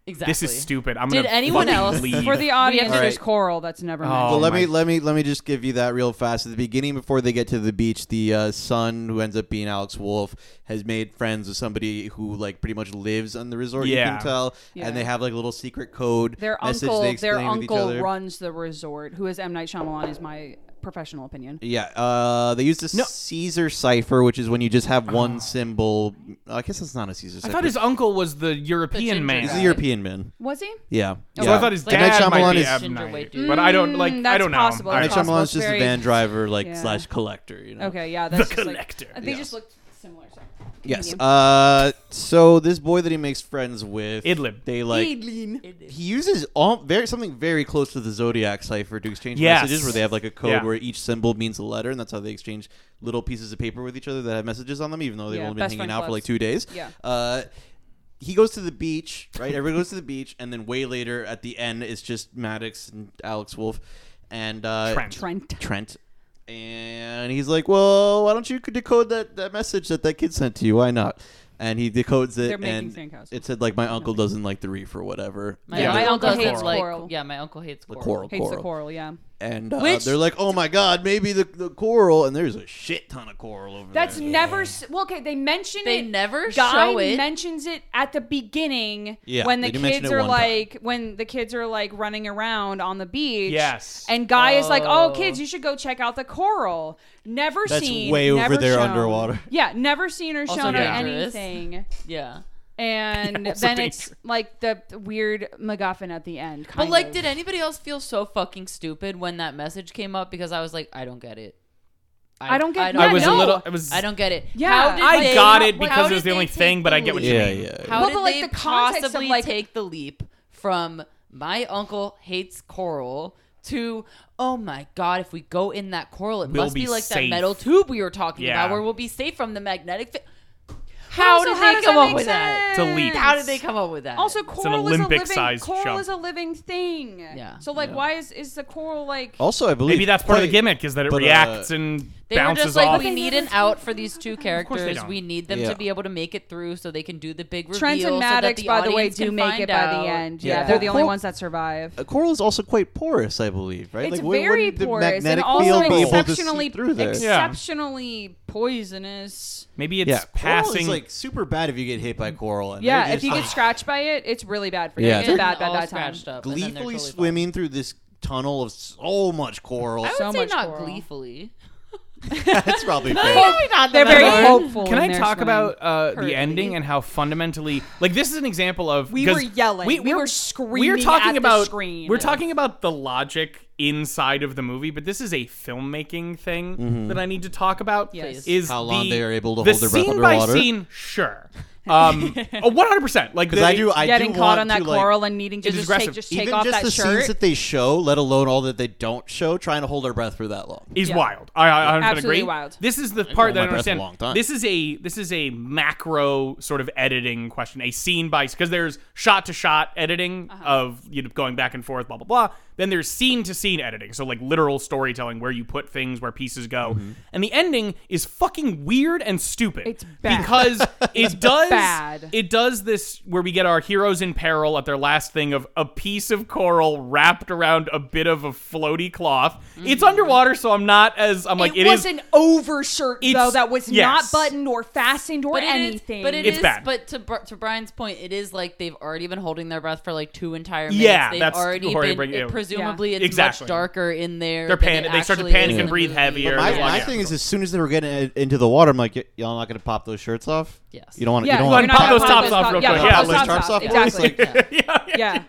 D: Yeah, exactly.
C: This is stupid. I'm
D: Did
C: gonna
D: anyone
C: fucking
D: else-
C: leave.
E: For the audience,
D: All
E: there's
B: right.
E: coral that's never
C: Oh
B: Well,
E: mentioned.
B: let
C: my-
B: me let me let me just give you that real fast. At the beginning, before they get to the beach, the uh, son who ends up being Alex Wolf has made friends with somebody who like pretty much lives on the resort. You
C: Yeah.
B: can tell,
E: Yeah.
B: and they have like a little secret code
E: Their
B: message
E: uncle,
B: they
E: their
B: explain with each
E: uncle
B: other.
E: runs the resort. Who is M Night Shyamalan? Is my professional opinion.
B: Yeah, uh, they use the
C: No. Ah.
B: Caesar cipher, which is when you just have one symbol. I guess it's not a Caesar
C: I
B: cipher.
C: thought his uncle was the European
D: ginger
C: man.
B: He's
D: guy.
B: a European man.
E: Was he?
B: Yeah.
C: So
B: yeah.
C: I thought his
D: Like,
C: dad
B: Night
C: might
B: Shyamalan
C: be
B: is-
D: Ginger
C: Abnite,
D: white dude.
C: but I don't
E: Mm,
C: like. I
E: that's
C: don't know.
E: possible.
C: I
B: Night
C: don't-
E: That's possible.
B: Shyamalan's
E: It's
B: just
E: very-
B: a van driver, like
E: Yeah.
B: slash collector. You know.
E: Okay, yeah, that's
C: The
E: just
C: collector.
E: Like, they
B: Yeah.
E: just look similar. So.
B: Yes.
E: Continue.
B: Uh, so this boy that he makes friends with,
C: Idlib.
B: They like he uses all very something very close to the zodiac cipher to exchange
C: Yes.
B: messages, where they have like a code
C: Yeah.
B: where each symbol means a letter, and that's how they exchange little pieces of paper with each other that have messages on them, even though they've
E: Yeah,
B: only been
E: best
B: hanging
E: friend
B: out for
E: clubs.
B: like two days.
E: Yeah.
B: Uh, he goes to the beach, right? Everyone goes to the beach, and then way later at the end, it's just Maddox and Alex Wolf and uh,
C: Trent.
E: Trent.
B: Trent. And he's like, "Well, why don't you decode that, that message that that kid sent to you? Why not?" And he decodes it,
E: They're making
B: and
E: sandcastles.
B: it said like, "My uncle doesn't like the reef or whatever."
D: My,
B: And
C: Yeah.
D: my
B: they're-
D: uncle
E: Coral.
D: hates like.
E: Coral.
D: Yeah, my uncle hates coral.
B: coral.
E: Hates the coral, yeah.
B: and uh,
D: Which-
B: they're like, "Oh my god, maybe the, the coral." And there's a shit ton of coral over
E: That's
B: there.
E: never. s- Well, okay, they mention
D: They
E: it.
D: never
E: Guy
D: show it.
E: mentions it at the beginning
B: Yeah,
E: when
B: they do
E: the
B: mention
E: kids
B: it
E: are
B: one time.
E: like when the kids are like running around on the beach.
C: Yes.
E: And Guy is like, "Oh,
D: Oh.
E: kids, you should go check out the coral." Never
B: That's
E: seen.
B: way over
E: never
B: there
E: shown.
B: underwater.
E: Yeah, never seen or
D: Also
E: shown or
D: dangerous.
E: anything.
D: Yeah.
E: And
C: also
E: then it's
C: dangerous.
E: like the weird MacGuffin at the end.
D: But
E: kind
D: like,
E: of.
D: did anybody else feel so fucking stupid when that message came up? Because I was like, I don't get it.
E: I don't get-
C: I
E: Yeah,
C: was
E: no.
C: a little. I was.
D: I don't get it.
E: Yeah.
D: How did
C: I
D: they-
C: got it
D: how
C: because
D: did
C: it was the
D: they
C: only
D: take
C: thing, but
D: the
C: I get what you
D: leap?
B: Yeah,
C: mean.
B: yeah.
D: How
E: Well,
D: did
E: but, like,
D: they
E: the context of,
D: possibly
E: like-
D: take the leap from my uncle hates coral to oh my god, if we go in that coral, it
C: We'll
D: must be,
C: be
D: like that
C: safe."
D: metal tube we were talking
C: Yeah.
D: about, where we'll be safe from the magnetic. Fi-
E: How
D: how
E: does-
D: did
E: how
D: they
E: does
D: come
E: that
D: up
E: make
D: with that?
C: It's
E: sense?
C: a leap.
D: How did they come up with that?
E: Also, coral is a living
C: Olympic-sized
E: coral
C: chunk.
E: is a living thing.
D: Yeah.
E: So like, why is is the coral like?
B: Also, I believe
C: Maybe that's part of the
B: quite-
C: gimmick is that it
B: but, uh,
C: reacts and
D: they were
C: bounces
D: just like,
C: off.
D: we need an out for these two
C: course they
D: characters.
C: don't.
D: We need them
B: Yeah.
D: to be able to make it through, so they can do the big reveal.
E: Trent and Maddox,
D: so that the
E: by the way,
D: audience
E: do
D: can
E: make
D: find
E: it by
D: out.
E: the end. Yeah,
B: Yeah.
E: they're the only
B: Well-
E: ones that survive.
B: Uh, coral is also quite porous, I believe, right?
E: It's
B: wou-
E: very
B: wouldn't the
E: porous and
B: magnetic
E: also
B: field be able to see
E: exceptionally
B: through there.
E: exceptionally poisonous.
C: Maybe it's
B: Yeah, coral
C: passing.
B: is like super bad if you get hit by coral. And
E: Yeah,
B: they're
E: if you
B: just,
E: get scratched by it, it's really bad for you.
B: Yeah.
E: It's
B: They're
E: bad, bad,
D: all
E: bad time.
D: scratched up, and then they're
B: gleefully
D: totally fine.
B: swimming through this tunnel of so much coral.
D: I would
E: So
D: say
E: much
D: not
E: coral.
D: gleefully.
B: That's probably fair.
E: They're very
C: Can I-
E: hopeful.
C: Can
E: in
C: I
E: their
C: talk
E: swimming.
C: about uh, the
E: currently.
C: ending and how fundamentally, like, this is an example of
E: We
C: 'cause
E: were yelling. We were screaming
C: We're talking
E: at the
C: about
E: screen.
C: We're talking about the logic inside of the movie, but this is a filmmaking thing that I need to talk about.
E: Yes.
C: is
B: Mm-hmm. How long
C: the-
B: they are able to
C: the
B: hold their breath
C: scene by
B: underwater.
C: scene? Sure, Um, one hundred percent. Like
B: Because I do, I
E: Getting
B: do want
E: caught on that
B: to, like,
E: coral and needing to
C: It is
E: just take,
C: aggressive.
E: just
B: even
E: take off
B: just
E: that
B: the
E: shirt.
B: scenes that they show, let alone all that they don't show, trying to hold our breath for that long.
C: is
E: Yeah.
C: wild. I, I 100%
E: Absolutely
C: agree.
E: wild.
C: This is the part
B: hold
C: that I
B: my
C: don't
B: breath a
C: understand.
B: long time.
C: This is a this is a macro sort of editing question, a scene by because there's shot to shot editing
E: Uh-huh.
C: of you know going back and forth, blah blah blah. Then there's scene to scene editing, so like literal storytelling where you put things where pieces go,
B: Mm-hmm.
C: and the ending is fucking weird and stupid.
E: It's bad.
C: because it does
E: bad.
C: it does this where we get our heroes in peril at their last thing of a piece of coral wrapped around a bit of a floaty cloth. It's underwater, so I'm not as I'm like
E: Mm-hmm. it,
C: it
E: was
C: is.
E: an overshirt though
C: It's-
E: that was not
C: yes.
E: buttoned or fastened or
D: But it is-
E: anything.
D: but it
C: It's
D: is-
C: bad.
D: But to Br- to Brian's point, it is like they've already been holding their breath for like two entire minutes.
C: Yeah,
D: they've
C: that's
D: already
C: already
D: been.
C: bringing it-
D: presumably, it's
C: Exactly.
D: much darker in there.
C: They're
D: than
C: pan-
D: it
C: they start to
D: actually
C: panic
D: is
C: and
D: in the
C: breathe
D: movie.
C: heavier.
B: My,
C: Yeah.
B: my
C: Yeah.
B: thing is, as soon as they were getting i- into the water, I'm like, "Y- y'all not gonna pop those shirts off?
D: Yes.
B: You don't want to.
E: yeah,
B: you don't
E: you're
B: want
C: wanna
E: not
C: pop
E: gonna
C: those tops off real
E: Yeah,
C: quick.
E: pop
C: Yeah,
E: those
B: let's
E: tops
B: tarps off.
E: off. Exactly.
B: It's
E: Yeah,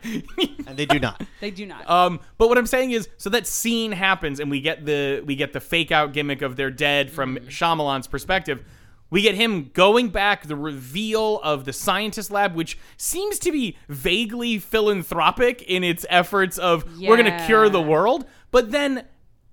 B: and they do not.
E: they do not.
C: Um, but what I'm saying is, so that scene happens, and we get the we get the fake out gimmick of they're dead from
E: Mm-hmm.
C: Shyamalan's perspective. We get him going back the reveal of the scientist lab, which seems to be vaguely philanthropic in its efforts of we're going to cure the
E: Yeah.
C: world. But then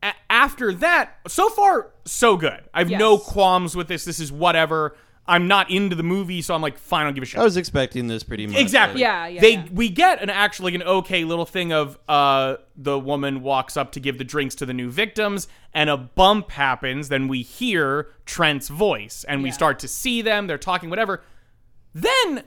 C: a- after that, so far so good. I have no
E: Yes.
C: qualms with this. This is whatever. I'm not into the movie, so I'm like, fine, I'll give a shit.
B: I was expecting this pretty much.
C: Exactly.
E: Yeah, yeah,
C: They
E: yeah.
C: we get an actual like an okay little thing of uh the woman walks up to give the drinks to the new victims and a bump happens, then we hear Trent's voice and we
E: Yeah.
C: start to see them, they're talking whatever. Then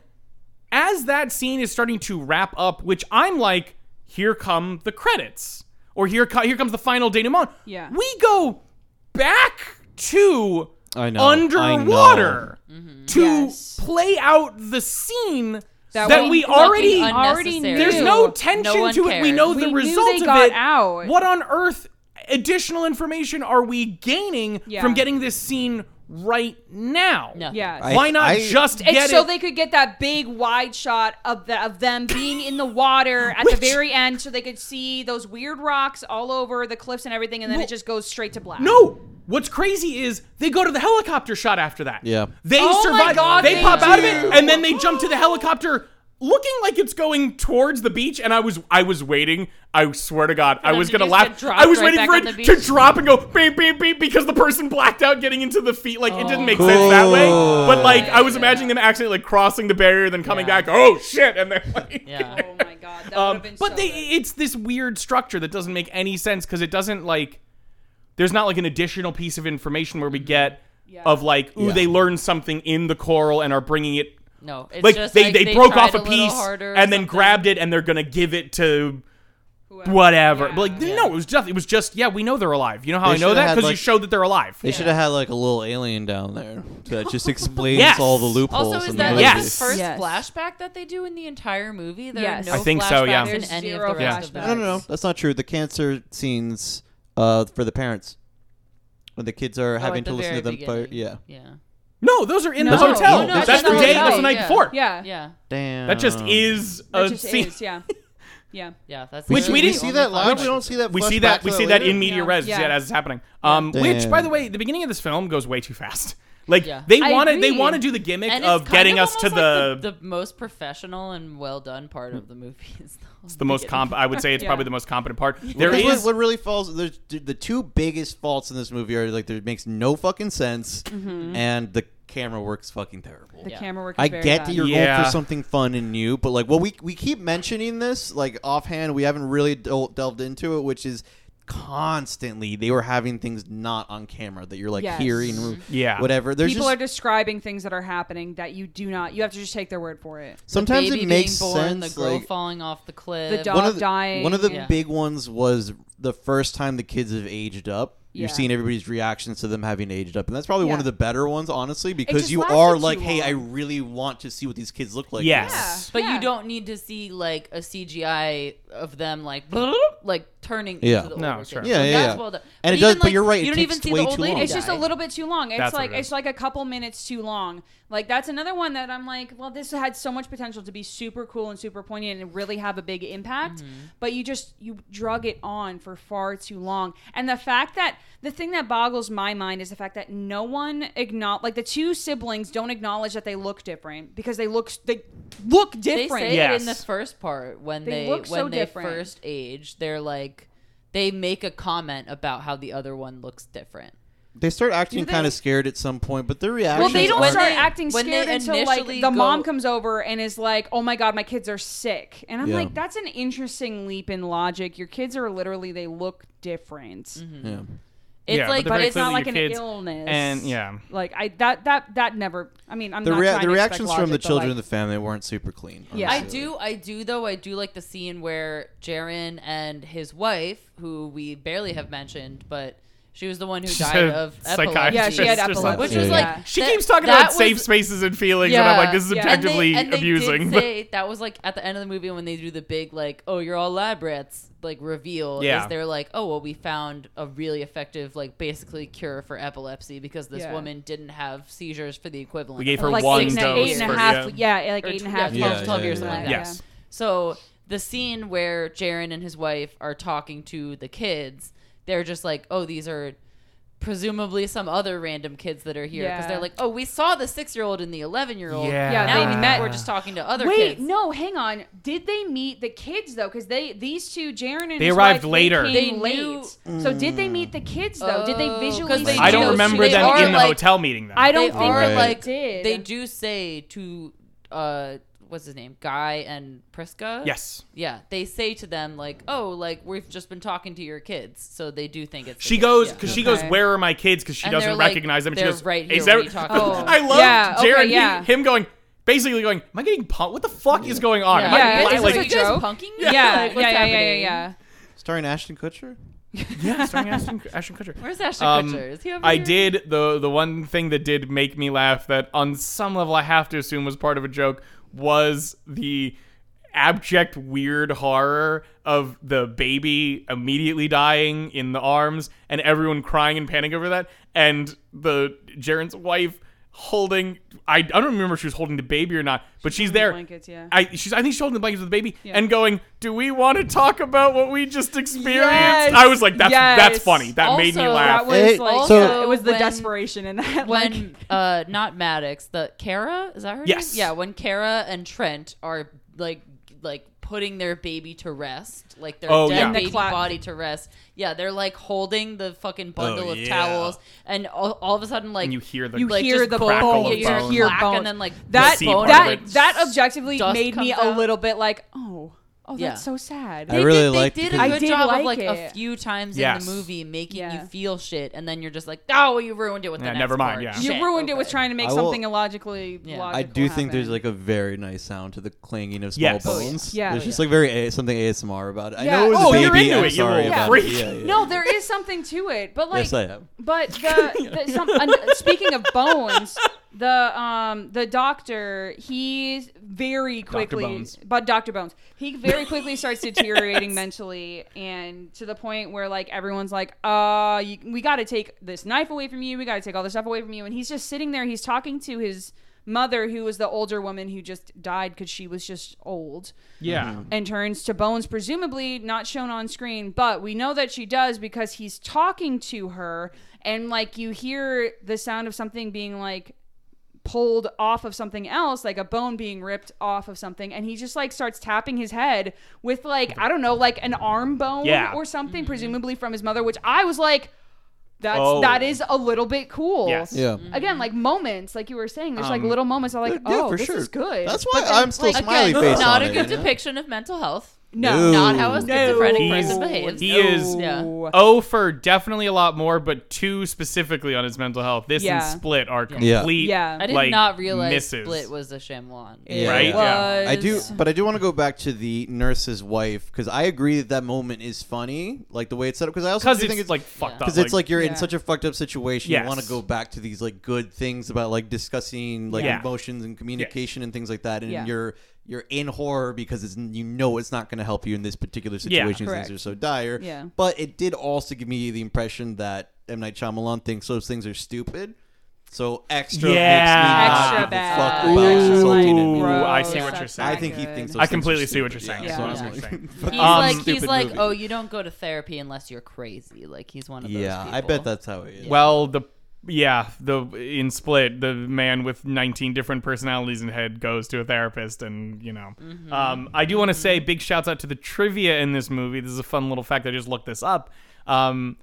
C: as that scene is starting to wrap up, which I'm like, here come the credits. Or here co- here comes the final denouement.
E: Yeah.
C: We go back to
B: I know, I know.
C: underwater to
E: Mm-hmm. Yes.
C: play out the scene that,
E: That
D: we
C: we
D: fucking
C: already
D: un-
E: already
D: Unnecessary.
E: knew.
C: there's no tension
D: No one
C: to it. We
D: cares.
C: know
E: We
C: the
E: knew
C: result
E: they
C: of
E: got
C: it.
E: out.
C: What on earth additional information are we gaining
E: Yeah.
C: from getting this scene right now?
D: Nothing.
E: yeah.
B: I-
C: Why not
B: I-
C: just
E: It's
C: get
E: so
C: it?
E: they could get that big wide shot of the, of them being in the water at the very end, so they could see those weird rocks all over the cliffs and everything, and then
C: Well-
E: it just goes straight to black.
C: no. What's crazy is they go to the helicopter shot after that.
B: Yeah.
C: They
E: Oh my
C: survive.
E: God,
C: they
E: they
C: pop out of it
E: do.
C: and then they jump to the helicopter looking like it's going towards the beach and I was I was waiting. I swear to God, I
D: them
C: was
D: to
C: going to laugh.
D: just get dropped
C: I was
D: right
C: waiting
D: back
C: for
D: on the
C: it to
D: beach.
C: drop and go beep beep beep because the person blacked out getting into the feet like it didn't make sense that way. But like I was imagining them accidentally like crossing the barrier then coming
D: Yeah.
C: back, "Oh shit." And then like
D: Yeah.
E: Oh my god, that would
C: um,
E: have been.
C: but
E: so
C: they,
E: good.
C: it's this weird structure that doesn't make any sense because it doesn't like. There's not like an additional piece of information where we get
E: Yeah.
C: of like, ooh,
B: Yeah.
C: they learned something in the coral and are bringing it.
D: No. It's
C: Like
D: just
C: they,
D: like
C: they, broke
D: tried
C: off a
D: little
C: piece
D: harder or
C: and then
D: something.
C: grabbed it and they're gonna give it to
E: Whoever-
C: whatever.
E: Yeah.
C: But like no, it was just it was just yeah, we know they're alive. You know how
B: They
C: I know
B: should've
C: that
B: had,
C: because you
B: like-
C: showed that they're alive.
B: They should have had like a little alien down there that just explains
C: Yes.
B: all the loopholes.
D: Also, is
B: in
D: that
B: the
C: Yes.
D: like the first
E: Yes.
D: flashback that they do in the entire movie? There
E: Yes.
D: are no
E: I
C: think so, yeah.
D: flashbacks in
E: There's
D: any of
E: zero
D: the rest of
E: flashbacks.
D: that.
B: No, no, no. That's not true. The cancer scenes uh, for the parents when the kids are
D: Oh,
B: having
D: at
B: to
D: the
B: listen to them.
D: very
B: Fire, yeah.
D: beginning. Yeah.
C: No, those are in the
E: No,
C: hotel.
E: no, no,
C: that's
E: that's
C: the
E: in the
C: day.
E: hotel.
C: That's the night
D: Yeah.
C: before.
E: Yeah.
D: Yeah.
B: Damn.
C: That just is
E: That
C: a
E: just
C: scene.
E: is, yeah, yeah.
D: Yeah. That's
C: Which we
D: literally
B: We,
C: didn't-
D: the
B: see
D: only
B: that live.
D: flashback.
B: We don't see that.
C: we see
B: flashback
C: that we
B: to
C: see that
B: later?
C: in media
E: Yeah.
C: res
E: Yeah.
C: yeah, as it's happening um which
B: Damn.
C: by the way the beginning of this film goes way too fast like
D: Yeah.
C: they
E: I
C: want to they
E: agree.
C: want to do the gimmick
D: And it's
C: of
D: kind
C: getting
D: of
C: us to
D: almost
C: the,
D: like the, the most professional and well done part of the movie. Is
C: the, most comp i would say it's
E: Yeah.
C: probably the most competent part there
B: Because what-
C: is
B: what, really falls. There's, dude, the two biggest faults in this movie are like there makes no fucking sense,
D: Mm-hmm.
B: and the camera works fucking terrible.
E: The
D: Yeah.
E: camera work. Is
B: I
E: very
B: get
E: bad.
B: that you're going
C: Yeah.
B: for something fun and new, but like, well, we we keep mentioning this like offhand. We haven't really del- delved into it, which is constantly they were having things not on camera that you're like
E: Yes. Mm-hmm.
B: hearing,
C: Yeah.
B: whatever. There's
E: People
B: just
E: are describing things that are happening that you do not. You have to just take their word for it.
B: sometimes
D: baby
B: it makes
D: being born,
B: sense.
D: The girl
B: like
D: falling off the cliff.
E: dog-
B: one of the,
E: dying.
B: one of the
D: Yeah.
B: big ones was the first time the kids have aged up. You're
E: Yeah.
B: seeing everybody's reactions to them having aged up, and that's probably one
E: Yeah.
B: of the better ones, honestly, because
E: just
B: you
E: lasted
B: are
E: too
B: like, "Hey,
E: long.
B: I really want to see what these kids look like." now.
C: yes
D: But
E: Yeah.
D: you don't need to see like a CGI of them like like turning
B: Yeah.
D: into the
C: No,
D: older
C: sure.
D: kids.
B: Yeah,
D: So
B: yeah,
D: that's
B: yeah.
D: well done.
B: And it
D: even,
B: does- but
D: like,
B: you're right, it
D: You don't
B: takes
D: even see
B: way
D: the old
B: too
D: lady.
B: long.
E: It's just a
D: die.
E: little bit too long. It's
C: That's what
E: like
C: it is.
E: it's like a couple minutes too long. Like that's another one that I'm like, well, this had so much potential
D: Mm-hmm.
E: to be super cool and super poignant and really have a big impact, but you just you drug it on for for far too long. And the fact that the thing that boggles my mind is the fact that no one acknowledge like the two siblings don't acknowledge that they look different because they look they look
D: They
E: different.
D: say it in the
C: Yes.
D: first part when
E: They
D: they,
E: look
D: when
E: so
D: they
E: different.
D: first age. They're like they make a comment about how the other one looks different.
B: They start acting
E: Do they-
B: kind of scared at some point, but their reaction.
E: Well, they don't
D: When
E: start
D: they-
E: acting
D: when they
E: scared until like the
D: initially
E: mom
D: go-
E: comes over and is like, "Oh my god, my kids are sick," and I'm
B: Yeah.
E: like, "That's an interesting leap in logic. Your kids are literally they look different.
B: Yeah.
D: It's
C: Yeah, but
D: like
C: they're very
E: It's not
C: Clearly
E: like
C: your
E: an
C: kids-
E: illness."
C: and yeah.
E: like I that that that never. I mean, I'm
B: The,
E: not
B: rea-
E: trying
B: the
E: to expect
B: reactions from the
E: logic, but,
B: children
E: like,
B: of the family weren't super clean.
E: Yeah.
D: I
B: honestly.
D: do, I do though. I do like the scene where Jaren and his wife, who we barely have mentioned, but she was the one who
C: She's
D: died
C: a
D: of
C: psychiatrist.
D: epilepsy.
E: yeah, she had
C: It's just
E: epilepsy,
C: like-
D: which
B: Yeah,
D: was
B: yeah.
D: like
C: She
D: that-
C: keeps talking
D: that
C: about
D: was-
C: safe spaces and feelings, and I'm like, this is
D: Yeah, yeah.
C: objectively
D: and they, and they
C: abusing.
D: Did
C: but-
D: say, that was like at the end of the movie when they do the big like, oh, you're all lab rats like reveal.
C: Yeah.
D: Is they're like, oh well, we found a really effective like basically cure for epilepsy because this
E: Yeah.
D: woman didn't have seizures for the equivalent.
C: We gave
D: of
C: her
E: like
C: one
E: eight and a-
C: dose
E: eight and a
C: for-
E: half, yeah. like
D: Or
E: eight and a
D: tw-
E: half,
D: yeah,
E: 12,
B: 12
E: years,
B: years,
E: something
B: something
E: like
B: like
E: that.
B: that.
C: yes.
D: So the scene where Jaren and his wife are talking to the kids, they're just like, oh, these are presumably some other random kids that are here because
E: Yeah.
D: they're like, oh, we saw the six year old and the eleven year old.
C: Yeah.
E: Yeah,
D: now
E: they
D: we think
E: met-
D: We're just talking to other
E: Wait,
D: kids.
E: no, hang on. Did they meet the kids though? Because they these two, Jaren and
C: They
E: his
C: arrived
E: wife,
C: later.
E: They
D: They
E: came
D: knew-
E: late. So did they meet the kids though? did they
D: Oh, 'cause
E: visually?
D: they
E: see
C: I
D: do-
C: don't
D: They
C: remember
D: they
C: them
D: are,
C: in the
D: like-
C: hotel meeting. Though.
E: I don't
D: they
E: think
D: are
E: that they
D: like
E: did.
D: they do say to uh what's his name guy and prisca
C: Yes.
D: yeah they say they're them like oh like we've just been talking to your kids so they do think it's the
C: She
D: kids,
C: goes
D: yeah.
C: because she goes.
E: Okay.
C: Where are my kids? Because she
D: And they're
C: doesn't
D: like,
C: recognize them. And she
D: "They're
C: goes,
D: right here,
C: "Is
D: what
C: that-
D: are you talking
E: Oh.
D: about?"
C: I love
E: Yeah, okay,
C: Jared. he-
E: yeah.
C: him going basically going. Am I getting punked? What the fuck is going on? Am I
E: Yeah,
C: bla-
E: it's
C: like,
E: like-
D: you guys
E: joke?
D: punking me?
E: Yeah, yeah,
D: Like,
E: yeah,
D: what's
E: yeah, yeah,
D: happening?
E: yeah.
B: Starring Ashton Kutcher.
C: yeah, starring Ashton, Ashton Kutcher.
D: Where's Ashton
C: Um,
D: Kutcher? Is he over
C: I
D: here?
C: did the the one thing that did make me laugh that on some level I have to assume was part of a joke was the abject weird horror of the baby immediately dying in the arms and everyone crying in panic over that and the Jaren's wife holding I, I don't remember if she was holding the baby or not but she's, there
E: blankets, yeah.
C: I she's I think she's holding the blankets with the baby and going do we want to talk about what we just experienced
E: Yes,
C: I was like that's that's
E: yes.
C: funny that made me
D: Also,
C: laugh
E: That was
B: Hey,
E: like
B: so-
E: yeah, it was the
D: when-
E: desperation in that. like,
D: when uh not Maddox, the Kara, is that her
C: Yes.
D: name? Yeah, when Kara and Trent are like like putting their baby to rest, like their
C: Oh,
D: dead
C: yeah. In the
D: baby
E: cla-
D: body to rest. Yeah, they're like holding the fucking bundle
B: Oh,
D: of
B: yeah.
D: towels and all, all of a sudden like
C: and you hear the
E: you
D: like,
E: hear
D: just
E: the
C: crackle
E: bone,
C: of
E: you
C: bone.
E: hear
D: clack
E: bone,
D: and then like
E: that
C: the bone
E: that
C: of it.
E: that objectively
D: Dust
E: made me
D: comes
E: a
D: out.
E: little bit like, oh, oh,
D: Yeah.
E: that's so sad.
B: I really liked
D: they did
B: the-
D: a
E: I
D: good
E: did
D: job
E: like
D: of like a
E: it.
D: few times
C: Yes.
D: in the movie making
E: Yeah.
D: you feel shit, and then you're just like, oh, you ruined it with the
C: Yeah,
D: next
C: never mind, yeah.
D: part.
E: you
D: Shit,
E: ruined it with
D: okay.
E: trying to make
B: I will-
E: something illogically
D: Yeah. I
B: I
E: logical
B: do think there's
E: happen.
B: like a very nice sound to the clanging of small
C: Yes. Oh, yeah.
B: bones.
E: Yeah.
B: there's
E: Oh,
B: just
D: yeah.
B: like very a- something ASMR about it. I
E: Yeah.
B: know it was
E: Oh,
B: a baby.
E: you're
C: into
B: I'm
C: it, you
B: sorry
C: little
B: about
C: freak.
B: it. Yeah, yeah.
E: No, there is something to it, but like,
B: yes, I have.
E: but the, the some, uh, speaking of bones, the um the doctor he's very quickly,
C: Bones.
E: but Doctor Bones, he very quickly starts deteriorating mentally, and to the point where like everyone's like, uh, you, we got to take this knife away from you, we got to take all this stuff away from you, and he's just sitting there, he's talking to his mother, who was the older woman who just died because she was just old
B: Mm-hmm.
C: Yeah.
E: and turns to Bones, presumably not shown on screen, but we know that she does because he's talking to her, and like you hear the sound of something being like pulled off of something else, like a bone being ripped off of something, and he just like starts tapping his head with like I don't know, like an arm bone
C: Yeah.
E: or something, presumably from his mother, which I was like. That's
C: Oh.
E: that is a little bit cool.
C: Yes.
B: Yeah.
E: Again, like moments, like you were saying, there's like
C: Um,
E: little moments. I'm like,
B: yeah,
E: oh,
B: for
E: this
B: sure.
E: is good.
B: That's
E: But
B: why
E: then,
B: I'm still
E: like,
B: smiley
D: Again,
B: face
D: Not
B: on
D: a
B: it,
D: good
B: you know?
D: depiction of mental health.
E: No,
D: Not how a schizophrenic
E: No.
D: person behaves.
C: He
E: No.
C: is
D: Yeah.
E: Oh,
C: O Oh, for definitely a lot more, but two specifically on his mental health. This
E: Yeah.
C: and Split are
B: Yeah.
C: complete.
E: Yeah.
D: I did
C: like,
D: not realize
C: misses.
D: Split was a Shyamalan.
B: Yeah.
C: Right? Yeah.
B: I do,
E: was-
B: but I do want to go back to the nurse's wife because I agree that that moment is funny, like the way it's set up. Because I also
C: Because
B: do think
C: it's,
B: it's
C: like fucked up.
B: because it's like you're
E: Yeah.
B: in such a fucked up situation.
C: Yes.
B: You want to go back to these like good things about like discussing like
C: Yeah.
B: emotions and communication and things like that. And
E: Yeah.
B: you're you're in horror because it's you know it's not going to help you in this particular situation.
E: Correct.
B: things are so dire.
E: Yeah.
B: But it did also give me the impression that M Night Shyamalan thinks those things are stupid. So extra
C: Yeah.
B: makes me
E: Extra
B: not give a
E: bad.
B: fuck about
E: Ooh,
B: insulting
C: Ooh,
B: anyone.
E: Gross,
C: I see what
E: that's
C: you're saying.
B: I
E: not
B: think he
E: good.
B: thinks.
C: I
B: those things are
C: completely see what
B: stupid.
C: you're saying. Um,
B: Yeah,
E: That's
B: so I'm
E: what
C: I was
B: like,
C: gonna
B: fuck
D: He's
B: off,
D: like he's
B: stupid
D: like,
B: movie.
D: oh, you don't go to therapy unless you're crazy. Like he's one of those.
B: yeah. I
D: people.
B: bet that's how it is.
C: Well, the yeah, the in Split, the man with 19 different personalities in head goes to a therapist, and you know,
D: Mm-hmm.
C: um, I do want to say big shouts out to the trivia in this movie. This is a fun little fact. I just looked this up. Um,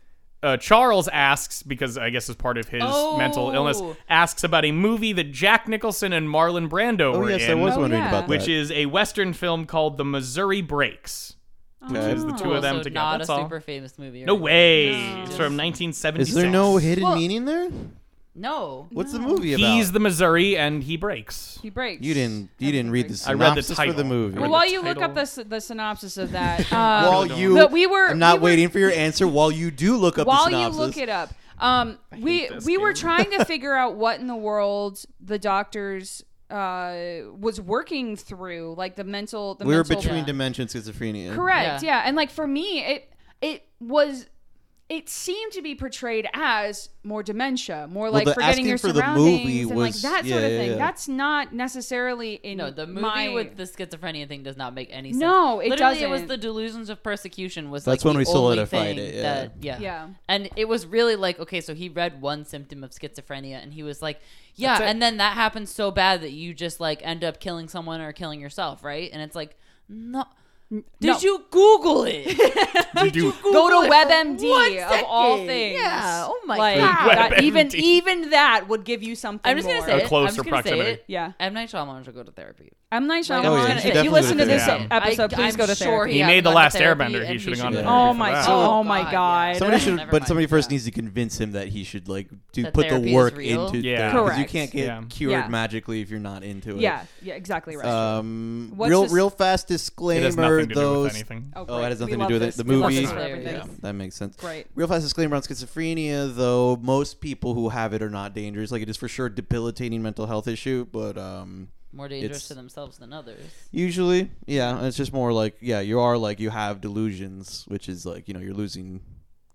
C: uh, Charles asks because I guess as part of his mental illness,
D: Oh.
C: asks about a movie that Jack Nicholson and Marlon Brando
B: oh
C: were
B: yes,
C: in,
B: I was
E: Oh,
B: wondering
E: yeah.
B: about that.
C: which is a western film called The Missouri Breaks.
B: Okay.
C: Is the two
D: Also
C: of them together?
D: Oh, not
C: That's
D: a
C: all.
D: super famous movie.
C: No
D: right?
C: way.
E: No.
C: It's from 1976.
B: Is there no hidden
D: Well-
B: meaning there?
D: No.
B: What's the movie about?
C: He's the Missouri and he breaks.
E: He breaks.
B: you didn't. You didn't read the
C: I read the
B: synopsis for
C: title.
B: the
C: I
B: movie.
C: read
E: Well,
C: the
E: while you look
C: title.
E: up the, s- the synopsis of that, um,
B: while
C: don't
B: you,
E: But we were-
B: I'm not
E: we were-
B: waiting for your answer. While you do look up
E: while
B: the synopsis,
E: you look it up um, we
C: this
E: we were
C: game.
E: trying to figure out what in the world the doctors uh, was working through like the mental the
B: we were
E: mental
B: between
D: Yeah.
B: dimension schizophrenia.
E: correct
D: Yeah.
E: yeah. and like for me it it was it seemed to be portrayed as more dementia more like
B: the
E: forgetting
B: asking
E: your
B: for the
E: surroundings
B: movie
E: and
B: was-
E: like that
B: yeah,
E: sort of
B: yeah,
E: thing
B: yeah.
E: that's not necessarily in
D: No, the movie
E: my-
D: with the schizophrenia thing does not make any sense.
E: No, it
D: Literally, It was
E: doesn't.
D: the delusions of persecution was
B: That's
D: like
B: when
D: the
B: we
D: only
B: solidified
D: thing
B: it, yeah.
D: That, yeah,
E: Yeah.
D: and it was really like okay, so he read one symptom of schizophrenia, and he was like, yeah,
C: That's it.
D: and then that happens so bad that you just like end up killing someone or killing yourself, right? And it's like, no, did
E: no.
D: you Google it? did
C: do-
D: you Google
E: Go to
D: it for one
E: WebMD of all
D: second?
E: things.
D: Yeah. Oh my
E: Like,
D: god.
E: that-
C: WebMD.
E: even even that would give you something.
D: I'm just gonna
E: more.
D: say
C: A
D: it.
C: closer
D: I'm just gonna
C: proximity.
D: Say it.
E: Yeah.
D: M Night Shyamalan should go to therapy.
E: M Night Shyamalan.
B: Oh, yeah, you should
E: if
B: definitely
E: you listen
B: go
E: to
B: to
E: this e-,
C: therapy.
E: episode,
D: I-
E: please
D: I'm
E: go to
D: sure
E: therapy.
C: He
D: hasn't
C: made The
D: gone to
C: Last
D: therapy,
C: Airbender. He
D: and
C: should've gone
B: to
D: should
B: therapy
E: Oh
B: for
E: my
C: that.
E: god!
D: Oh
E: Oh my
D: God,
E: god!
D: yeah.
B: Somebody
D: Well,
B: should,
D: never
B: but
D: mind.
B: somebody first
D: Yeah.
B: needs to convince him that he should like do
D: That
B: put the
D: therapy is
B: work
D: real?
B: into
C: Yeah.
B: that, 'cause You
E: Correct.
B: can't get
C: Yeah.
B: cured
E: Yeah.
B: magically if you're not into it.
E: Yeah, yeah, exactly right.
B: Um.
E: What's
B: real,
E: this-
B: real fast
C: It
B: disclaimer.
C: has nothing to do
B: those.
C: with anything.
B: Oh, that has
E: great.
B: nothing to
E: We love
B: do with it.
E: this.
B: The
E: We love
B: movie.
E: this for
D: Yeah.
E: everything.
B: Yeah, that makes sense.
E: Great.
B: Real fast disclaimer on schizophrenia, though most people who have it are not dangerous. Like it is for sure a debilitating mental health issue, but um,
D: More dangerous
B: It's-
D: to themselves than others.
B: usually, yeah, it's just more like yeah, you are like you have delusions, which is like you know you're losing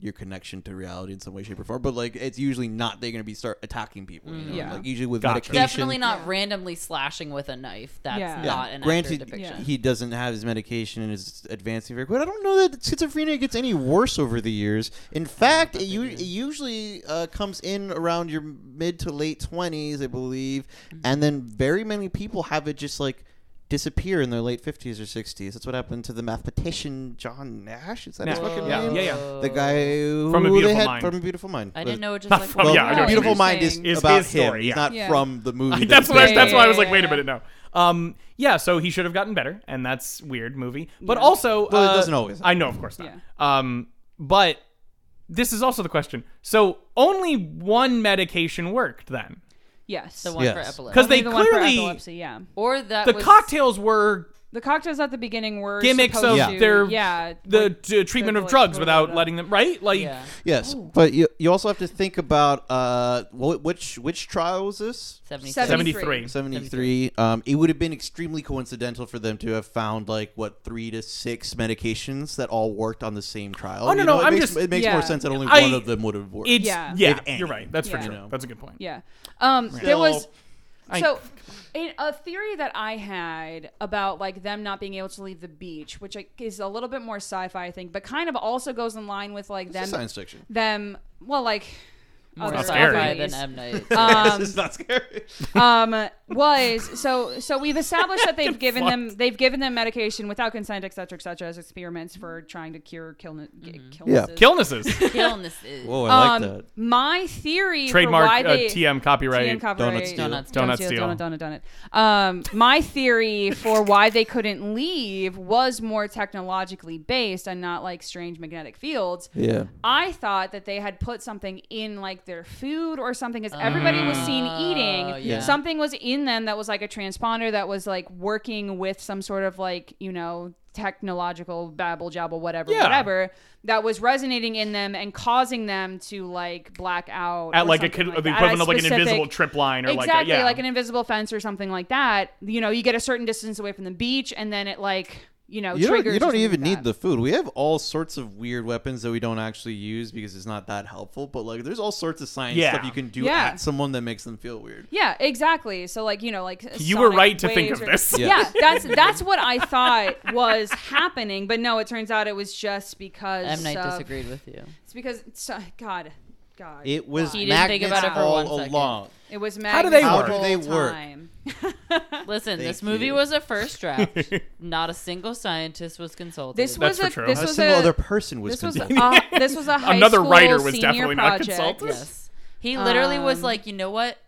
B: your connection to reality in some way, shape, or form. But like it's usually not they're gonna be start attacking people. You know?
E: Mm-hmm. Yeah.
B: Like usually with
C: Gotcha.
B: medication,
D: Definitely not randomly slashing with a knife. That's
E: Yeah. Yeah.
D: not an
B: Granted,
D: accurate depiction.
B: he doesn't have his medication and is advancing very quick. I don't know that schizophrenia gets any worse over the years. In fact, it, u- it usually uh, comes in around your mid to late twenties, I believe,
D: Mm-hmm.
B: and then very many people have it just like disappear in their late fifties or sixties. That's what happened to the mathematician John Nash. Is that his
C: Nash,
B: fucking
C: yeah,
B: name?
C: yeah, yeah.
B: The guy who
C: From A
B: they
C: Beautiful
B: had-
C: Mind.
B: From a beautiful mind.
D: I didn't know it just
C: Not
D: like
C: from-
D: one
B: Well,
C: yeah, I know
D: guy.
B: a beautiful
E: what
B: mind is,
E: saying.
C: Is
B: about
C: his story,
B: him.
C: yeah.
B: He's not
E: Yeah.
B: from the movie.
C: that's what I,
B: based
C: that's
B: on.
C: why I was like, wait a
E: Yeah.
C: minute, no. Um, yeah, so he should have gotten better, and that's weird movie. But also,
B: Well, it
C: uh,
B: doesn't always
C: I know, of course not. Um, but this is also the question. So only one medication worked then,
E: Yes.
D: The one for
B: Yes.
D: epilepsy.
C: because they
E: the one for
C: clearly
E: epilepsy, yeah.
D: or that
C: the
D: was,
C: cocktails were
E: The cocktails at the beginning were
C: gimmicks of
E: supposed
B: Yeah.
E: to,
C: their
E: yeah
C: the
E: like,
C: uh, treatment of
E: like,
C: drugs
E: blow it
C: without
E: up.
C: letting them right like.
D: Yeah.
B: Yes,
E: Oh.
B: but you you also have to think about uh wh- which which trial was this?
D: 77.
C: 73.
B: 73. Um, it would have been extremely coincidental for them to have found like what three to six medications that all worked on the same trial.
C: Oh, no,
B: You know,
C: no,
B: it
C: I'm
B: makes,
C: just-
B: it makes
E: Yeah.
B: more sense that only
C: I-
B: one of them would have worked.
C: It's,
E: Yeah.
C: yeah,
B: If any.
C: you're right. That's for
E: Yeah.
C: sure. That's a good point.
E: Yeah. Um, there
B: Still-
E: was
C: I-
E: so in a theory that I had about like them not being able to leave the beach, which like, is a little bit more sci-fi I think, but kind of also goes in line with like
B: It's
E: them
B: science fiction.
E: them well like other
C: Not
D: Sci-fi
C: scary.
E: movies.
D: than M Night.
E: Um,
B: It's not scary.
E: um, was so so we've established that they've given them they've given them medication without consent, et cetera, et cetera, as experiments for trying to cure killne- g-
B: Yeah.
E: illnesses.
C: Killnesses.
D: illness is
B: Whoa, I
E: um,
B: like that.
E: My theory
C: Trademark
E: for why
C: uh,
E: they
C: TM copyright.
E: TM copyright-
B: steal. Donut
C: steal. Donut steal.
E: Donut, donut, donut. Um, my theory for why they couldn't leave was more technologically based and not like strange magnetic fields.
B: Yeah.
E: I thought that they had put something in like their food or something because everybody was seen
D: Oh,
E: eating.
D: yeah.
E: Something was in them that was like a transponder that was like working with some sort of like, you know, technological babble jabble, whatever,
C: Yeah.
E: whatever, that was resonating in them and causing them to like black out.
C: at
E: or
C: like a
E: something
C: kid,
E: like
C: the
E: that, at a
C: equivalent of like an
E: specific-
C: invisible trip line or like a,
E: exactly
C: yeah.
E: like an invisible fence or something like that you know you get a certain distance away from the beach and then it like you know,
B: You don't,
E: Oh, triggers.
B: you
E: or
B: don't
E: something
B: even
E: like
B: need
E: that.
B: the food. We have all sorts of weird weapons that we don't actually use because it's not that helpful. But like, there's all sorts of science
C: Yeah.
B: stuff you can do
E: Yeah.
B: at someone that makes them feel weird.
E: Yeah, exactly. So like you know, like uh,
C: You were
E: sonic
C: right to think
E: waves
C: of
E: or-
C: this.
B: Yeah.
E: Yeah. that's that's what I thought was happening, but no, it turns out it was just because
D: M Night
E: of-
D: disagreed with you.
E: It's because so, God, God,
B: It was
D: He didn't think
B: magnets
D: about it for
B: all
D: one second.
B: along.
E: it was
C: How do they
E: Magnus
C: work?
E: the
B: How do they
E: whole
B: work?
E: time.
D: Listen,
B: Thank
D: this movie
B: you.
D: was a first draft. Not a single scientist was consulted.
E: This
C: That's
E: was
C: for
E: a
C: true.
E: this
B: a
E: was
B: single
E: a
B: other person was
E: this was
B: consulted.
E: a, uh, this was a high
C: Another
E: school
C: writer was
E: senior
C: definitely not
E: project.
C: consulted.
D: Yes. He literally was
E: Um,
D: like, you know what?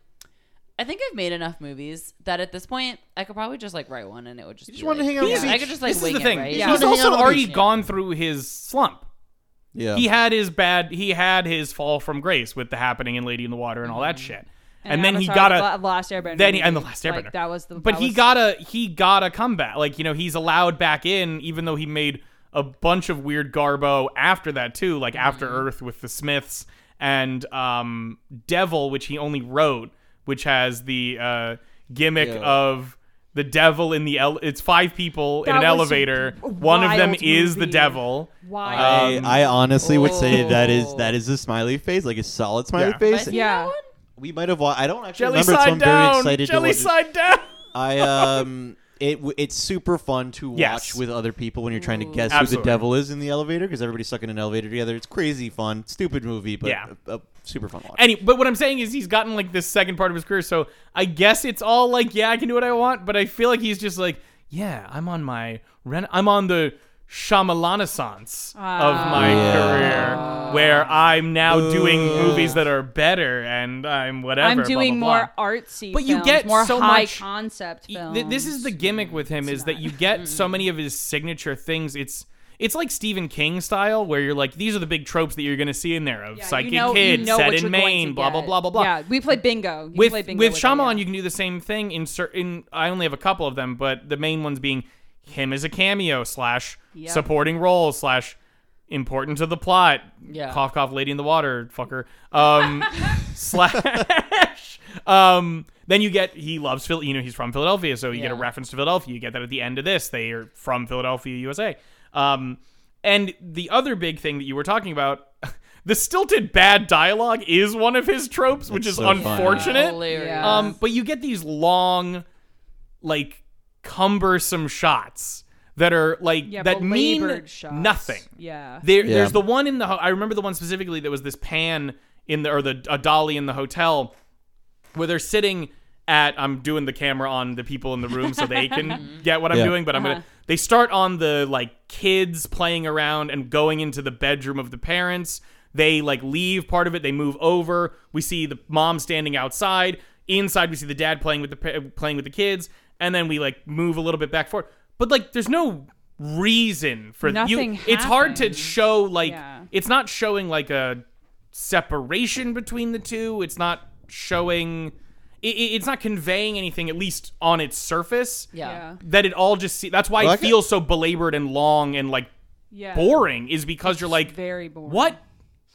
D: I think I've made enough movies that at this point I could probably just like write one and it would just.
B: You
D: be
B: just wanted to
D: like-
B: hang out with
D: Yeah,
C: He's-
B: each-
D: I could just like
C: this
D: wing
C: is the
D: it,
C: thing.
D: right?
C: He's
E: Yeah.
B: Just hang out
C: also
B: on the
C: already
B: beach.
C: gone through his slump.
B: yeah.
C: He had his bad. He had his fall from grace with the happening and Lady in the Water and all that shit. And, then he
E: Mm-hmm. Avatar,
C: got a
E: The La- last Airbender.
C: then he-
E: movie.
C: and The Last Airbender.
E: Like, that was the.
C: but
E: that
C: he
E: was-
C: got a he got a comeback. Like you know, he's allowed back in, even though he made a bunch of weird garbo after that too, like After
E: Mm-hmm.
C: Earth with the Smiths and um, Devil, which he only wrote, which has the uh, gimmick
B: Yeah.
C: of the devil in the ele- it's five people in
E: That
C: an
E: was
C: elevator.
E: a
C: One of them
E: wild
C: is the
E: movie.
C: devil.
E: Why?
C: uh,
B: I,
C: um,
B: I honestly would say that is
D: Oh.
B: that is a smiley face, like a solid smiley
C: Yeah.
B: face.
D: Yeah.
E: yeah.
B: We might have. Wa- I don't actually
C: Jelly
B: remember. so
C: side
B: I'm very
C: down.
B: excited
C: Jelly
B: to watch
C: side
B: it.
C: down.
B: I um it w- it's super fun to watch
C: Yes.
B: with other people when you're trying to
D: Ooh.
B: guess who
C: Absolutely.
B: the devil is in the elevator because everybody's stuck in an elevator together. It's crazy fun, stupid movie, but
C: Yeah.
B: a, a super fun watch.
C: Any, but what I'm saying is he's gotten like this second part of his career, so I guess it's all like, yeah, I can do what I want, but I feel like he's just like, yeah, I'm on my ren- I'm on the Shyamalanisance of my
B: Ah.
C: career, where I'm now doing
B: Ugh.
C: movies that are better, and I'm whatever.
E: I'm
C: blah, blah,
E: doing
C: blah.
E: more artsy,
C: But you
E: films,
C: get
E: more
C: so
E: high
C: much-
E: concept
C: Y-
E: films.
C: th- this is the gimmick with him is that you get so many of his signature things. It's it's like Stephen King style, where you're like, these are the big tropes that you're going to see in there of
E: Yeah,
C: psychic
E: you know,
C: kids
E: you know
C: set
E: what
C: in
E: you're going
C: Maine,
E: to
C: blah blah
E: get.
C: blah blah blah.
E: Yeah, we play bingo. You
C: with
E: play bingo
C: with
E: that,
C: Shyamalan,
E: yeah.
C: you can do the same thing in certain. I only have a couple of them, but the main ones being him as a cameo slash
E: Yep.
C: supporting role slash important to the plot.
D: Yeah.
C: cough cough, lady in the water, fucker. Um, slash. Um, then you get he loves Phil. You know he's from Philadelphia, so you get a
D: Yeah.
C: reference to Philadelphia. You get that at the end of this. They are from Philadelphia, USA. Um, and the other big thing that you were talking about. The stilted bad dialogue is one of his tropes, which
B: That's
C: is
B: so funny.
C: unfortunate.
D: Hilarious.
E: Yeah.
C: Um, but you get these long, like cumbersome shots that are like
E: yeah,
C: that mean
E: belabored shots.
C: nothing.
E: Yeah.
C: There,
B: Yeah.
C: there's the one in the. ho- I remember the one specifically that was this pan in the or the a dolly in the hotel where they're sitting at. I'm doing the camera on the people in the room so they can get what I'm
B: Yeah.
C: doing, but I'm
E: Uh-huh.
C: gonna. They start on the like kids playing around and going into the bedroom of the parents. They like leave part of it. They move over. We see the mom standing outside. Inside, we see the dad playing with the pa- playing with the kids, and then we like move a little bit back forward. But like, there's no reason for
E: Nothing
C: you. It's hard to
E: happened.
C: show like
E: Yeah.
C: it's not showing like a separation between the two. It's not showing. It, it- it's not conveying anything, at least on its surface.
D: Yeah.
C: That it all just see. That's why
B: Well, I
C: it
B: ca-
C: feels so belabored and long and like
E: Yeah.
C: boring. Is because you're like,
E: very boring.
C: what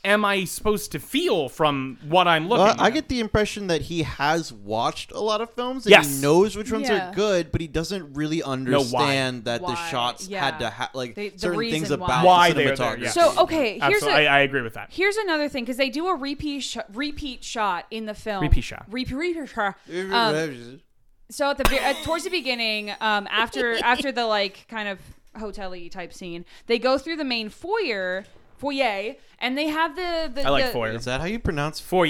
C: am I supposed to feel from what I'm looking?
B: Well, Uh, I
C: at?
B: get the impression that he has watched a lot of films and
C: Yes.
B: he knows which ones
E: Yeah.
B: are good, but he doesn't really understand that the
E: Why,
B: shots
E: yeah.
B: had to have like
E: They- the
B: certain things
E: reason why.
B: about
C: Why
B: the
C: they are there, yeah.
B: cinematography.
E: So oh, okay, here's
C: Absolutely,
E: a,
C: I I agree with that.
E: Here's another thing because they do a repeat sh- repeat shot in the film.
C: Repeat shot.
E: Repeat, repeat shot. Um, so at the ve- at, towards the beginning, um, after after the like kind of hotel-y type scene, they go through the main foyer foyer, and they have the the
C: I like
E: the,
C: foyer.
B: is that how you pronounce
C: Foyer.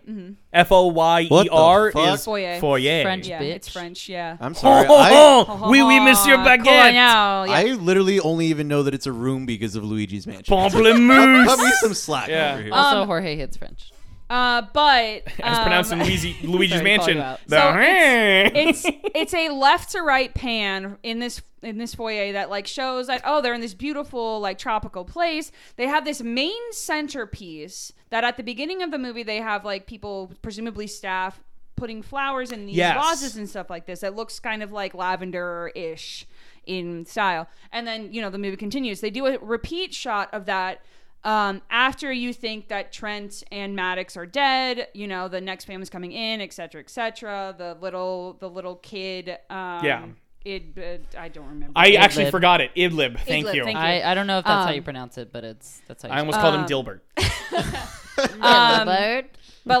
E: Foyer.
C: F O Y E R
B: What the fuck?
C: is foyer.
E: Foyer.
D: French.
E: Yeah,
D: Bitch.
E: it's French. Yeah.
B: I'm sorry. I,
C: Oh, oh, oui, oui, Monsieur Baguette.
E: Colonial, yeah.
B: I literally only even know that it's a room because of Luigi's Mansion. Cut me
C: Pamplemousse.
B: some slack.
C: Yeah.
B: over here.
D: Also,
E: Um,
D: Jorge hates French.
E: Uh, but
C: As
E: um,
C: pronounced in Luigi, Luigi's
D: Sorry, called
C: Mansion.
D: you out.
C: The-
E: So it's it's a left to right pan in this in this foyer that like shows that oh they're in this beautiful like tropical place. They have this main centerpiece that at the beginning of the movie they have like people presumably staff putting flowers in these
C: Yes.
E: vases and stuff like this. That looks kind of like lavender ish in style. And then you know the movie continues. They do a repeat shot of that. Um, after you think that Trent and Maddox are dead, you know the next family's coming in, et cetera, et cetera. The little, the little kid, um,
C: Yeah.
E: It, uh, I don't remember.
C: I actually
D: Idlib.
C: forgot it. Idlib. Thank
E: Idlib,
C: you.
E: thank you.
D: I, I don't know if that's how you
E: Um,
D: pronounce it, but it's that's how you
C: I almost called him Dilbert.
E: Um,
D: Dilbert.
E: but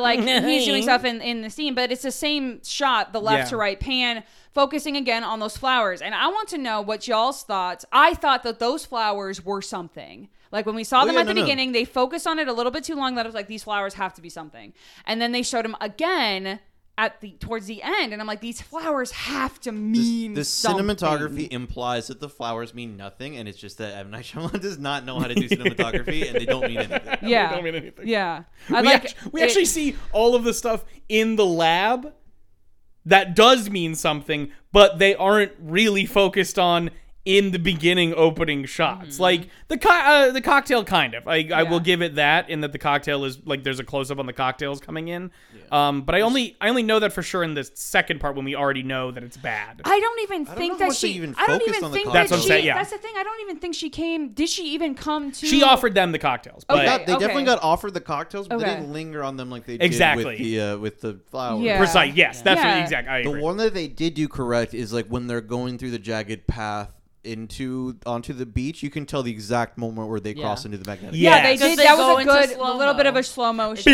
E: like he's doing stuff in, in the scene but it's the same shot the left
C: Yeah.
E: to right pan focusing again on those flowers and i want to know what y'all's thoughts i thought that those flowers were something like when we saw
B: Oh,
E: them
B: yeah,
E: at the
B: no, no.
E: beginning they focused on it a little bit too long that I was like these flowers have to be something and then they showed them again at the towards the end and i'm like these flowers have to mean
B: The
E: something.
B: cinematography implies that the flowers mean nothing, and it's just that M Night Shyamalan does not know how to do cinematography, and they don't mean anything.
E: yeah
C: don't mean anything.
E: yeah I
C: We,
E: like-
C: act- we
E: it-
C: actually see all of the stuff in the lab that does mean something, but they aren't really focused on in the beginning opening shots. Like the co- uh, the cocktail, kind of. I, I will
E: Mm-hmm. Yeah.
C: give it that in that the cocktail is like there's a close up on the cocktails coming in. Um, but I only I only know that for sure in the second part when we already know that it's bad.
E: I don't even think
B: know how
E: that
B: much they
E: she.
B: even
E: I don't
B: focused
E: even
B: on the
E: think
B: That's
E: that
C: what I'm
E: she.
C: saying, yeah.
E: That's the thing. I don't even think she came. Did she even come to?
C: she offered them the cocktails, but
E: Okay.
B: Yeah, they definitely
E: okay.
B: got offered the cocktails, but
E: Okay.
B: they didn't linger on them like they
C: Exactly.
B: did with the uh, with the flowers.
E: Yeah.
C: precise. Yes, that's
E: Yeah.
C: what, exactly. I
B: The
C: agree.
B: one that they did do correct is like when they're going through the jagged path into onto the beach. You can tell the exact moment where they cross into the magnetic.
C: Yeah.
E: Yeah,
C: Yes.
E: they
D: 'Cause
E: did.
D: they
E: that
D: go
E: was a
D: into
E: good, a
D: slow-mo.
E: little bit of a slow motion.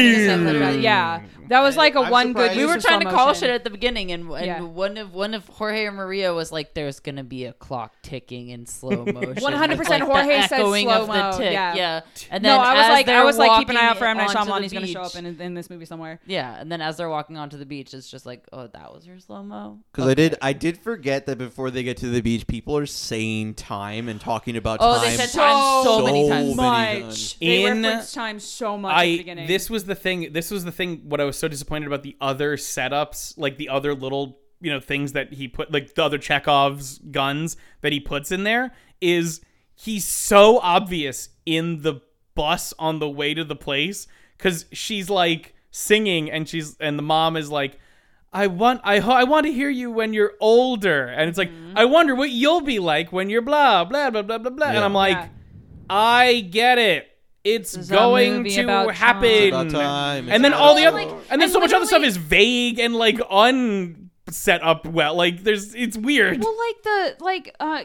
C: Boom.
E: Yeah, that was like a
B: I'm
E: one good.
B: surprised-
D: We
E: use
D: were
E: of
D: trying to
E: slow
D: call
E: motion.
D: shit at the beginning, and, and
E: Yeah.
D: one of one of Jorge or Maria was like, "There's gonna be a clock ticking in slow motion." With,
E: 100%
D: like,
E: Jorge
D: the
E: said
D: echoing of the
E: slow-mo,
D: tick.
E: yeah.
D: And then
E: No, I was
D: as
E: like, I
D: they're
E: was like, keep an eye out
D: walking
E: for M Night
D: onto the
E: Shyamalan. He's going to show
D: beach-
E: up in, in this movie somewhere.
D: Yeah, and then as they're walking onto the beach, it's just like, "Oh, that was your slow mo."
B: Because I did, I did forget that before they get to the beach, people are saying time and talking about
D: Oh,
B: time.
D: they said time so,
B: so
D: many
B: many
D: times.
B: times.
E: Much. They
C: In-
E: referenced time so much at the
C: I
E: beginning.
C: this was the thing. This was the thing. What I was so disappointed about the other setups, like the other little you know things that he put, like the other Chekhov's guns that he puts in there, is he's so obvious in the bus on the way to the place because she's like singing and she's and the mom is like. I want I ho- I want to hear you when you're older and it's like
E: Mm-hmm.
C: I wonder what you'll be like when you're blah blah blah blah blah blah and
B: Yeah.
C: I'm like
E: Yeah.
C: I get it it's
E: is a
C: going
E: movie
C: to
E: about
C: happen
E: time.
B: About time.
C: and then
B: It's
C: all the
B: about-
C: other,
E: Like,
C: and then
E: I
C: so much other stuff
E: literally-
C: is vague and like un set up well. Like there's, it's weird.
E: Well, like the like uh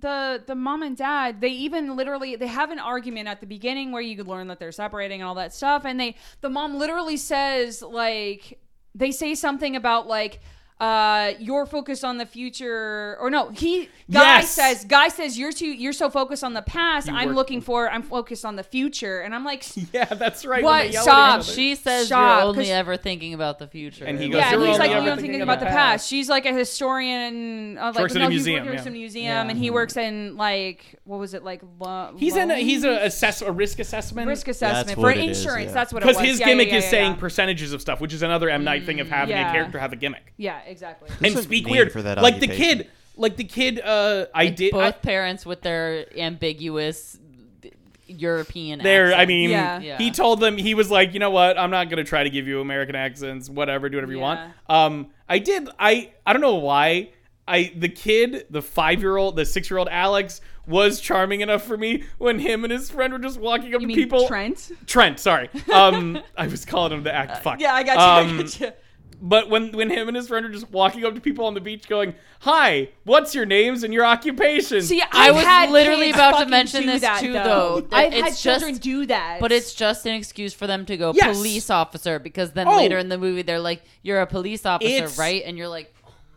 E: the the mom and dad, they even literally they have an argument at the beginning where you learn that they're separating and all that stuff, and they the mom literally says like they say something about like uh you're focused on the future or no he guy
C: Yes.
E: says guy says you're too you're so focused on the past i'm
C: work-
E: looking for i'm focused on the future and i'm like
C: yeah, that's right.
E: What?
C: when they yell at
E: Stop.
C: each other.
D: She says
E: Shock,
D: you're only
E: 'cause-
D: ever thinking about the future.
C: And he goes,
E: Yeah,
C: "You're
E: and he's
C: only
E: like,
C: ever
E: you don't
C: thinking
E: think about the past. She's like a historian. Uh,
C: She
E: like,
C: works at a
E: no, he
C: museum,
E: works
C: yeah.
E: in a museum,
D: Yeah.
E: and he works in like what was it like? Lo-
C: He's in. A,
E: loan?
C: he's a assess a risk assessment.
E: risk assessment for
B: what it is,
E: insurance.
B: yeah.
E: That's what it was.
C: because his
E: Yeah,
C: gimmick
E: yeah, yeah,
C: is
E: yeah,
C: saying
E: yeah.
C: percentages of stuff, which is another M Night thing of having a
E: yeah.
C: character have a gimmick
E: Yeah, exactly.
C: and
B: a
C: speak
B: name
C: weird.
B: for that
C: like the
B: occupation.
C: kid, like the kid. Uh, I did.
D: both
C: I,
D: parents with their ambiguous European.
C: there, I
D: accents.
C: mean,
E: Yeah.
D: Yeah.
C: he told them he was like, you know what? I'm not gonna try to give you American accents. Whatever, do whatever you want. Um, I did. I I don't know why. I the kid, the five year old, the six year old Alex was charming enough for me when him and his friend were just walking up to
E: You mean
C: people.
E: Trent? Uh,
C: Trent, sorry. Um, I was calling him the act. Fuck.
E: Yeah, I got you.
C: Um,
E: I got you.
C: But when when him and his friend are just walking up to people on the beach, going, "Hi, what's your names and your occupation?"
E: See,
D: I
E: I've
D: was
E: had
D: literally
E: kids
D: about to
E: fucking
D: mention
E: do
D: this
E: that,
D: too, though.
E: I've
D: It's
E: had children
D: just-
E: do that,
D: But it's just an excuse for them to go
C: Yes.
D: police officer because then
C: Oh.
D: later in the movie they're like, "You're a police officer,
C: It's-
D: right?" And you're like,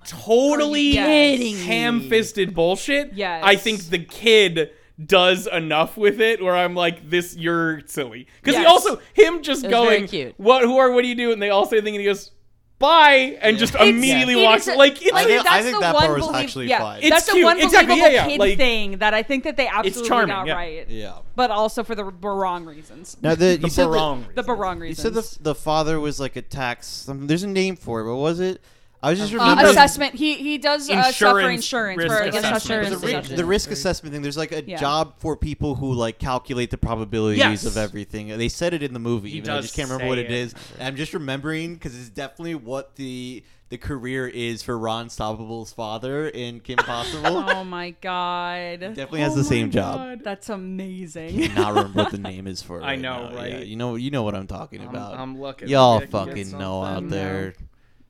C: totally
E: Are you
D: kidding me?
C: ham-fisted bullshit.
E: Yes.
C: I think the kid does enough with it where I'm like, this you're silly. Because he
E: Yes.
C: also him just
D: It was very
C: going
D: cute.
C: what who are what do you do? And they all say thing and he goes, Bye and just immediately
E: It
C: walks
E: is a-
C: like it's
B: I think-
E: that's
B: I think
E: the
B: that
E: one
B: part was
E: belie-
B: actually
E: yeah,
B: fine.
E: That's
C: It's
E: the
C: cute.
E: one
C: Exactly,
E: believable
C: yeah, yeah,
E: kid
C: like-
E: thing that I think that they absolutely
C: charming,
E: got
C: yeah.
E: right.
B: Yeah.
E: But also for the wrong reasons.
B: Now the,
C: the
B: you said the,
C: barong.
E: The wrong
B: you
E: reasons.
B: said the the father was like a tax. Some, there's a name for it. What was it? I was just
E: Uh,
B: remembering
E: assessment. He he does uh, suffer
C: Insurance
E: insurance
C: risk
E: for
C: assessment.
E: assessment.
B: the,
D: Insurance
B: ri-
D: assessment.
B: the risk assessment thing. There's like a
E: Yeah.
B: job for people who like calculate the probabilities
C: Yes.
B: of everything. They said it in the movie. even. I
C: does
B: just can't remember what
C: say
B: it
C: it.
B: is. And I'm just remembering because it's definitely what the the career is for Ron Stoppable's father in Kim Possible.
E: Oh my god, Oh
B: definitely has the same job.
E: that's amazing.
B: Not remember what the name is for. it
C: I know,
B: now. Yeah,
C: right?
B: you know, you know what I'm talking
C: I'm,
B: about.
C: I'm looking.
B: Y'all
C: Maybe I can get
B: fucking know
C: something.
B: out there.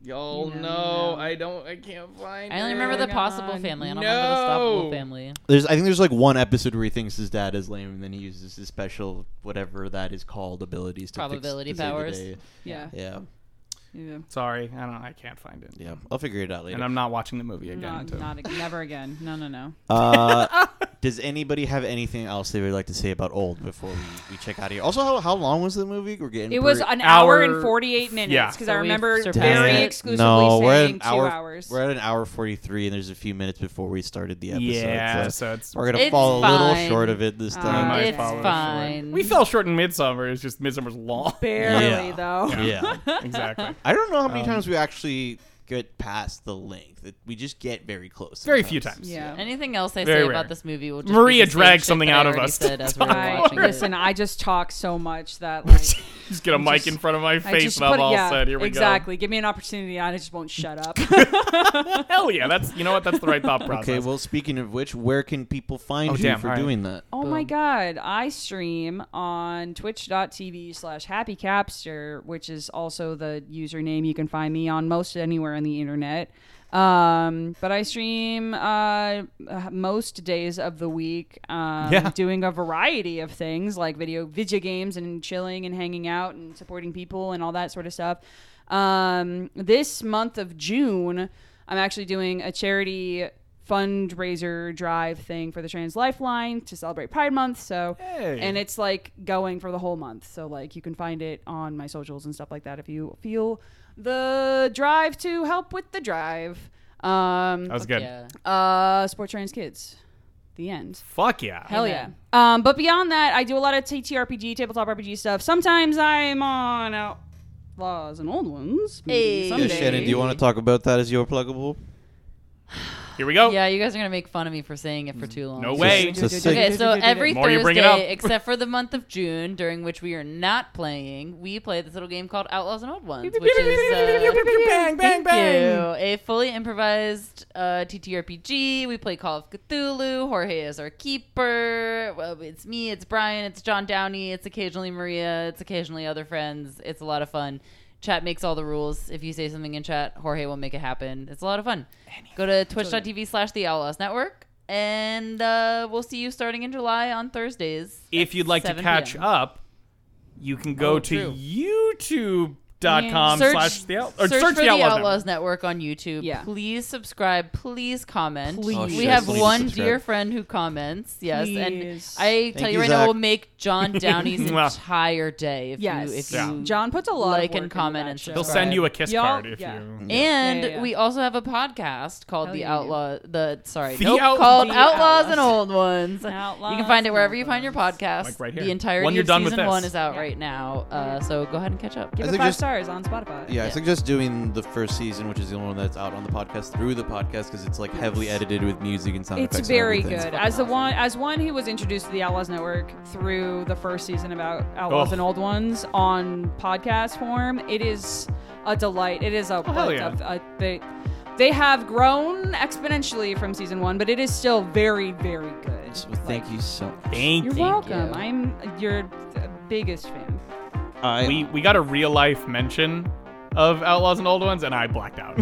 C: Y'all
E: No,
C: know
E: no.
C: I don't. I can't find.
D: I only remember the
E: God.
D: possible family. I don't remember the
C: Oh No.
D: stoppable family.
B: There's, I think there's like one episode where he thinks his dad is lame, and then he uses his special whatever that is called abilities to fix-
D: Probability
B: to save the
D: powers.
B: day.
E: Yeah.
B: Yeah,
E: yeah.
C: Sorry, I don't. I can't find it.
B: yeah. I'll figure it out later.
C: And I'm not watching the movie again.
E: Not,
C: too.
E: not ag- never again. No, no, no.
B: Uh, does anybody have anything else they would like to say about old before we, we check out of here? Also, how, how long was the movie? We're getting
E: It was
B: pretty-
E: an hour,
C: hour-
E: and 48 minutes
C: Yeah.
E: because
D: So
E: I
D: we've
E: remember
D: surpassed
E: very
D: it.
E: exclusively
B: no,
E: saying
B: we're at an
E: two
B: hour,
E: hours.
B: We're at an hour forty three, and there's a few minutes before we started the episode.
C: Yeah,
B: so
C: so it's.
B: we're gonna
D: It's
B: fall a little
D: fine.
B: short of it
E: Uh,
B: this
C: we
B: time.
C: might
D: It's
C: follow it.
D: fine.
C: We fell short in Midsummer. It's just Midsummer's long.
E: Barely,
B: Yeah.
E: though.
B: yeah,
C: exactly.
B: I don't know how many
C: Um,
B: times we actually get past the length. It- We just get very close.
C: Very few times.
E: Yeah.
D: Anything else I
C: Very
D: say
C: rare.
D: about this movie will just
C: Maria
D: be the same
C: dragged
D: shit
C: something
D: that I
C: out of
D: already
C: us
D: Said
C: to
D: as we were
E: I-
D: watching
E: listen,
D: it.
E: I just talk so much that like
C: Just get a mic
E: just-
C: in front of my
E: I
C: face,
E: just
C: and I'm
E: put
C: all
E: yeah,
C: set. Here we
E: exactly. Give me an opportunity, and I just won't shut up.
C: go. Hell yeah! That's you know what? That's the right thought process.
B: Okay. Well, speaking of which, where can people find
C: Oh,
B: you
C: damn,
B: for
C: all right.
B: doing that?
E: Oh my god, I stream on twitch.tv slash happy capster, which is also the username you can find me on most anywhere on the internet. Um, but I stream uh, uh, most days of the week, um,
C: Yeah.
E: doing a variety of things like video, video games, and chilling and hanging out and supporting people and all that sort of stuff. Um, this month of June, I'm actually doing a charity fundraiser drive thing for the Trans Lifeline to celebrate Pride Month. So,
C: Hey.
E: and it's like going for the whole month. So, like, you can find it on my socials and stuff like that if you feel the drive to help with the drive. Um,
C: that was good.
D: Yeah.
E: uh, support trans kids. The end.
C: Fuck yeah!
E: Hell
D: Amen.
E: yeah. Um, but beyond that, I do a lot of TTRPG, tabletop RPG stuff. Sometimes I'm on Outlaws and Old Ones. maybe
D: Hey.
B: Yeah,
E: someday.
B: Shannon, do you want to talk about that as your pluggable?
C: Here we go.
D: Yeah, you guys are gonna make fun of me for saying it for too long.
C: Mm. No
D: So-
C: way.
B: Just- just say-
D: Okay, so every
C: More you bring it
D: Thursday,
C: up.
D: except for the month of June, during which we are not playing, we play this little game called Outlaws and Old Ones, which is uh,
C: bang bang
D: Thank
C: bang.
D: you. A fully improvised uh, TTRPG. We play Call of Cthulhu. Jorge is our keeper. Well, it's me. It's Brian. It's John Downey. It's occasionally Maria. It's occasionally other friends. It's a lot of fun. Chat makes all the rules. If you say something in chat, Jorge will make it happen. It's a lot of fun. Go to twitch.tv slash the Outlaws Network. And uh, we'll see you starting in July on Thursdays.
C: If you'd like to
D: 7
C: catch
D: p.m.
C: up, you can go
D: Oh,
C: to
D: true.
C: YouTube.com
D: Search-
C: slash the out- or
D: search
C: search,
D: for
C: the Outlaws. Network.
D: Network. on YouTube.
E: Yeah.
D: Please subscribe. Please comment.
E: Please. Oh,
D: we
E: shit,
D: have
B: please
D: one
B: subscribe.
D: dear friend who comments. Yes,
E: Please.
D: and I tell
B: Thank
D: you
B: you,
D: right now,
B: Zach.
D: we'll make John Downey's
C: Mwah.
D: entire day if
E: Yes.
D: you if
C: Yeah.
D: you
E: John puts a lot
D: like
E: of work
D: and comment
E: into
D: and
E: that
C: They'll
E: show.
C: send you a kiss
E: Y'all-
C: card if
E: yeah.
C: you.
D: And
E: Yeah, yeah, yeah.
D: we also have a podcast called
E: Hell
D: The
E: yeah, we do.
D: Outlaw. The sorry,
C: The
D: nope,
C: Out-
D: called
E: The
D: Outlaws
E: Outlaws.
D: and Old Ones.
E: Outlaws
D: you can find it
E: and
D: wherever
E: Old
D: you find your
E: Ones.
D: podcast.
C: Like right here.
D: The entirety
C: When you're
D: of
C: done with
D: season
C: this.
D: one is out
E: Yeah.
D: right now. Uh, so go ahead and catch up.
E: Give
B: I
E: it
B: think
E: five
B: just-
E: stars on Spotify.
B: Yeah, I
D: Yeah.
B: suggest doing the first season, which is the only one that's out on the podcast, through the podcast because it's like heavily edited with music and sound
E: It's
B: effects.
E: very
B: and everything.
E: good. As the one, as one who was introduced to the Outlaws Network through the first season about Outlaws
C: Oh.
E: and Old Ones on podcast form, it is a delight. It is a,
C: Oh, hell
E: a-
C: yeah.
E: a- a- they, they have grown exponentially from season one, but it is still very, very good.
B: So thank you so.
C: Thank
E: You're
C: you.
E: welcome.
D: you.
E: I'm your th- biggest fan.
B: I,
C: We we got a real life mention of Outlaws and Old Ones, and I blacked out.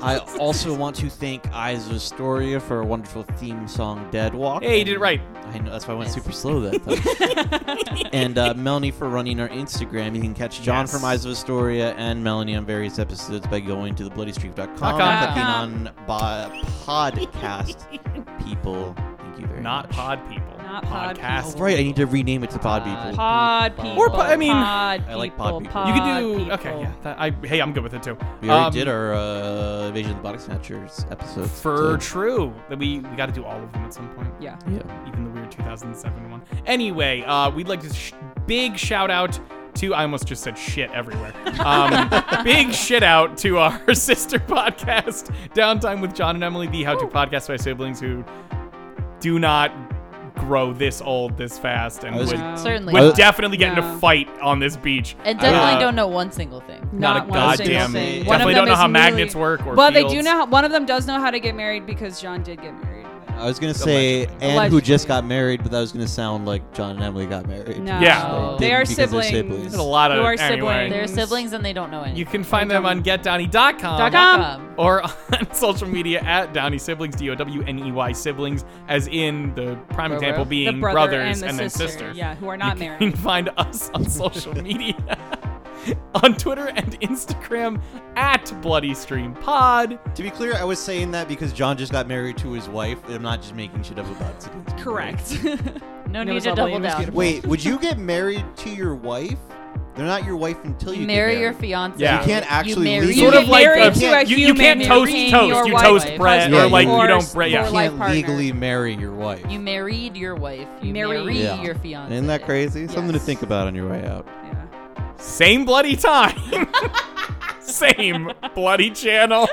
B: I also want to thank Eyes of Astoria for a wonderful theme song, Dead Walk.
C: hey, you did it right.
B: I know that's why I went
D: Nice.
B: super slow that time. and uh, Melanie for running our Instagram. You can catch John
C: Yes.
B: from Eyes of Astoria and Melanie on various episodes by going to thebloodystreak.com, clicking
C: com.
B: on bo- podcast people. Thank you very
C: Not
B: much.
C: pod people.
E: Not pod
C: Podcast.
B: That's right. I need to rename it to pod people.
E: Pod
D: Pod.
E: people.
C: Or po- I mean-
E: pod
B: I like pod
E: people.
B: people.
C: You
E: pod
C: can do okay.
E: Uh, people.
C: Yeah, that, I hey, I'm good with it too.
B: We already
C: Um,
B: did our uh, Invasion of the Body Snatchers episode.
C: for true. That we we got to do all of them at some point.
E: Yeah.
B: yeah.
C: even the weird 2007 one. Anyway, uh, we'd like to sh- big shout out to I almost just said shit everywhere. Um, big shit out to our sister podcast, Downtime with John and Emily, the How to Podcast by siblings who do not grow this old this fast and
B: I was-
C: would,
E: No.
D: Certainly.
C: would
B: I was-
C: definitely get in
E: No.
C: a fight on this beach.
D: and definitely
C: Uh,
D: don't know one single thing.
C: Not a
E: one single
C: goddamn-
E: thing.
B: definitely
E: One of
C: definitely
E: them
C: don't know
E: is
C: how
E: newly-
C: magnets work or
E: well, they do
C: fields.
E: know. How, one of them does know how to get married because John did get married.
B: I was gonna say Anne who
E: Allegedly.
B: just got married, but that was gonna sound like John and Emily got married.
E: No.
C: Yeah.
D: They
E: They
B: are
E: are
B: because they're
E: siblings.
B: siblings.
C: a lot of
E: Who are
C: anyway.
E: siblings.
D: They're siblings and they don't know anything.
C: You can find them on getdowny.com
E: com.
D: Um,
C: or on social media at Downey Siblings, D O W N E Y Siblings, as in the prime example
E: The
C: being
E: brother
C: brothers
E: and the
C: then
E: sister,
C: sister.
E: Yeah, who are not
C: you
E: married.
C: can find us on social media on Twitter and Instagram at Bloody Stream Pod.
B: To be clear, I was saying that because John just got married to his wife. and I'm not just making shit up about it.
E: Correct.
D: no
E: It
D: need
E: was
D: to
E: lovely.
D: double
E: It was
D: down.
E: beautiful.
B: Wait, would you get married to your wife? They're not your wife until you get
D: Marry your
B: married.
D: fiance.
C: Yeah.
B: You can't actually
D: marry-
B: legally-
D: You
C: Sort
E: get
C: of like
E: married
C: uh,
E: to
C: you,
E: a
C: you
E: human,
C: can't
E: you
C: toast
E: retain
C: toast.
E: your
C: You
E: wife,
C: toast bread,
B: husband,
C: or like
B: or
C: you don't bread.
B: You
E: your
C: Yeah.
E: life
B: can't
E: partner.
B: legally marry your wife.
D: You married your wife. You
E: Married.
D: married
B: Yeah.
D: your fiance.
B: Isn't that crazy? Something to
E: Yes.
B: think about on your way out.
E: Yeah.
C: Same bloody time. Same bloody channel.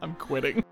C: I'm quitting.